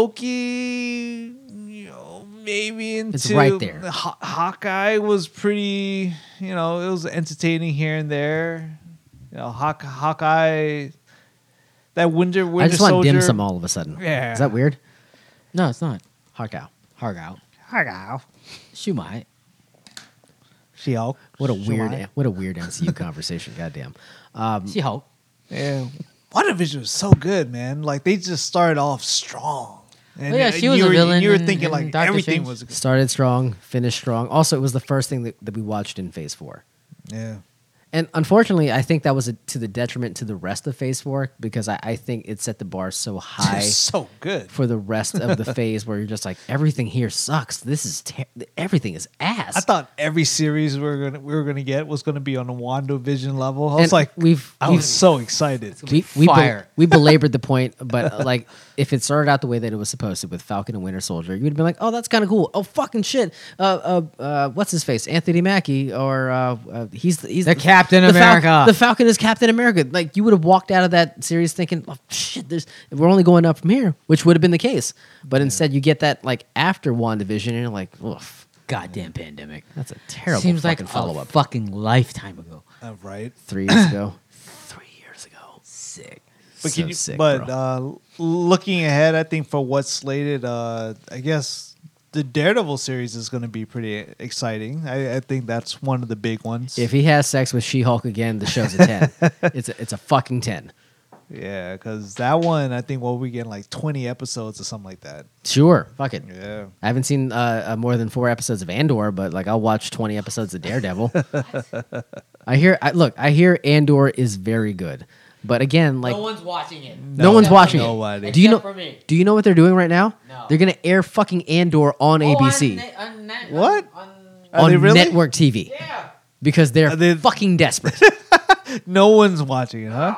B: Loki, you know, maybe into
C: It's right there.
B: Haw- Hawkeye was pretty, you know, it was entertaining here and there. You know, Hawk, Hawkeye, that Winter Winter
C: I just want
B: Soldier.
C: dim sum all of a sudden.
B: Yeah.
C: Is that weird?
A: No, it's not.
C: Harkow.
A: Hard out.
B: Hawkeye,
A: Shumai.
B: She Hulk.
C: What a weird,
B: July.
C: what a weird MCU conversation. Goddamn. Um,
A: She Hulk.
B: Yeah, WandaVision was so good, man. Like they just started off strong. And
A: Oh, yeah,
B: uh,
A: she was
B: you
A: a
B: were,
A: villain
B: You were
A: in-
B: thinking
A: in
B: like
A: Doctor
B: everything
A: Strange.
B: was good.
C: started strong, finished strong. Also, it was the first thing that, that we watched in Phase Four.
B: Yeah.
C: And unfortunately, I think that was a, to the detriment to the rest of Phase Four because I, I think it set the bar so high
B: so good.
C: for the rest of the phase where you're just like everything here sucks. This is ter- everything is ass.
B: I thought every series we were gonna we were gonna get was gonna be on a WandaVision level. I was
C: And
B: like,
C: we've
B: I
C: we've
B: was so excited.
C: we we, bel-
A: fire.
C: we belabored the point, but uh, like if it started out the way that it was supposed to with Falcon and Winter Soldier, you'd be like, oh, that's kind of cool. Oh, fucking shit. Uh, uh, uh, what's his face? Anthony Mackie, or uh, uh, he's he's
A: The Captain
C: Fal-
A: America.
C: the Falcon is Captain America. Like you would have walked out of that series thinking, oh shit, there's we're only going up from here, which would have been the case. But instead, you get that like after WandaVision, and you're like, oof,
A: Goddamn pandemic.
C: that's a terrible
A: Seems like
C: fucking
A: a
C: follow up.
A: fucking lifetime ago.
B: Uh, right,
C: Three years ago.
A: Three years ago. Sick.
B: but,
C: So
B: can you,
C: sick,
B: but
C: bro.
B: uh, looking ahead, I think for what's slated, uh, I guess the Daredevil series is gonna be pretty exciting. I, I think that's one of the big ones.
C: If he has sex with She-Hulk again, the show's a ten. it's a, it's a fucking ten.
B: yeah, because that one, I think, what we get like twenty episodes or something like that.
C: Sure, fuck it.
B: Yeah.
C: I haven't seen uh, uh, more than four episodes of Andor, but like I'll watch twenty episodes of Daredevil. I hear, I, look, I hear Andor is very good, but again, like
A: no one's watching it.
C: No one's watching
B: nobody.
C: it. Do you know?
A: Except for me.
C: Do you know what they're doing right now?
A: No. Oh,
C: They're gonna air fucking Andor on ABC
A: On, on, on,
B: What?
A: on-
B: Are
C: on
B: they really?
C: network TV
A: yeah.
C: because they're
B: Are they-
C: fucking desperate.
B: No one's watching it, huh?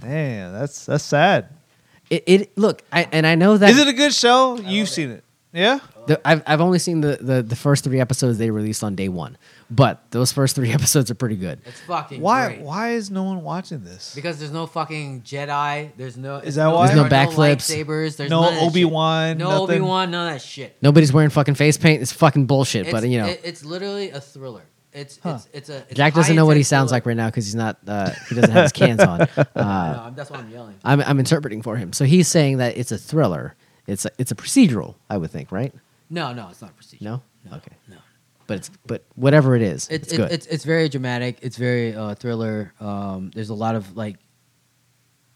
B: Damn, that's that's sad.
C: it, it look, I, and I know that
B: Is it a good show? You've seen it. Yeah.
C: The, I've, I've only seen the, the, the first three episodes they released on day one, but those first three episodes are pretty good.
A: It's fucking
B: Why?
A: great.
B: Why is no one watching this?
A: Because there's no fucking Jedi. There's no.
B: Is that
A: no-
B: why?
A: there
C: There's no
A: are
C: backflips.
A: lightsabers. There's
B: No
A: none of that shit.
B: Obi-Wan,
A: No
B: nothing.
A: Obi Wan. None of that shit.
C: Nobody's wearing fucking face paint. It's fucking bullshit,
A: It's,
C: but you know,
A: it- it's literally a thriller. It's it's, it's a. It's
C: Jack
A: a
C: doesn't know what he
A: high-intense
C: sounds
A: thriller.
C: like right now because he's not, uh, he doesn't have his cans on. Uh,
A: No, I'm- that's why I'm yelling.
C: I'm, I'm interpreting for him. So he's saying that it's a thriller. It's a, it's a procedural, I would think, right?
A: No, no, it's not prestige.
C: No?
A: no,
C: Okay.
A: no.
C: But it's, but whatever it is,
A: It's
C: it's,
A: it,
C: good.
A: it's it's very dramatic. It's very uh, thriller. Um, there's a lot of like.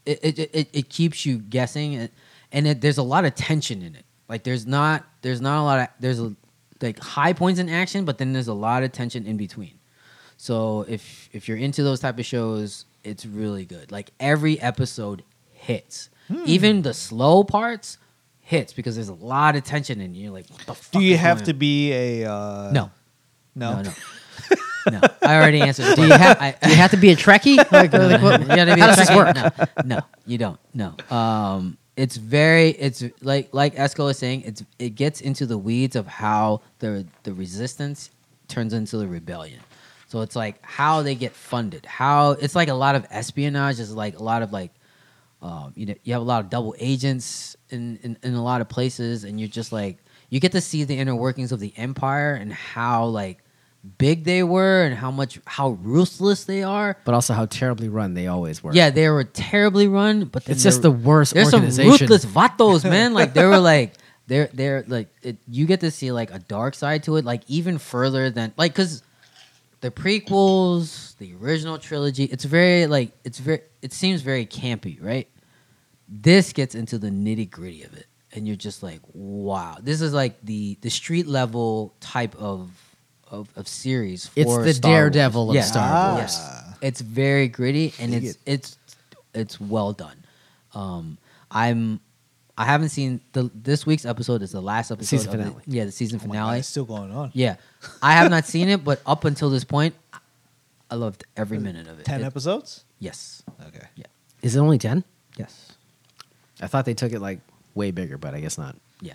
A: It it, it- it, it keeps you guessing, and, and it, there's a lot of tension in it. Like there's not there's not a lot of there's a, like high points in action, but then there's a lot of tension in between. So if if you're into those type of shows, it's really good. Like every episode hits,
B: Hmm.
A: even the slow parts hits because there's a lot of tension, and you're like, what the fuck
B: Do you
A: is
B: have
A: going
B: to
A: on?
B: be a? Uh,
A: No,
B: no, Oh
A: no, no. no, I already answered.
C: do you, ha- do you have to be a Trekkie? Like, like, what-
A: you gotta be
C: how
A: a
C: does this
A: Trekkie.
C: work?
A: No, no, you don't. No. Um, it's very. It's like like Esco is saying. It's it gets into the weeds of how the the resistance turns into the rebellion. So it's like how they get funded. How it's like a lot of espionage. Is like a lot of like. Um, you know, you have a lot of double agents in, in, in a lot of places, and you're just like you get to see the inner workings of the empire and how like big they were and how much how ruthless they are.
C: But also how terribly run they always were.
A: Yeah, they were terribly run, but then
C: It's just
A: there-
C: the worst
A: There's some
C: organization.
A: ruthless vatos, man. Like they were like they're they're like it, you get to see like a dark side to it, like even further than like because the prequels, the original trilogy, it's very like it's very it seems very campy, right? This gets into the nitty gritty of it, and you're just like, wow, this is like the the street level type of of, of series. For
C: It's the
A: Star Wars.
C: Daredevil of
A: Yeah.
C: Star Wars.
A: Yes. It's very gritty and
B: Dig
A: it's it's it's well done. Um, I'm I haven't seen the this week's episode is the last episode.
C: Season
A: of the-
C: finale.
A: yeah, the season
B: Oh my
A: finale.
B: God, it's still going on.
A: yeah, I have not seen it, but up until this point, I- I loved every minute of it.
B: Ten
A: It-
B: episodes.
A: Yes.
B: Okay.
C: Is it only 10?
A: Yes.
C: I thought they took it like way bigger, but I guess not.
A: Yeah.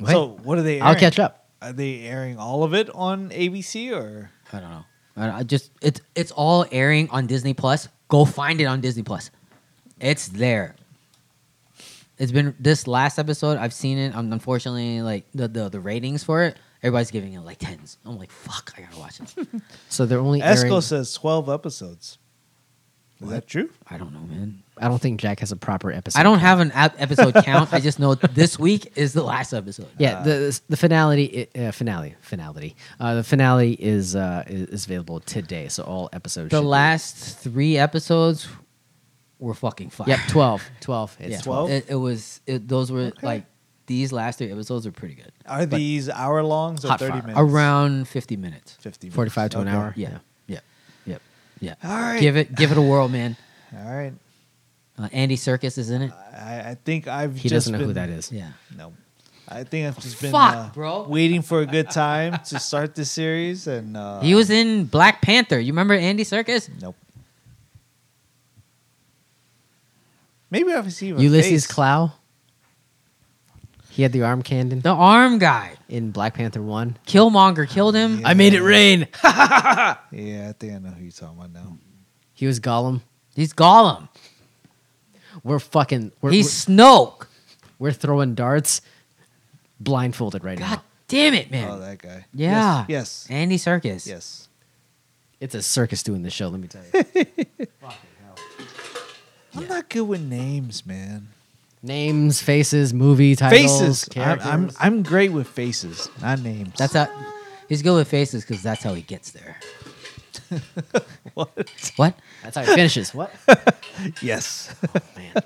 C: Wait,
B: So what are they? Airing?
C: I'll catch up.
B: Are they airing all of it on ABC or?
A: I don't know. I, I just it's it's all airing on Disney Plus. Go find it on Disney Plus. It's there. It's been this last episode. I've seen it. Um, unfortunately, like the, the the ratings for it, everybody's giving it like tens. I'm like, fuck, I gotta watch it.
C: So they're only airing.
B: Esco says twelve episodes. Is that true?
A: I don't know, man.
C: I don't think Jack has a proper episode.
A: I don't have an ep- episode count. I just know this week is the last episode.
B: Uh,
C: Yeah,
B: Ah,
C: the the finality uh, finale finality. Uh, the finale is uh, is is available today, so all episodes.
A: the
C: should be-
A: last three episodes were fucking fire.
C: Yep, 12. 12. It's
A: Yeah.
C: 12.
B: 12?
A: It, it was. It, those were
B: Okay.
A: like these last three episodes were pretty good.
B: Are these hour longs or
C: Hot
B: thirty
C: fire.
B: minutes?
A: Around fifty minutes.
B: fifty. minutes.
C: 45 to an
B: Okay.
C: hour.
A: Yeah. Yeah. Yep. Yep.
B: All right.
A: Give it give it a whirl, man.
B: All right.
A: Uh, Andy Circus is in it.
B: I, I think I've.
C: He
B: just
C: doesn't know who
B: been-
C: that is.
A: Yeah.
B: No. I think I've just been
A: Fuck,
B: uh,
A: bro.
B: waiting for a good time to start this series, and uh,
A: He was in Black Panther. You remember Andy Circus?
B: Nope. Maybe I've seen him.
C: Ulysses
B: face.
C: Clow. He had the arm cannon
A: The arm guy.
C: in Black Panther 1.
A: Killmonger killed him.
B: Yeah. I made it
C: rain.
B: Yeah, I think I know who you're talking about now.
C: He was Gollum.
A: He's Gollum.
C: We're fucking we're
A: He's Snoke.
C: we're, we're throwing darts blindfolded right
A: God
C: now.
A: damn it, man.
B: Oh, that guy.
A: yeah.
B: Yes. Yes.
A: Andy Circus.
B: yes.
C: It's a circus doing this show, let me tell you.
B: I'm not good with names, man.
C: Names, faces, movie titles,
B: Faces. I'm,
C: characters.
B: I'm I'm great with faces, not names.
A: That's how he's good with faces because that's how he gets there.
B: what.
A: What?
C: That's how it finishes. What?
B: Yes.
C: Man.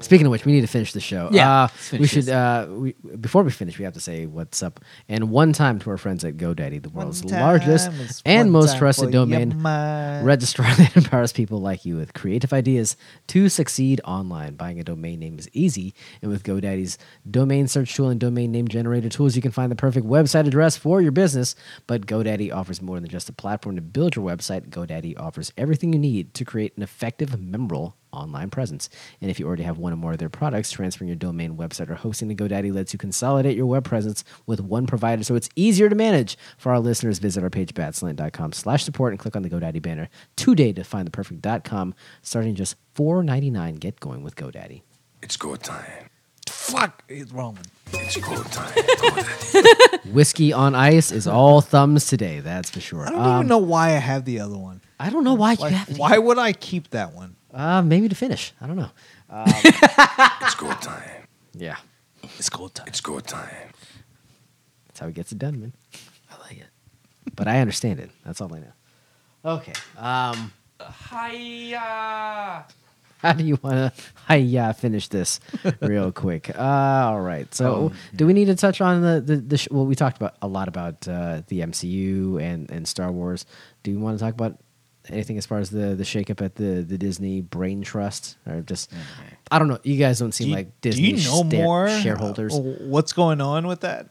C: Speaking of which, we need to finish the show.
A: Yeah,
C: Uh,
A: let's
C: we
A: finish
C: should.
A: this.
C: Uh, we, before we finish, we have to say what's up. And one time to our friends at GoDaddy, the world's
B: One time
C: largest
B: is
C: and
B: one
C: most
B: time
C: trusted
B: for your
C: domain
B: mind.
C: registrar that empowers people like you with creative ideas to succeed online. Buying a domain name is easy, and with GoDaddy's domain search tool and domain name generator tools, you can find the perfect website address for your business. But GoDaddy offers more than just a platform to build your website. GoDaddy offers everything you need to create an effective, memorable online presence. And if you already have one or more of their products, transferring your domain, website, or hosting to GoDaddy lets you consolidate your web presence with one provider, so it's easier to manage. For our listeners, visit our page, batslant.com slash support, and click on the GoDaddy banner today to find the perfect dot .com, starting just $4.99. Get going with GoDaddy.
I: It's go time.
B: Fuck. It's wrong.
I: It's go time.
C: Whiskey on ice is all thumbs today, that's for sure. Uh,
B: I don't even know why I have the other one.
C: I don't know why
B: Like,
C: Um, you have to.
B: why would I keep that one?
C: Uh, maybe to finish. I don't know.
I: It's go time.
C: Yeah,
B: It's cold time.
I: It's go time.
C: that's how he gets it done, man.
A: I like it.
C: But I understand it. That's all I know. Okay. Um,
E: Hiya.
C: how do you want to hiya finish this real quick uh, all right
B: Oh,
C: so do we need to touch on the, the, the sh- well we talked about a lot about uh, the mcu and, and star wars do you want to talk about anything as far as the the shakeup at the the disney brain trust or just i don't know you guys don't seem
B: Do you-
C: like disney
B: do you know
C: sta-
B: more
C: shareholders
B: uh, What's going on with that?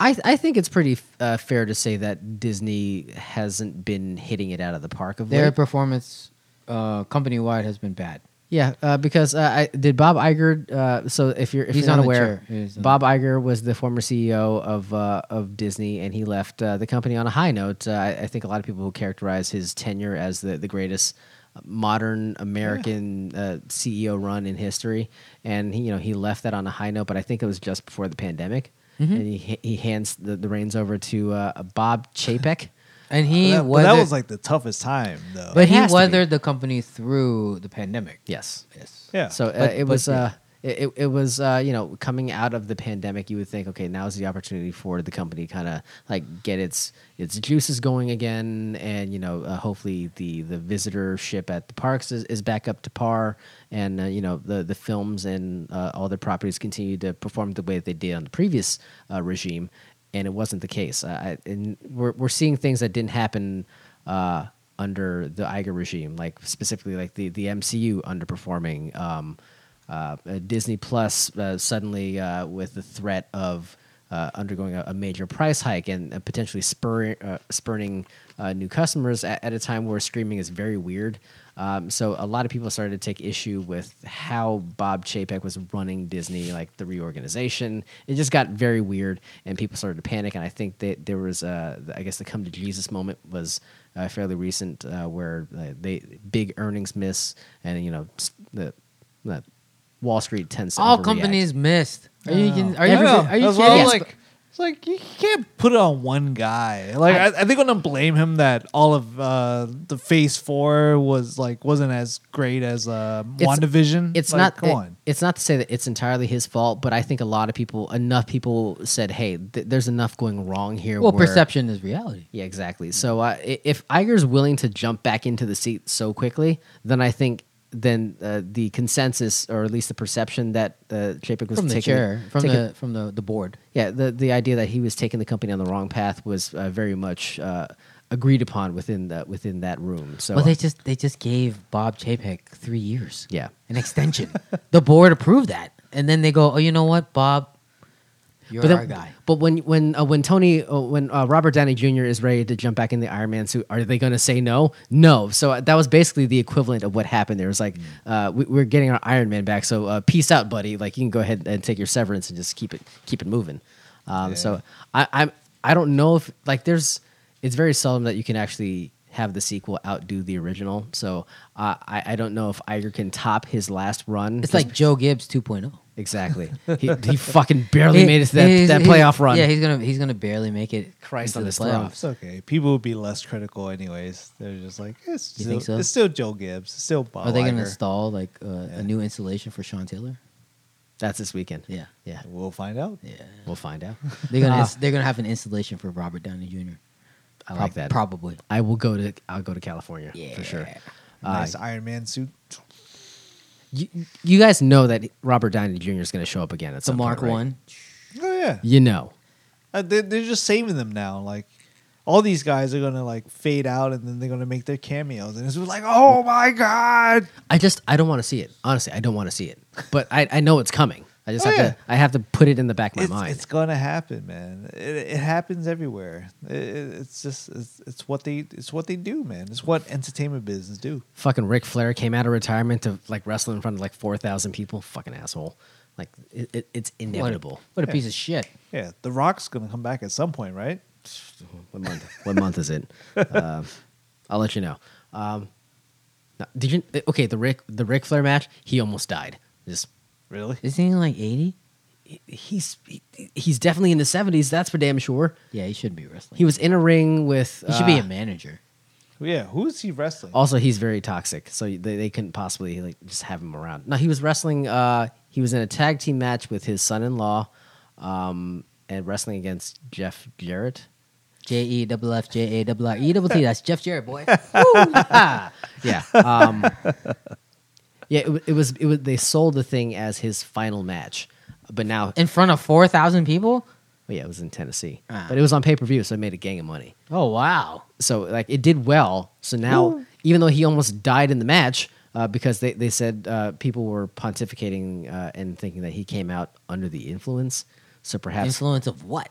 C: I, I think it's pretty uh, fair to say that disney hasn't been hitting it out of the park of
A: Their
C: late.
A: performance uh, company wide has been bad.
C: Yeah, uh, because uh, I did Bob Iger. Uh, so if you're if
A: He's
C: you're not
A: on the
C: aware,
A: chair. He's on
C: Bob Iger was the former CEO of uh, of Disney, and he left uh, the company on a high note. Uh, I, I think a lot of people will characterize his tenure as the the greatest modern American uh, CEO run in history, and he, you know he left that on a high note. But I think it was just before the pandemic,
A: Mm-hmm.
C: and he he hands the, the reins over to uh, Bob Chapek.
A: And he
B: that,
A: was
B: that was like the toughest time, though.
A: But he
C: has to be.
A: weathered the company through the pandemic.
C: yes,
A: Yes.
B: yeah.
C: So uh,
A: But-
C: it
A: but
C: was.
A: yeah.
C: Uh, it, it- it was uh, you know coming out of the pandemic you would think okay now's the opportunity for the company kind of like get its its juices going again and you know uh, hopefully the the visitorship at the parks is, is back up to par and uh, you know the the films and uh, all their properties continue to perform the way that they did on the previous uh, regime and it wasn't the case uh, I, and we're, we're seeing things that didn't happen uh, under the Iger regime like specifically like the the MCU underperforming um, Uh, uh, Disney Plus uh, suddenly uh, with the threat of uh, undergoing a, a major price hike and uh, potentially spur, uh, spurning uh, new customers at, at a time where streaming is very weird. Um, so a lot of people started to take issue with how Bob Chapek was running Disney, like the reorganization. It just got very weird, and people started to panic. And I think that there was, uh, I guess, the come to Jesus moment was uh, fairly recent, uh, where uh, they big earnings miss, and you know s- the, the Wall Street tends to
H: All
C: overreact.
H: companies missed.
A: Are you? kidding- Are you?
B: I know.
A: kidding- Are you?
B: That's why I'm
A: kidding?
B: like, it's like you can't put it on one guy. Like I, I think I'm gonna blame him that all of uh, the Phase Four was like wasn't as great as uh,
C: It's-
B: WandaVision.
C: it's
B: Like,
C: not
B: Come
C: it-
B: on.
C: it's not to say that it's entirely his fault but i think a lot of people enough people said hey th- there's enough going wrong here
A: Well,
C: where-
A: perception is reality.
C: yeah exactly so uh, i- if Iger's willing to jump back into the seat so quickly then i think then uh, the consensus or at least the perception that uh, Chapek was
A: From the
C: taking
A: chair, from
C: taking-
A: the from the the board.
C: yeah, the the idea that he was taking the company on the wrong path was uh, very much uh, agreed upon within the within that room. So
A: Well, they just they just gave Bob Chapek three years.
C: yeah,
A: an extension. the board approved that, and then they go, "Oh, you know what, Bob? You're
C: but
A: our guy."
C: But when when uh, when Tony uh, when uh, Robert Downey Jr. is ready to jump back in the Iron Man suit, are they going to say no? No. So uh, that was basically the equivalent of what happened. There It was like uh, we, we're getting our Iron Man back, so uh, peace out, buddy. Like you can go ahead and take your severance and just keep it keep it moving. Um, So I, I'm I don't know if like there's it's very seldom that you can actually have the sequel outdo the original. So uh, I I don't know if Iger can top his last run.
A: It's
C: Just-
A: like Joe Gibbs oh. 2.0.
C: exactly he, he fucking barely made it to that,
A: He's-
C: that
A: he's-
C: playoff run.
A: Yeah, he's gonna he's gonna barely make it.
C: Christ
A: into
C: on
A: the
C: his throne.
A: playoffs.
B: It's okay. People will be less critical, anyways. They're just like, it's
A: You
B: still,
A: think so?
B: it's still Joe Gibbs. It's still Bob.
A: Are they gonna
B: Iger.
A: install like uh, a new installation for Sean Taylor?
C: That's this weekend.
A: Yeah,
C: Yeah.
B: We'll find out.
A: yeah.
C: We'll find out.
A: They're gonna
C: Ah.
A: ins- they're gonna have an installation for Robert Downey Jr.
C: I like that.
A: Probably.
C: I will go to I'll go to California for sure.
A: Yeah.
B: Nice Iron Man suit. Oh,
C: You, you guys know that Robert Downey Jr. is going to show up again at
A: The
C: some
A: Mark
C: point, right?
A: One.
B: Oh yeah.
C: You know.
B: Uh, they, they're just saving them now. Like all these guys are gonna like fade out, and then they're gonna make their cameos, and it's just like, oh my god.
C: I just I don't want to see it. Honestly, I don't want to see it. But I, I know it's coming. I just
B: Oh,
C: have
B: yeah.
C: to I have to put it in the back of my
B: it's,
C: mind.
B: it's gonna happen, man. It, it happens everywhere. It, it- it's just it's, it's what they it's what they do, man. It's what entertainment business do.
C: Fucking Ric Flair came out of retirement to like wrestle in front of like four thousand people. Fucking asshole. Like it, it, it's inevitable.
A: What a piece of shit.
B: Yeah, The Rock's gonna come back at some point, right?
C: What month? what month is it? Uh, I'll let you know. Um, no, did you? Okay, the Rick the Ric Flair match. He almost died. Just
B: Really?
A: Isn't he like 80?
C: he's he- he's definitely in his seventies. That's for damn sure.
A: Yeah, he should be wrestling.
C: He was in a ring with.
A: he should be
C: uh,
A: a manager.
B: Yeah. Who is he wrestling?
C: Also, he's very toxic, so they, they couldn't possibly like just have him around. No, he was wrestling. Uh, he was in a tag team match with his son-in-law, um, and wrestling against Jeff Jarrett.
A: J E double F J A double R E double T. That's Jeff Jarrett, boy.
C: Yeah. Um, yeah. It, wa- it was. It was. They sold the thing as his final match, but now,
A: In front of 4,000 people?
C: well, yeah, it was in Tennessee,
A: Ah.
C: but it was on pay per view, so it made a gang of money.
A: Oh, wow.
C: So like, it did well. So now, even though he almost died in the match. Uh, because they, they said uh, people were pontificating uh, and thinking that he came out under the influence. So perhaps
A: Influence of what?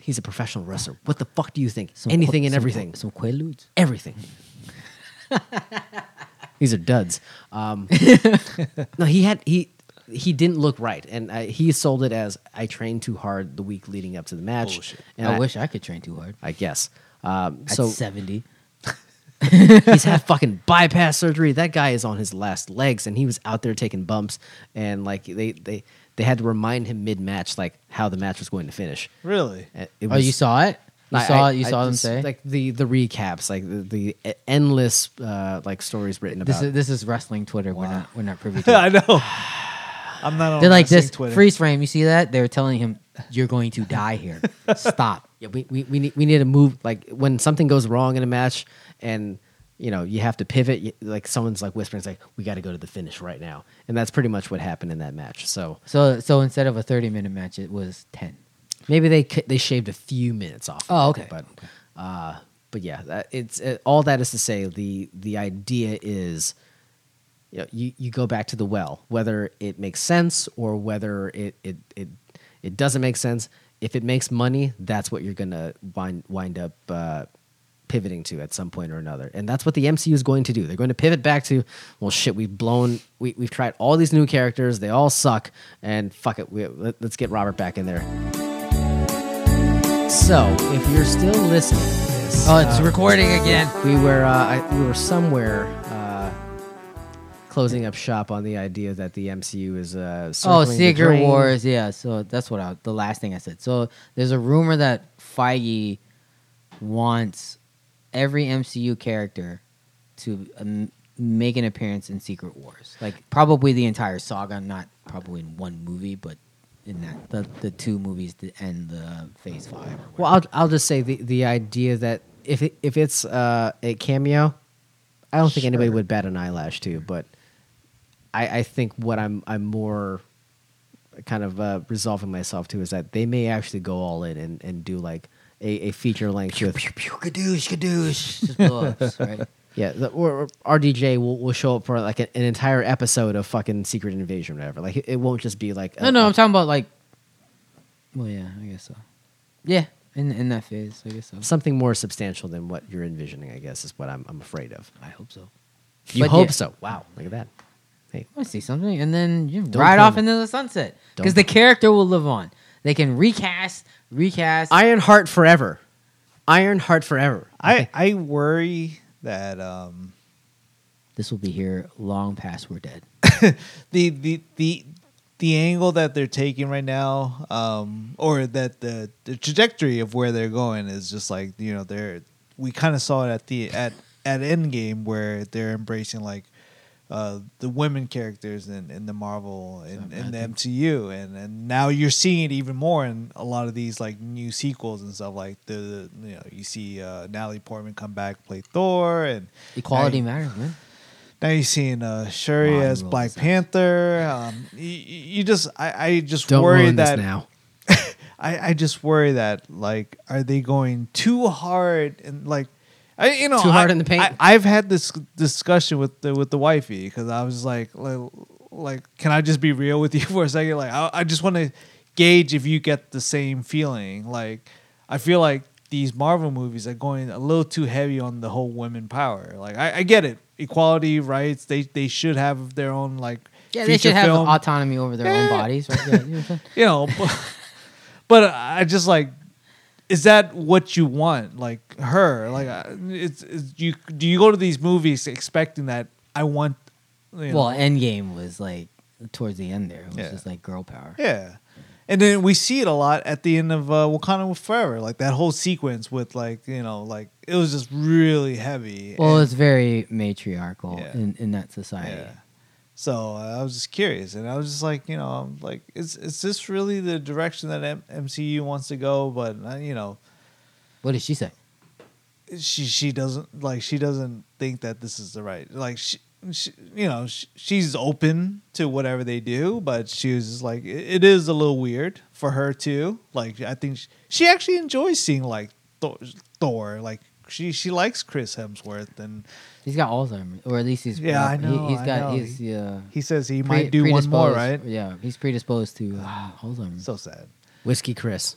C: he's a professional wrestler. What the fuck do you think?
A: Some
C: Anything
A: qu-
C: and
A: some-
C: everything.
A: Some Quaaludes.
C: everything. These are duds. Um, no, he had he he didn't look right, and I, he sold it as I trained too hard the week leading up to the match. And
A: I, wish I could train too hard.
C: I guess. Um,
A: At
C: so
A: 70.
C: he's had fucking bypass surgery. That guy is on his last legs, and he was out there taking bumps, and like they they they had to remind him mid match like how the match was going to finish.
B: really?
C: And It
A: oh, you saw it? You
C: I-
A: saw
C: I-
A: it? You
C: I
A: saw them
C: just-
A: say?
C: like the the recaps, like the, the e- endless uh, like stories written about.
A: this, is, this is wrestling Twitter. We're not we're not privy to
B: I
A: it.
B: know. I'm not on
A: They're like
B: wrestling
A: this
B: Twitter.
A: freeze frame. You see that? They're telling him, you're going to die here. Stop.
C: yeah, we, we, we need we need to move like when something goes wrong in a match, and you know you have to pivot. You, like someone's like whispering, it's like we got to go to the finish right now, and that's pretty much what happened in that match. So
A: So so instead of a 30 minute match, it was 10.
C: maybe they c- they shaved a few minutes off. of
A: Oh,
C: it,
A: okay.
C: but uh, but yeah, that, it's uh all that is to say the the idea is you, know, you you go back to the well, whether it makes sense or whether it it it, it doesn't make sense. If it makes money, that's what you're gonna wind wind up uh, pivoting to at some point or another, and that's what the MCU is going to do. They're going to pivot back to, well, shit, we've blown, we we've tried all these new characters, they all suck, and fuck it, we, let, let's get Robert back in there. So, if you're still listening, to this,
H: Oh, it's recording again.
C: we were uh, I, we were somewhere uh, closing up shop on the idea that the MCU is uh,
A: Oh,
C: circling the
A: Secret
C: drain.
A: Wars. Yeah, so that's what I, the last thing I said. So there's a rumor that Feige wants every MCU character to um, make an appearance in Secret Wars. Like probably the entire saga, not probably in one movie, but in that the, the two movies to end the Phase Five. or
C: Well, I'll, I'll just say the, the idea that if it, if it's uh, a cameo, I don't think anybody would bat an eyelash to. But I, I think what I'm I'm more kind of uh, resolving myself to is that they may actually go all in and, and do like a, a feature length with
A: whatever. Kadoosh, kadoosh, just blow-ups, right?
C: Yeah, the, or, or RDJ will, will show up for like an, an entire episode of fucking Secret Invasion or whatever. Like it, it won't just be like
A: No,
C: a-
A: no,
C: a-
A: I'm talking about like. Well, yeah, I guess so. Yeah, in in that phase, I guess so.
C: something more substantial than what you're envisioning. I guess is what I'm I'm afraid of.
A: I hope so.
C: You
A: But
C: hope
A: yeah.
C: so? Wow, look at that. Hey,
A: I see something, and then you
C: Don't
A: ride
C: tell
A: off
C: me.
A: into the sunset
C: Don't-
A: because the character will live on. They can recast, recast.
C: Ironheart forever, Ironheart forever.
B: I, I worry that um,
A: this will be here long past we're dead.
B: the the the the angle that they're taking right now, um, or that the, the trajectory of where they're going is just like you know they're we kind of saw it at the at at Endgame where they're embracing like uh, the women characters in, in the Marvel and, and the MCU and, and now you're seeing it even more in a lot of these like new sequels and stuff like the, the you know you see uh, Natalie Portman come back play Thor and
A: Equality
B: now you-
A: matters, man.
B: now you're seeing uh, Shuri
A: Ron
B: as
A: rules
B: Black
A: this.
B: Panther. Um, you, you just, I, I just
C: Don't
B: worry
C: ruin
B: that
C: this now.
B: I, I just worry that like, are they going too hard and like, I, you know,
C: Too hard
B: I-
C: in the paint?
B: I, have had this discussion with the with the wifey because I was like, like, like, can I just be real with you for a second? Like, I, I just want to gauge if you get the same feeling. Like, I feel like these Marvel movies are going a little too heavy on the whole women power. Like, I, I get it, equality rights. They they should have their own like.
A: Yeah, they should
B: feature
A: have
B: film
A: autonomy over their own
B: Yeah.
A: bodies, right? Yeah, you know what I'm saying?
B: you know but, but i just like is that what you want like her like I- it's, it's you do you go to these movies expecting that i want you know,
A: well, Endgame was like towards the end there. It was
B: Yeah.
A: just like girl power.
B: yeah and then we see it a lot at the end of uh, Wakanda Forever, like that whole sequence with like you know like it was just really heavy.
A: Well,
B: and-
A: it's very matriarchal
B: Yeah.
A: in, in that society.
B: Yeah. So uh, I was just curious, and I was just like, you know, I'm like, is is this really the direction that M- MCU wants to go? But uh, you know,
A: What did she say?
B: she she doesn't like she doesn't think that this is the right like she, she you know she, she's open to whatever they do but she was just like it, it is a little weird for her too like i think she, she actually enjoys seeing like thor, thor like she she likes chris hemsworth and
A: He's got Alzheimer's, or at least he's
B: Yeah, I know,
A: He, has
B: I
A: got
B: know.
A: he's yeah.
B: he says he
A: Pre-
B: might do one more
A: predisposed-
B: right
A: Yeah, he's predisposed to uh, Alzheimer's.
B: so sad
C: Whiskey Chris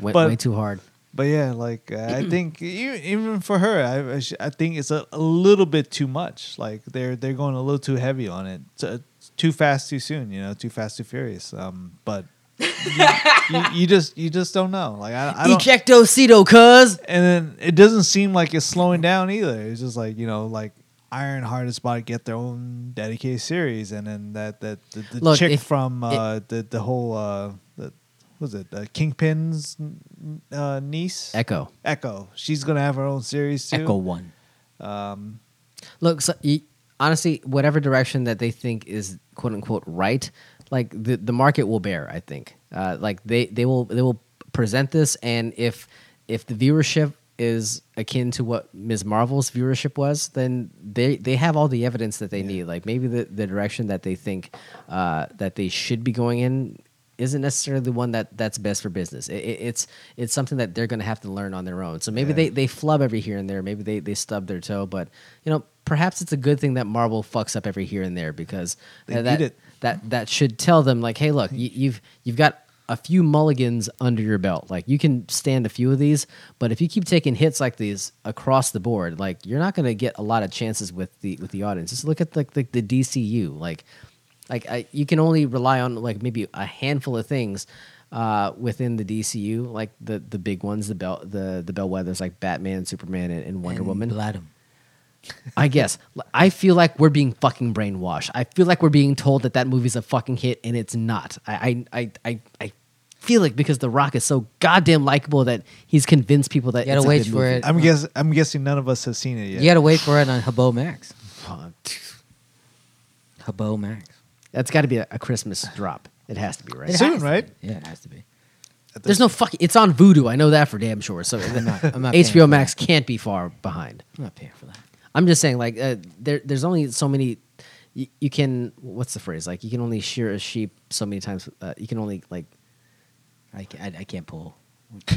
C: went
B: But-
C: way too hard.
B: But yeah, like uh, I think e- even for her, I- I sh- I think it's a, a little bit too much. Like they're they're going a little too heavy on it, T- uh, too fast, too soon. You know, too fast, too furious. Um, but you, you, you just you just don't know. Like I, I don't,
C: Ejectocito, cuz
B: and then it doesn't seem like it's slowing down either. It's just like you know, like Ironheart is about to get their own dedicated series, and then that that the, the
A: Look,
B: chick
A: if-
B: from uh, the the whole uh, the, what was it uh, Kingpin's n- uh, niece
C: Echo.
B: Echo. She's gonna have her own series too.
A: Echo one.
C: Look, so, y honestly, whatever direction that they think is "quote unquote" right, like the the market will bear. I think, uh, like they they will they will present this, and if if the viewership is akin to what Ms. Marvel's viewership was, then they they have all the evidence that they need. Like maybe the the direction that they think uh, that they should be going in isn't necessarily the one that that's best for business. It, it- it's it's something that they're going to have to learn on their own. So maybe they, they flub every here and there. Maybe they they stub their toe, but you know, perhaps it's a good thing that Marvel fucks up every here and there because
B: They
C: that,
B: need it.
C: that that should tell them like, hey, look, you, you've you've got a few mulligans under your belt. Like you can stand a few of these, but if you keep taking hits like these across the board, like you're not going to get a lot of chances with the with the audience. Just look at like the, the, DCU. Like like I, you can only rely on like maybe a handful of things. Uh, within the DCU, like the the big ones, the bell the the bellwethers like Batman, Superman, and, and Wonder
A: And
C: Woman.
A: Let him.
C: I guess. L- I feel like we're being fucking brainwashed. I feel like we're being told that that movie's a fucking hit, and it's not. I I I I, I feel like because The Rock is so goddamn likable that he's convinced people that
A: You gotta
C: it's a
A: wait
C: good
A: for
C: movie.
A: it.
B: I'm guess I'm guessing none of us have seen it yet.
A: You gotta wait for it on Habo Max.
C: Oh, t-
A: Habo Max.
C: That's got to be a, a Christmas drop. It has to be right.
B: It Soon, right?
A: Yeah, it has to be.
C: There's no fucking. It's on Voodoo. I know that for damn sure. So
A: I'm not. I'm not paying
C: HBO
A: for
C: Max can't be far behind.
A: That. I'm not paying for that.
C: I'm just saying, like, uh, there, there's only so many. You, you can. What's the phrase? Like, you can only shear a sheep so many times. Uh, you can only like.
A: I can't, I, I can't pull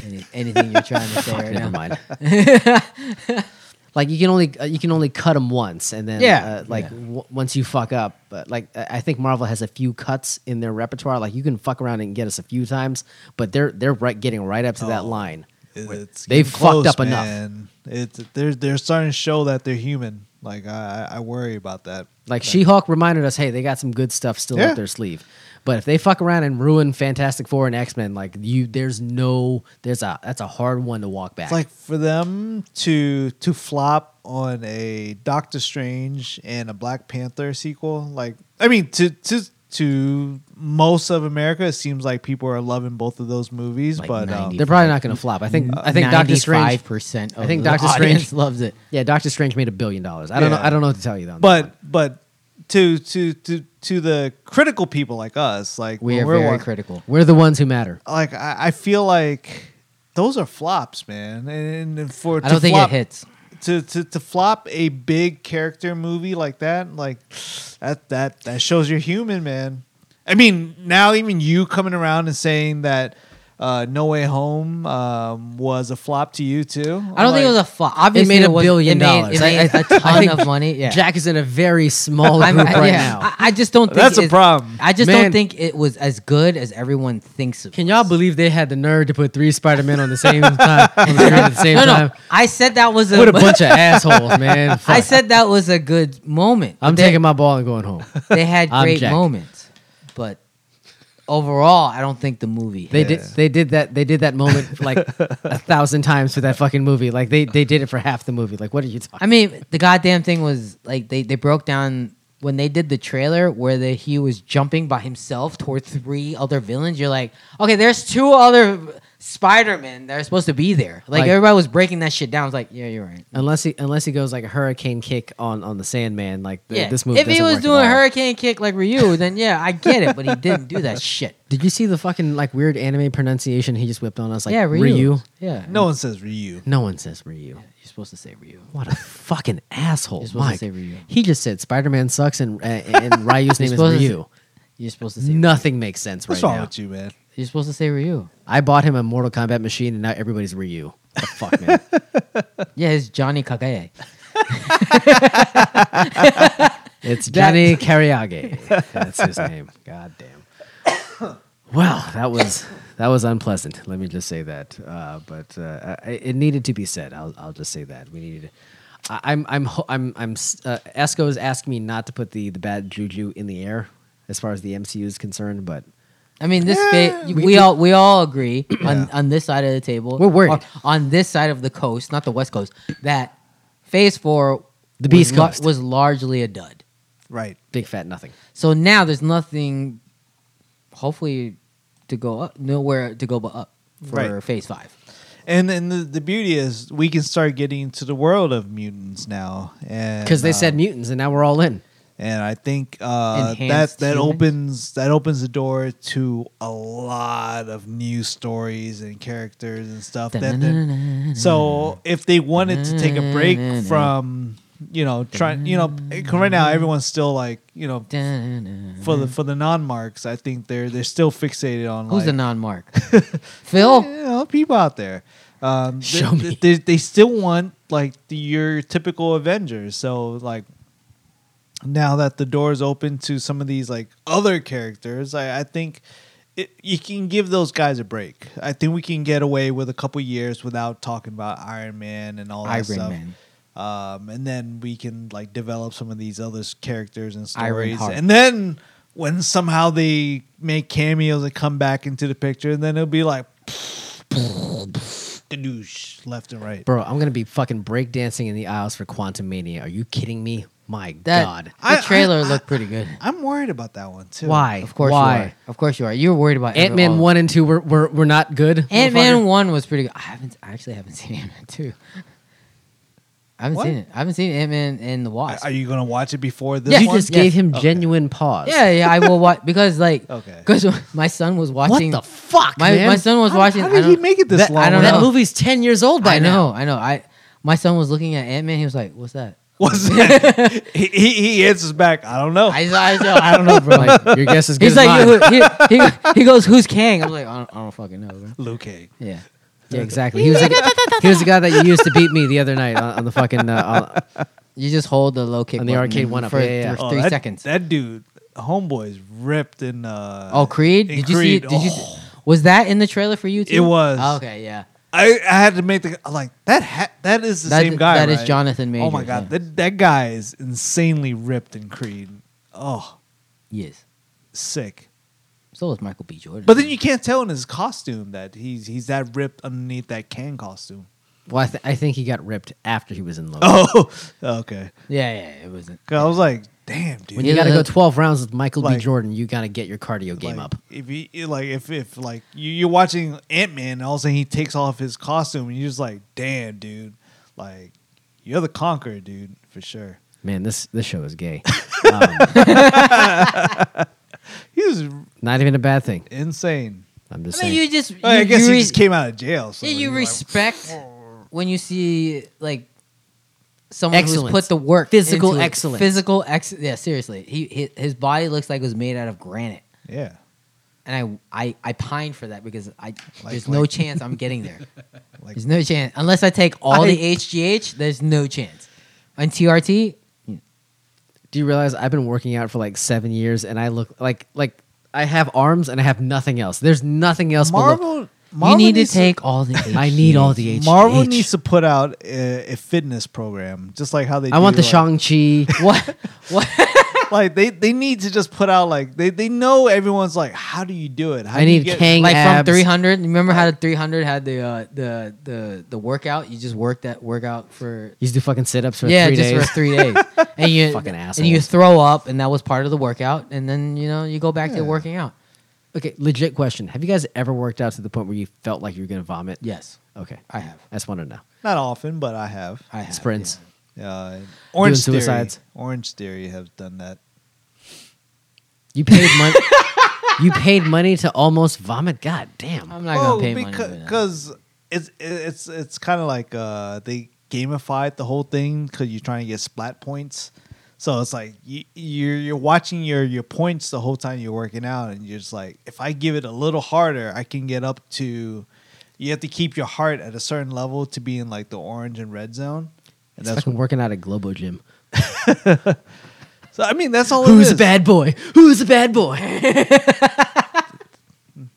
A: any, anything you're trying to say right
C: Never
A: now.
C: mind. like you can only uh, you can only cut them once, and then
A: Yeah,
C: uh, like
A: yeah.
C: W- once you fuck up, but like I I think Marvel has a few cuts in their repertoire. Like you can fuck around and get us a few times, but they're they're right getting right up to that line.
B: Oh, It's
C: They've
B: getting
C: fucked up enough.
B: man. It's they're they're starting to show that they're human. Like I I I worry about that.
C: Like She Hulk reminded us, hey, they got some good stuff still
B: Yeah.
C: up their sleeve. But if they fuck around and ruin Fantastic Four and X Men, like you, there's no, there's a that's a hard one to walk back.
B: It's like for them to to flop on a Doctor Strange and a Black Panther sequel. Like I mean, to to to most of America, it seems like people are loving both of those movies.
A: Like
B: but um,
A: 90.
C: they're probably not going to flop. I think I think Doctor Strange
A: percent.
C: I think Doctor Strange-
A: loves it.
C: Yeah, Doctor Strange made a billion dollars. I don't know.
B: Yeah.
C: I don't know what to tell you though.
B: but but to to to to the critical people like us, like
A: We
B: when
A: are
B: we're
A: very
B: wa-
A: critical.
C: we're the ones who matter.
B: Like I, I feel like those are flops, man. And, and for
A: I don't
B: to
A: think
B: flop-
A: it hits.
B: to, to to flop a big character movie like that, like that that that shows you're human, man. I mean, now even you coming around and saying that uh, No Way Home um, was a flop to you too.
A: I don't think it was a flop. Obviously,
C: made a
A: was,
C: billion
A: it made,
C: dollars.
A: It
C: I-
A: made
C: I-
A: a
C: I
A: ton
C: think
A: of money. Yeah,
C: Jack is in a very small
A: I'm-
C: group
A: I-
C: right
A: yeah.
C: now.
A: I, I just don't think
B: That's a
A: it's-
B: problem.
A: I just
C: Man.
A: don't think it was as good as everyone thinks it.
C: Can y'all believe they had the nerve to put three Spider Men on the same time? On the screen at the same
A: no,
C: time.
A: no. I said that was a.
C: What a bunch of assholes, man!
A: I
C: Fuck.
A: said that was a good moment.
C: I'm
A: They-
C: taking my ball and going home.
A: They had
C: I'm
A: great
C: jacked.
A: moments, but overall, I don't think the movie.
C: They
A: hit.
C: did. They did that. They did that moment like a thousand times for that fucking movie. Like they they did it for half the movie. Like what are you talking?
A: I mean, the goddamn thing was like they, they broke down when they did the trailer where the, he was jumping by himself toward three other villains. You're like, okay, there's two other Spider Men that are supposed to be there. Like,
C: Like-
A: everybody was breaking that shit down. I was like, yeah, you're right.
C: Unless he unless he goes like a hurricane kick on on the Sandman. Like th-
A: yeah,
C: this movie.
A: If he
C: doesn't
A: was
C: work at
A: doing a
C: all.
A: hurricane kick like Ryu, then yeah, I get it. But he didn't do that shit.
C: Did you see the fucking like weird anime pronunciation he just whipped on us? Like
A: yeah, Ryu.
C: Ryu.
A: Yeah,
B: no one says Ryu.
C: No one says Ryu.
A: you're supposed to say Ryu.
C: What a fucking asshole,
A: You're supposed to
C: Mike.
A: say Ryu.
C: He just said Spider-Man sucks and uh, and Ryu's name is
A: supposed to
C: Ryu.
A: You're supposed to say.
C: Nothing makes sense
B: What's
C: right
B: wrong
C: now.
B: with you, man?
A: You're supposed to say Ryu.
C: I bought him a Mortal Kombat machine and now everybody's Ryu. What the fuck, man.
A: Yeah, it's Johnny Kagaye.
C: It's Johnny Kariage. That's his name. God damn. Well, that was that was unpleasant. Let me just say that. Uh, but uh, I, it needed to be said. I'll, I'll just say that we needed. I, I'm I'm ho- I'm I'm. s- Uh, Esco is asking me not to put the the bad juju in the air as far as the MCU is concerned, but
A: I mean, this fa- we,
C: we-
A: all we all agree on, on this side of the table.
C: We're worried.
A: on, on this side of the coast, not the west coast, that Phase Four,
C: The
A: was
C: Beast
A: lar-
C: Coast.
A: was largely a dud.
B: Right.
C: big fat nothing.
A: So now there's nothing, hopefully, to go up, nowhere to go but up for
B: Right.
A: Phase Five.
B: And and the, the beauty is we can start getting into the world of mutants now. And
C: Because they
B: uh,
C: said mutants, and now we're all in.
B: and I think uh, that
A: Enhanced
B: that
A: human?
B: opens that opens the door to a lot of new stories and characters and stuff. That, that so if they wanted to take a break from you know trying you know 'cause right now everyone's still like you know
A: Who's
B: for the for the non marks I think they're they're still fixated on
A: a
B: like,
A: non-mark? Phil.
B: you know, people out there. Um, they,
C: Show me.
B: They, they still want like the, your typical Avengers. So like now that the door is open to some of these like other characters, I, I think it, you can give those guys a break. I think we can get away with a couple years without talking about Iron Man and all that
A: Iron
B: stuff.
A: Man.
B: Um, and then we can like develop some of these other s- characters and
A: Iron
B: stories.
A: Heart.
B: And then when somehow they make cameos and come back into the picture, then it'll be like gadoosh left and right.
C: Bro, I'm gonna be fucking breakdancing in the aisles for Quantum Mania. Are you kidding me? My
A: That
C: God.
B: I-
A: the trailer looked pretty good.
B: I'm worried about that one too.
C: Why?
A: Of course you are.
C: Why?
A: Of course you are. You're worried about
C: Ant Man one and two were, were were not good.
A: Ant Man
C: motherfucker?
A: one was pretty good. I haven't I actually haven't seen Ant Man two. I haven't
B: What?
A: seen it. I haven't seen Ant Man and the
B: Are-
A: Wasp.
B: Are you gonna watch it before this?
A: Yeah,
C: You
B: one?
C: just gave
A: Yes.
C: him genuine pause.
A: yeah, yeah, I will watch because like
B: Okay.
A: because my son was
C: What
A: watching
C: the fuck,
A: my,
C: man?
A: my son was
B: How-
A: watching
B: How
A: I
B: did he
A: don't-
B: make it this
A: that-
B: long?
A: I don't
C: that
A: know.
C: movie's ten years old by
A: I
C: now.
A: know, I know. I my son was looking at Ant Man, he was like, What's that?
B: Was it? he, he he answers back. I don't know.
A: I, I, I don't know, bro.
C: Like, your guess is good.
A: He's
C: as
A: like,
C: mine.
A: "Who- he, he, he goes, who's Kang? I'm like, I don't, I don't fucking know, bro.
B: Luke Cage.
A: Yeah.
C: Yeah, exactly. He was, the, he was the guy that you used to beat me the other night on, on the fucking. Uh, on,
A: You just hold the low kick
C: On the
A: button
C: arcade
A: and-
C: one-up,
A: for
C: yeah, yeah, yeah.
A: three
B: Oh, that,
A: seconds.
B: That dude, homeboy's ripped in. Uh,
A: oh, Creed?
B: in
A: Did you see?
B: Creed.
A: Did you?
B: Oh.
A: See, was that in the trailer for you? Too?
B: It was.
A: Oh, okay, yeah.
B: I, I had to make the I'm like that. Ha- that is the
A: That-
B: same guy.
A: that is
B: right?
A: Jonathan Majors,
B: Oh my god,
A: yeah.
B: that that guy is insanely ripped in Creed. Oh,
A: Yes.
B: sick.
A: So was Michael B. Jordan.
B: But then you can't tell in his costume that he's he's that ripped underneath that can costume.
C: well, I, th- I think he got ripped after he was in love.
B: Oh, okay.
A: yeah, yeah, it wasn't.
B: 'Cause I was like, damn, dude.
C: when you got to
A: Yeah,
C: go
A: that-
C: twelve rounds with Michael B.
B: Like-
C: Jordan, you got to get your cardio game
B: like,
C: up.
B: If you like, if if like you, you're watching Ant Man, all of a sudden he takes off his costume, and you're just like, damn, dude. Like, you're the conqueror, dude, for sure.
C: Man, this this show is gay.
B: He's
C: Not even a bad thing.
B: insane.
C: I'm just
A: I mean,
C: saying.
A: you just. You,
B: Well, Oh, I guess
A: you
B: he
A: re-
B: just came out of jail. So
A: yeah, you
B: he's like,
A: respect when you see like someone
C: Excellence.
A: who's put the work,
C: Physical
A: into it.
C: excellence.
A: physical ex. Yeah, seriously, he, he his body looks like it was made out of granite.
B: yeah.
A: and I, I, I pine for that because I there's
B: like-
A: no chance I'm getting there.
B: Like-
A: there's no chance unless I take all the HGH. There's no chance. On TRT,
C: Do you realize I've been working out for like seven years and I look like like I have arms and I have nothing else. There's nothing else. below-
B: Marvel,
A: you
B: Marvel
A: need to
B: needs
A: take all the. HGH.
C: I need all the H.
B: Marvel needs to put out a, a fitness program, just like how they.
C: I
B: do,
C: want the
B: like,
C: Shang Chi.
A: what what
B: Like they, they need to just put out like they, they know everyone's like, how do you do it? How
C: I
B: do you
C: need
B: get-"
C: Kang
A: like
C: abs.
A: from 300. Remember how the 300 had the uh, the the the workout? You just work that workout for.
C: You just do fucking sit ups for
A: yeah,
C: three
A: just
C: days.
A: for three days, and you
C: Fucking
A: and you
C: assholes.
A: throw up, and that was part of the workout, and then you know you go back to working out.
C: okay, legit question. Have you guys ever worked out to the point where you felt like you were gonna vomit?
A: Yes,
C: Okay.
A: I have.
C: I just want to know.
B: Not often, but I have.
A: I have
C: Sprints.
B: Uh, Orange
C: Doing
B: Theory.
C: suicides.
B: Orange Theory have done that.
C: You paid money. you paid money to almost vomit. God damn.
A: yeah. I'm not gonna pay money. to do that.
B: because Oh, it's it's it's kind of like uh, they gamified the whole thing because you're trying to get splat points. So it's like you, you're you're watching your your points the whole time you're working out, and you're just like, if I give it a little harder, I can get up to. You have to keep your heart at a certain level to be in like the orange and red zone. And
C: It's
B: that's
C: fucking working out at Globo Gym.
B: so. I mean, that's all. it
C: Who's
B: is.
C: a bad boy? Who's a bad boy?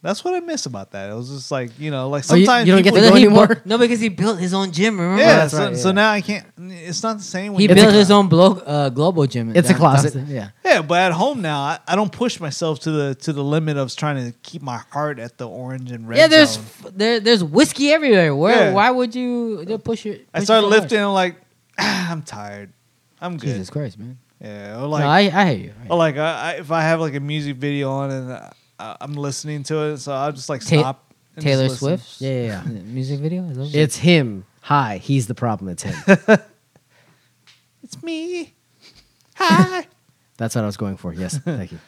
B: That's what I miss about that. It was just like you know, like
C: Oh, you-
B: sometimes
C: you don't get
B: people
C: to
A: But
C: go
A: then he
C: anymore?
A: bu- no, because he built his own gym. Remember?
B: Yeah,
A: Oh, That's
B: so,
A: right,
B: so
A: yeah.
B: now I can't. It's not the same. When
A: he
B: you
A: built
B: work
A: his
B: out.
A: own blo- uh, global gym.
C: It's a
A: downtown
C: closet.
A: Austin, Yeah,
B: Yeah, but at home now, I, I don't push myself to the to the limit of trying to keep my heart at the orange and red.
A: yeah. There's
B: zone.
A: f- there, there's whiskey everywhere. Where?
B: Yeah.
A: Why would you just push your?
B: I
A: push
B: started
A: it so hard?
B: lifting. I'm like, "Ah, I'm tired. I'm good.
A: Jesus Christ, man.
B: Yeah, or like,
A: no, I, I hear you.
B: or like I, I, if I have like a music video on and I, I- I'm listening to it, so I'll just like
A: Ta-
B: stop. and
A: Taylor
B: just listen.
A: Swift.
C: Yeah, yeah, yeah.
A: Music video. Is that what-
C: It's him. Hi, he's the problem. It's him.
B: It's me. Hi.
C: That's what I was going for. Yes, thank you.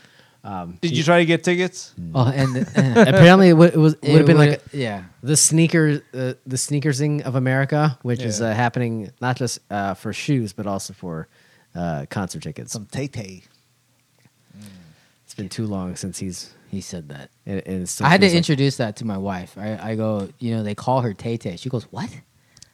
C: Um,
B: Did you try to get tickets?
A: oh, and uh,
C: apparently, it, w- it was would have been like
A: would've- yeah.
C: the sneaker, uh, the sneakersing of America, which is
B: Yeah.
C: uh, happening not just uh, for shoes but also for uh, concert tickets.
B: Some Tay Tay.
C: It's been too long since he's
A: He said that.
C: and, and it still
A: I had to
C: feels like-
A: introduce that to my wife. I, I go, you know, they call her Tay Tay. She goes, what?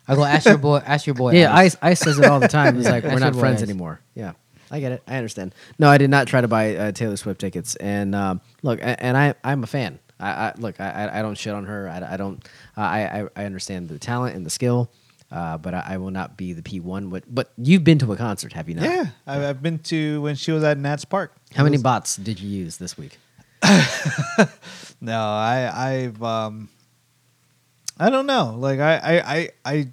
A: I go, ask your boy, ask your boy.
C: Yeah,
A: Ice."
C: Ice Ice says it all the time. He's
A: Yeah,
C: like,
A: I
C: we're not
A: should
C: friends
A: realize.
C: anymore. Yeah, I get it. I understand. No, I did not try to buy uh, Taylor Swift tickets. And um, look, a- and I I'm a fan. I, I look, I I- I don't shit on her. I, I don't. I, I I understand the talent and the skill. Uh, but I, I will not be the P one. But but you've been to a concert, have you not?
B: Yeah, I've, I've been to when she was at Nats Park.
C: How many bots did you use this week?
B: No, I I've um I don't know. Like I I I, I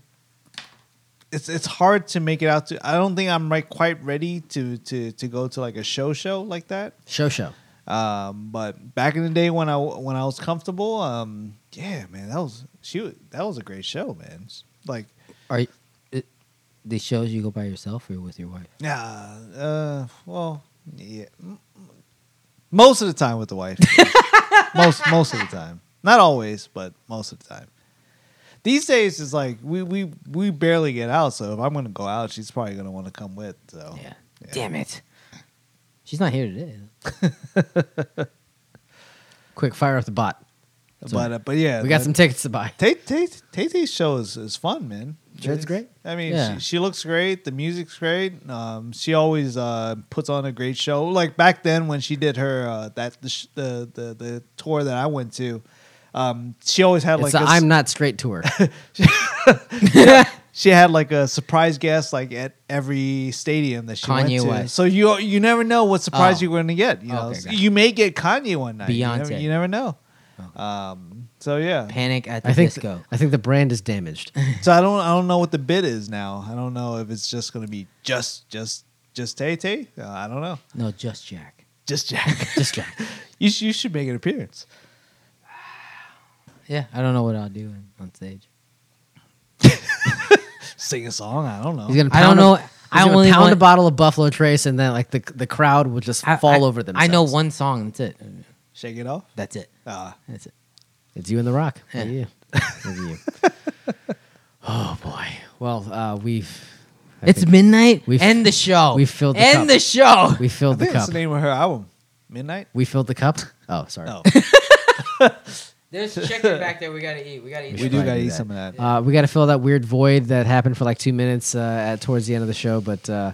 B: it's it's hard to make it out to I don't think I'm like quite ready to to to go to like a show show like that.
C: Show show.
B: Um but back in the day when I when I was comfortable, um yeah, man, that was she was, that was a great show, man. Like
A: Are you, it, the shows you go by yourself or with your wife?
B: yeah, uh well, yeah. m- m- Most of the time with the wife. most most of the time. Not always, but most of the time. These days it's like we we we barely get out, so if I'm gonna go out, she's probably gonna want to come with.
C: Oh,
B: So
A: Yeah. Damn it. She's not here today.
C: Quick fire off the bot.
B: but uh, but yeah,
C: We got
B: the-
C: some tickets to buy.
B: Tay Tay Tay Tay's show is, is fun, man.
C: That's great.
B: I mean,
A: Yeah.
B: she, she looks great. The music's great. Um, she always uh, puts on a great show. Like back then when she did her uh, that the, sh- the the the tour that I went to, um, she always had like
C: It's a
B: a s-
C: I'm not straight tour.
B: she had like a surprise guest like at every stadium that she
A: Kanye
B: went to.
A: West.
B: So you you never know what surprise
A: Oh.
B: you're going to get. You know,
A: Okay, gotcha.
B: you may get Kanye one night. You never,
A: Beyonce. Oh.
B: you never know. Um, so yeah.
A: Panic at the
C: I think
A: disco.
C: I think the brand is damaged.
B: So I don't I don't know what the bid is now. I don't know if it's just gonna be just just just Tay Tay. Uh, I don't know.
A: no, just Jack.
B: Just Jack.
C: Just Jack.
B: you sh- you should make an appearance.
A: Yeah, I don't know what I'll do on- on stage.
B: Sing a song. I don't know.
C: He's gonna
H: I don't
C: pound a-
H: know.
C: I
H: I only
C: pound
H: want,
C: a bottle of Buffalo Trace, and then like the the crowd will just
H: I-
C: fall
H: I-
C: over them.
A: I know one song. That's it.
B: Shake it off.
A: That's it.
B: Uh,
A: That's it.
C: It's you and the Rock.
A: Yeah.
C: Yeah. you. Maybe you. oh boy. Well, uh, we've I
A: it's
C: think
A: midnight.
C: we've-
A: End the show.
C: we've filled the
A: End
C: cup.
A: the show.
C: we
B: I
C: filled the
B: think that's
C: cup.
B: the name of her album. Midnight.
C: We filled the cup. Oh, sorry.
B: No,
H: There's chicken back there. We gotta eat. We gotta eat.
B: we
C: should
B: do
C: probably
B: gotta
C: do
B: eat
C: that.
B: some of that.
C: Uh, we got to fill that weird void that happened for like two minutes uh, at, towards the end of the show. But uh,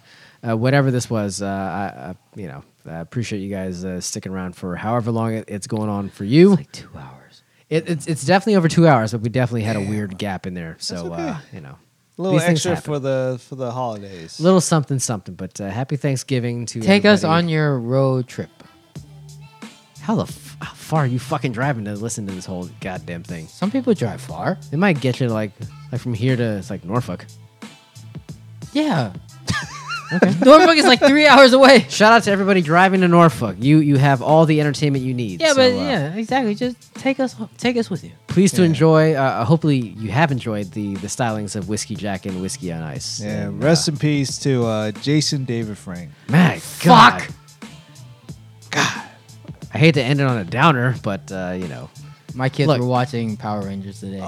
C: uh, whatever this was, uh, I, I, you know, I appreciate you guys uh, sticking around for however long it, it's going on for you.
A: It's like two hours.
C: It, it's it's definitely over two hours, but we definitely had a weird gap in there. So uh,
B: okay.
C: you know,
B: a little
C: these things
B: extra
C: happen.
B: for the for the holidays.
C: little something something. But uh, happy Thanksgiving to
A: Take us
C: everybody.
A: on your road trip.
C: How the f- how far are you fucking driving to listen to this whole goddamn thing?
A: Some people drive far.
C: It might get you to like like from here to it's like Norfolk.
A: Yeah. Norfolk is like three hours away.
C: Shout out to everybody driving to Norfolk. You you have all the entertainment you need.
A: Yeah,
C: So,
A: but
C: uh,
A: yeah, exactly. Just take us, take us with you.
C: please to enjoy. Uh, hopefully you have enjoyed the the stylings of whiskey jack and whiskey on ice.
B: yeah.
C: And,
B: Rest in peace to uh, Jason David Frank.
C: uh, my God.
A: Fuck.
C: I hate to end it on a downer, but uh, you know.
A: My kids
C: Look.
A: were watching Power Rangers today.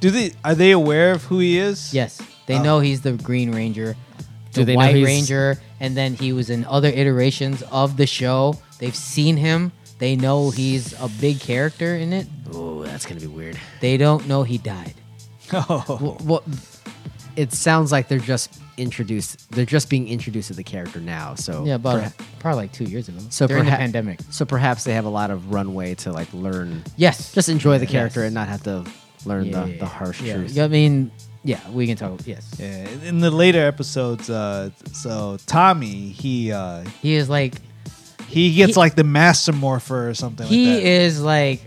B: Do they are they aware of who he is?
A: Yes, they know he's the Green Ranger,
C: Oh. Do
A: the
C: they know
A: White
C: he's-
A: Ranger, and then he was in other iterations of the show. They've seen him. They know he's a big character in it.
C: Oh, that's gonna be weird.
A: They don't know he died.
B: Oh,
C: Well, well, it sounds like they're just introduced. They're just being introduced to the character now. So
A: Yeah, but
C: perha-
A: probably like two years ago.
C: so
A: during
C: perha-
A: the pandemic.
C: So perhaps they have a lot of runway to like learn.
A: Yes,
C: Just enjoy the character
A: Yes.
C: and not have to learn
A: Yeah,
C: the,
A: yeah,
C: the harsh
A: yeah.
C: truth.
A: Yeah, I mean, yeah, we can talk. Yes,
B: Yeah, in- in the later episodes, uh, so Tommy he uh,
A: he is like
B: he gets
A: He-
B: like the master morpher or something.
A: he
B: like that.
A: is like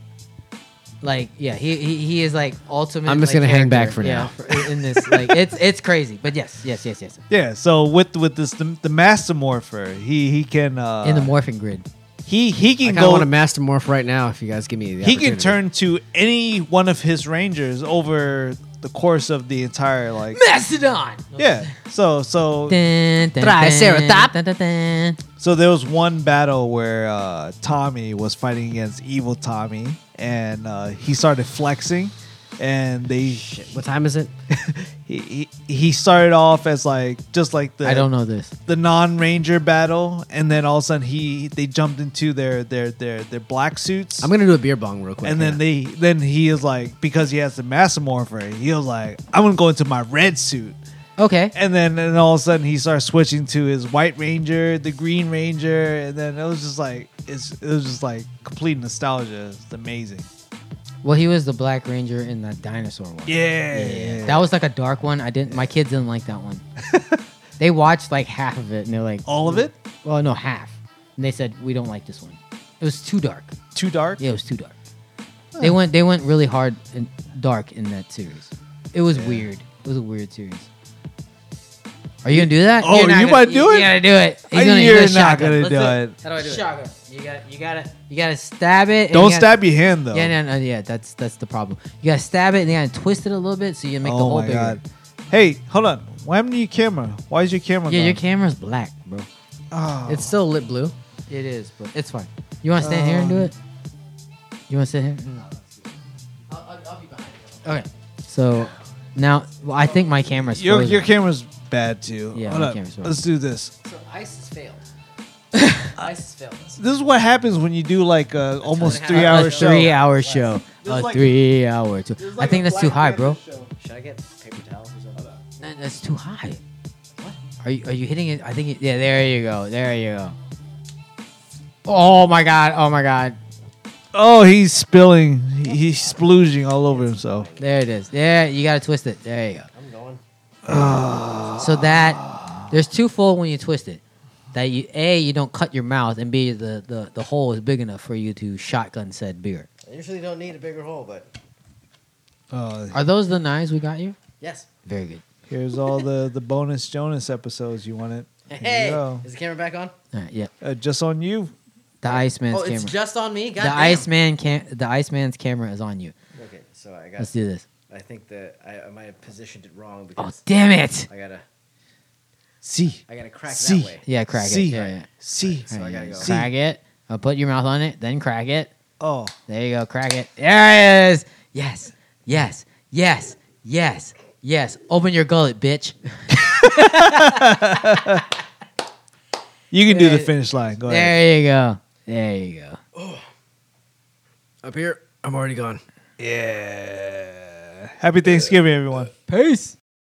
A: like yeah he he, he is like ultimate
C: I'm just
A: like,
C: gonna hang back
A: character,
C: for
A: yeah,
C: now.
A: for- in this like it's it's crazy but yes yes yes yes
B: Yeah, so with with this the, the master morpher, he he can uh,
A: in the morphing grid
B: he he
C: I
B: can
C: kind of want
B: go
C: to master morph right now. If you guys give me the
B: he can
C: opportunity.
B: turn to any one of his rangers over the course of the entire like
H: Macedon.
B: yeah. So so
A: dun, dun,
H: Triceratop.
A: dun, dun, dun, dun.
B: So there was one battle where uh, Tommy was fighting against evil Tommy, and uh, he started flexing, and they
C: Shit, What time is it?
B: he, he he started off as like just like the
A: I don't know this.
B: the non-ranger battle, and then all of a sudden he they jumped into their their their their black suits.
C: I'm gonna do a beer bong real quick.
B: and then they then he is like because he has the massamorpher, he was like I'm gonna go into my red suit.
H: Okay.
B: And then and all of a sudden he starts switching to his white ranger, the green ranger, and then it was just like it's it was just like complete nostalgia. It's amazing.
A: Well, he was the Black Ranger in that dinosaur one.
B: Yeah.
A: That was like a dark one. I didn't. My kids didn't like that one. they watched like half of it, and they're like,
B: all of it?
A: "Well, no, half." And they said, "We don't like this one. It was too dark."
B: Too dark?
A: Yeah, it was too dark. They went. They went really hard and dark in that series. It was weird. It was a weird series. Are you gonna do that?
B: Oh,
A: You're not
B: you
A: gonna-
B: might do it?
A: You gotta do it. He's
B: Uh,
A: gonna- he's
B: you're
A: gonna
B: not
A: shotgun.
B: gonna
A: Let's
B: do it.
A: How do I do it? You got. You gotta. You gotta stab it. and
B: Don't
A: you gotta-
B: stab your hand though.
A: Yeah, no, no, yeah. That's that's the problem. You gotta stab it and then twist it a little bit so you make the
B: oh
A: hole
B: my
A: bigger.
B: god. Hey, hold on. Why happened to your camera? Why is your camera
A: Yeah,
B: gone?
A: your camera's black, bro.
B: Oh.
C: it's still lit blue.
A: It is, but it's fine. You want to stand here and do it?
B: Um,
A: You want to sit here? Okay. So now, well, I think my camera's
B: your,
A: frozen.
B: your camera's bad too.
A: Yeah,
B: Hold
A: my
B: up.
A: camera's bad.
B: Let's do this.
C: So ice has failed. ice has failed.
B: This is what happens when you do like a almost
C: half-
B: three
A: a
B: hour show.
A: three hour show.
B: There's
A: A
B: like-
A: three hour. T-
B: It's
A: I
B: like
A: think
B: a
A: that's too
B: Black
A: high,
B: Panther
A: bro.
B: show.
C: Should I get paper towels? Or something?
A: No, that's too high. What? Are you are you hitting it? I think it, yeah. There you go. There you go. Oh my god. Oh my god.
B: Oh, he's spilling. He- He's splooging all over himself.
A: There it is. There you gotta twist it. There you go. I'm going. so that there's twofold when you twist it. That you a you don't cut your mouth, and b the, the the hole is big enough for you to shotgun said beer.
C: I usually don't need a bigger hole, but
B: Oh,
A: Are those the knives we got you?
C: yes.
A: Very good.
B: here's all the the bonus Jonas episodes. You want it? Here you go.
C: is the camera back on?
A: All right, yeah.
B: Uh, just on you.
A: The Iceman's
C: oh, it's
A: camera.
C: just on me. God
A: the Iceman cam- the Iceman's camera is on you.
C: Okay, so I got.
A: Let's do this.
C: I think that I, I might have positioned it wrong
A: Oh
C: because
A: damn it!
C: I gotta
B: See,
C: I gotta crack
B: See.
C: that way.
A: Yeah, crack
B: see,
A: it. Yeah, yeah.
B: see.
C: So I gotta go.
B: See.
A: Crack it. Uh, put your mouth on it, then crack it.
B: Oh,
A: There you go. Crack it. There it is. Yes. Yes. Yes. Yes. Yes. Open your gullet, bitch.
B: you can do the
C: Uh,
A: There-
B: finish line. Go ahead.
A: There you go. There you go.
C: Up here, I'm already gone.
B: Yeah. Happy Thanksgiving, everyone.
A: Peace.